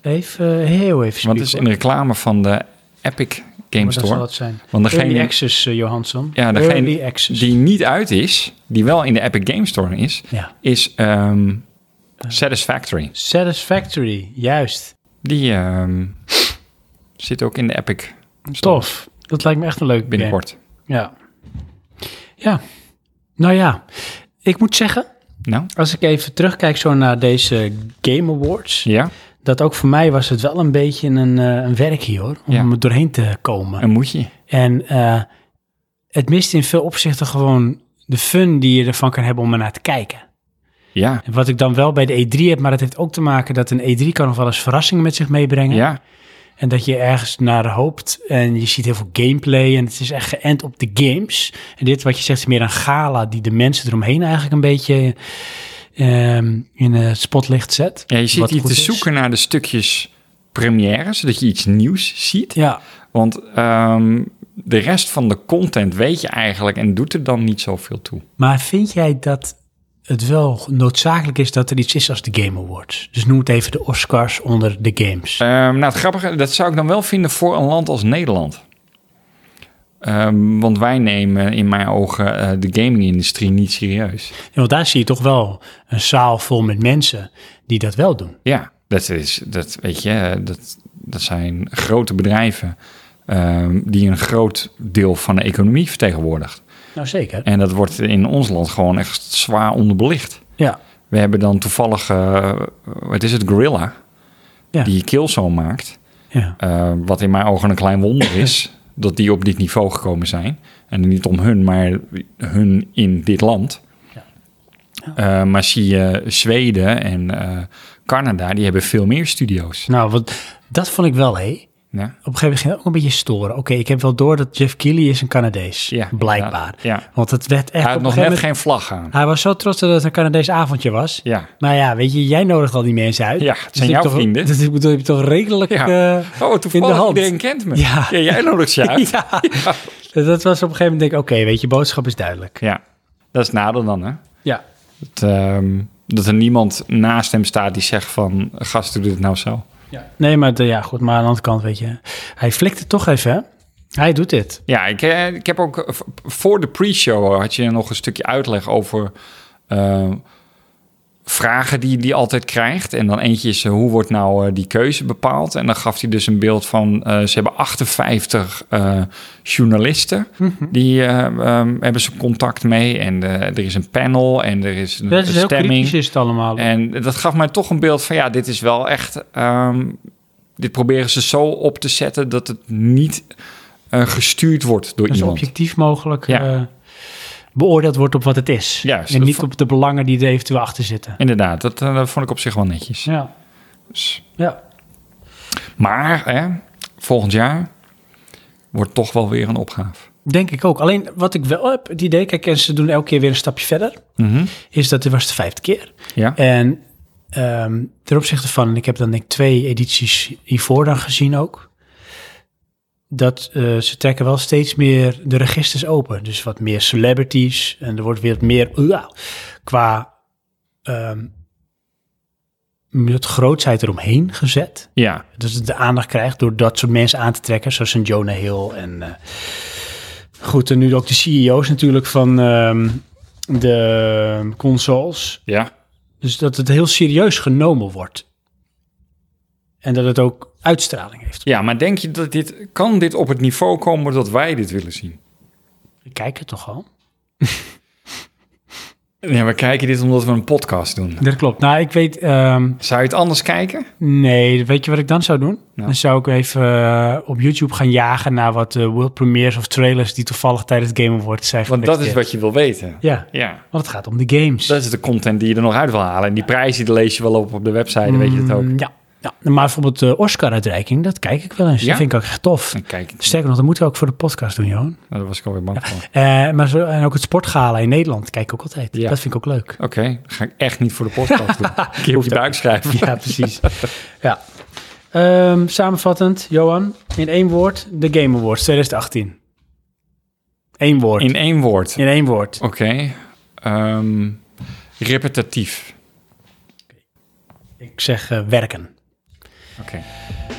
[SPEAKER 1] Even, eh, heel even
[SPEAKER 2] Want het is in de reclame van de Epic
[SPEAKER 1] Maar
[SPEAKER 2] Game
[SPEAKER 1] dat zal
[SPEAKER 2] Store.
[SPEAKER 1] het zijn.
[SPEAKER 2] Want
[SPEAKER 1] Early
[SPEAKER 2] degene
[SPEAKER 1] access, eh, Johansson.
[SPEAKER 2] Ja, degene
[SPEAKER 1] Early access.
[SPEAKER 2] die niet uit is, die wel in de Epic Game Store is,
[SPEAKER 1] Ja.
[SPEAKER 2] is ehm,
[SPEAKER 1] Eh.
[SPEAKER 2] Satisfactory.
[SPEAKER 1] Satisfactory, juist.
[SPEAKER 2] Die ehm, zit ook in de Epic Store
[SPEAKER 1] Tof. Dat lijkt me echt een leuk
[SPEAKER 2] binnenkort.
[SPEAKER 1] game. Ja. Ja. Nou ja, ik moet zeggen,
[SPEAKER 2] Nou,
[SPEAKER 1] als ik even terugkijk zo naar deze Game Awards,
[SPEAKER 2] ja.
[SPEAKER 1] dat ook voor mij was het wel een beetje een, eh, een werkje hoor, om
[SPEAKER 2] Ja.
[SPEAKER 1] er doorheen te komen.
[SPEAKER 2] Een moedje.
[SPEAKER 1] En eh, het mist in veel opzichten gewoon de fun die je ervan kan hebben om ernaar te kijken.
[SPEAKER 2] Ja.
[SPEAKER 1] En wat E ik dan wel bij de E3 heb, maar dat heeft ook te maken dat een E3 kan nog wel eens verrassingen met zich meebrengen.
[SPEAKER 2] Ja.
[SPEAKER 1] En dat je ergens naar hoopt. En je ziet heel veel gameplay. En het is echt geënt op de games. En dit wat je zegt is meer een gala die de mensen eromheen eigenlijk een beetje ehm, in het spotlicht zet.
[SPEAKER 2] Ja, je zit
[SPEAKER 1] Wat
[SPEAKER 2] hier
[SPEAKER 1] goed
[SPEAKER 2] te
[SPEAKER 1] is.
[SPEAKER 2] zoeken naar de stukjes première, zodat je iets nieuws ziet.
[SPEAKER 1] Ja,
[SPEAKER 2] Want ehm, de rest van de content weet je eigenlijk en doet er dan niet zoveel toe.
[SPEAKER 1] maar vind jij dat het wel noodzakelijk is dat er iets is als de Game Awards? Dus noem het even de Oscars onder de games.
[SPEAKER 2] Ehm, nou, het grappige, dat zou ik dan wel vinden voor een land als Nederland. Ehm, want wij nemen in mijn ogen eh, de gaming-industrie niet serieus.
[SPEAKER 1] Ja, want daar zie je toch wel een zaal vol met mensen die dat wel doen.
[SPEAKER 2] Ja, dat is, dat weet je, eh, dat, dat zijn grote bedrijven ehm, die een groot deel van de economie vertegenwoordigt.
[SPEAKER 1] Nou zeker.
[SPEAKER 2] En dat wordt in ons land gewoon echt zwaar onderbelicht.
[SPEAKER 1] Ja.
[SPEAKER 2] We hebben dan toevallig, eh, wat is het, Gorilla,
[SPEAKER 1] Ja.
[SPEAKER 2] die Killzone maakt.
[SPEAKER 1] ja.
[SPEAKER 2] Eh, wat in mijn ogen een klein wonder is, dat die op dit niveau gekomen zijn. En niet om hun, maar hun in dit land.
[SPEAKER 1] Ja.
[SPEAKER 2] Eh, maar zie je Zweden en eh, Canada, die hebben veel meer studio's.
[SPEAKER 1] Nou, want dat vond ik wel, hé. op
[SPEAKER 2] Ja,
[SPEAKER 1] een gegeven moment ging het ook een beetje storen. Oké, ik heb wel door dat Jeff Keighley is een Canadees.
[SPEAKER 2] Ja,
[SPEAKER 1] blijkbaar.
[SPEAKER 2] ja, ja.
[SPEAKER 1] Want het werd echt
[SPEAKER 2] Hij
[SPEAKER 1] op
[SPEAKER 2] had
[SPEAKER 1] een
[SPEAKER 2] nog
[SPEAKER 1] gegeven
[SPEAKER 2] net
[SPEAKER 1] moment...
[SPEAKER 2] geen vlag aan.
[SPEAKER 1] Hij was zo trots dat het een Canadees avondje was.
[SPEAKER 2] Ja.
[SPEAKER 1] Maar ja, weet je, jij nodigt al die mensen uit.
[SPEAKER 2] Ja, het zijn
[SPEAKER 1] ik
[SPEAKER 2] jouw
[SPEAKER 1] toch-
[SPEAKER 2] vrienden.
[SPEAKER 1] Dus ik bedoel, je hebt toch redelijk
[SPEAKER 2] Ja.
[SPEAKER 1] eh,
[SPEAKER 2] Oh,
[SPEAKER 1] in de
[SPEAKER 2] toevallig,
[SPEAKER 1] hand.
[SPEAKER 2] iedereen kent me.
[SPEAKER 1] Ja.
[SPEAKER 2] jij nodigt ze uit.
[SPEAKER 1] Ja. Dus dat was op een gegeven moment denk ik, oké, weet je, boodschap is duidelijk.
[SPEAKER 2] ja, dat is het nadeel dan, hè?
[SPEAKER 1] Ja.
[SPEAKER 2] Dat, ehm, dat er niemand naast hem staat die zegt van... gast, doe dit nou zo.
[SPEAKER 1] Nee, maar de- ja, goed, maar aan de andere kant, weet je. Hij flikt het toch even, hè? Hij doet dit.
[SPEAKER 2] Ja, ik, eh, ik heb ook eh, v- voor de pre-show had je nog een stukje uitleg over eh, vragen die die altijd krijgt. En dan eentje is eh, hoe wordt nou eh, die keuze bepaald? En dan gaf hij dus een beeld van eh, ze hebben 58 eh, journalisten.
[SPEAKER 1] Mhm.
[SPEAKER 2] Die eh, ehm, hebben ze contact mee. En eh, er is een panel en er is een,
[SPEAKER 1] Dat is
[SPEAKER 2] een
[SPEAKER 1] heel
[SPEAKER 2] stemming.
[SPEAKER 1] kritisch is het allemaal.
[SPEAKER 2] En dat gaf mij toch een beeld van ja, dit is wel echt. ehm, dit proberen ze zo op te zetten dat het niet eh, gestuurd wordt door
[SPEAKER 1] Dus
[SPEAKER 2] iemand.
[SPEAKER 1] objectief mogelijk
[SPEAKER 2] Ja.
[SPEAKER 1] eh, beoordeeld wordt op wat het is.
[SPEAKER 2] Juist,
[SPEAKER 1] en
[SPEAKER 2] dat
[SPEAKER 1] niet
[SPEAKER 2] vo-
[SPEAKER 1] op de belangen die er eventueel achter zitten.
[SPEAKER 2] Inderdaad, dat, eh, dat vond ik op zich wel netjes.
[SPEAKER 1] Ja,
[SPEAKER 2] Dus-
[SPEAKER 1] ja.
[SPEAKER 2] maar hè, volgend jaar wordt toch wel weer een opgave.
[SPEAKER 1] denk ik ook. Alleen wat ik wel heb, het idee, kijk, en ze doen elke keer weer een stapje verder,
[SPEAKER 2] Mhm.
[SPEAKER 1] is dat dit was de vijfde keer.
[SPEAKER 2] Ja.
[SPEAKER 1] En ehm, ten opzichte van, en ik heb dan denk ik twee edities hiervoor dan gezien ook, dat eh, ze trekken wel steeds meer de registers open. Dus wat meer celebrities en er wordt weer wat meer uah, qua ehm, het grootsheid eromheen gezet.
[SPEAKER 2] ja.
[SPEAKER 1] Dus de aandacht krijgt door dat soort mensen aan te trekken, zoals een Jonah Hill. En eh, goed, en nu ook de CEO's natuurlijk van ehm, de consoles.
[SPEAKER 2] Ja.
[SPEAKER 1] Dus dat het heel serieus genomen wordt. En dat het ook uitstraling heeft.
[SPEAKER 2] ja, maar denk je dat dit... Kan dit op het niveau komen dat wij dit willen zien?
[SPEAKER 1] We kijken toch al?
[SPEAKER 2] Ja, we kijken dit omdat we een podcast doen.
[SPEAKER 1] Dat klopt. Nou, ik weet... ehm,
[SPEAKER 2] Zou je het anders kijken?
[SPEAKER 1] nee, weet je wat ik dan zou doen?
[SPEAKER 2] Nou.
[SPEAKER 1] Dan zou ik even eh, op YouTube gaan jagen naar wat eh, world premieres of trailers... die toevallig tijdens het Game Awards zijn
[SPEAKER 2] Want dat is
[SPEAKER 1] gepresenteerd.
[SPEAKER 2] wat je wil weten.
[SPEAKER 1] Ja,
[SPEAKER 2] Ja.
[SPEAKER 1] want het gaat om de games.
[SPEAKER 2] Dat is de content die je er nog uit wil halen. En die prijzen die lees je wel op op de website, weet je dat ook?
[SPEAKER 1] Mm, Ja. ja, maar bijvoorbeeld de Oscar-uitreiking, dat kijk ik wel eens.
[SPEAKER 2] Ja?
[SPEAKER 1] Dat vind ik ook echt tof.
[SPEAKER 2] Dan kijk ik.
[SPEAKER 1] Sterker nog, dat moeten we ook voor de podcast doen, Johan.
[SPEAKER 2] Nou, daar was ik alweer bang voor. Oké,
[SPEAKER 1] Eh, maar zo, en ook het sportgala in Nederland kijk ik ook altijd.
[SPEAKER 2] Ja.
[SPEAKER 1] Dat vind ik ook leuk.
[SPEAKER 2] dan ga ik echt niet voor de podcast doen. Een keer op je buik schrijven.
[SPEAKER 1] Ja, precies. ja. Ehm, samenvattend, Johan, in één woord, de Game Awards 2018. Eén woord. In,
[SPEAKER 2] In één woord.
[SPEAKER 1] één woord.
[SPEAKER 2] Oké. ehm, repetitief.
[SPEAKER 1] Ik zeg eh, werken.
[SPEAKER 2] Oké.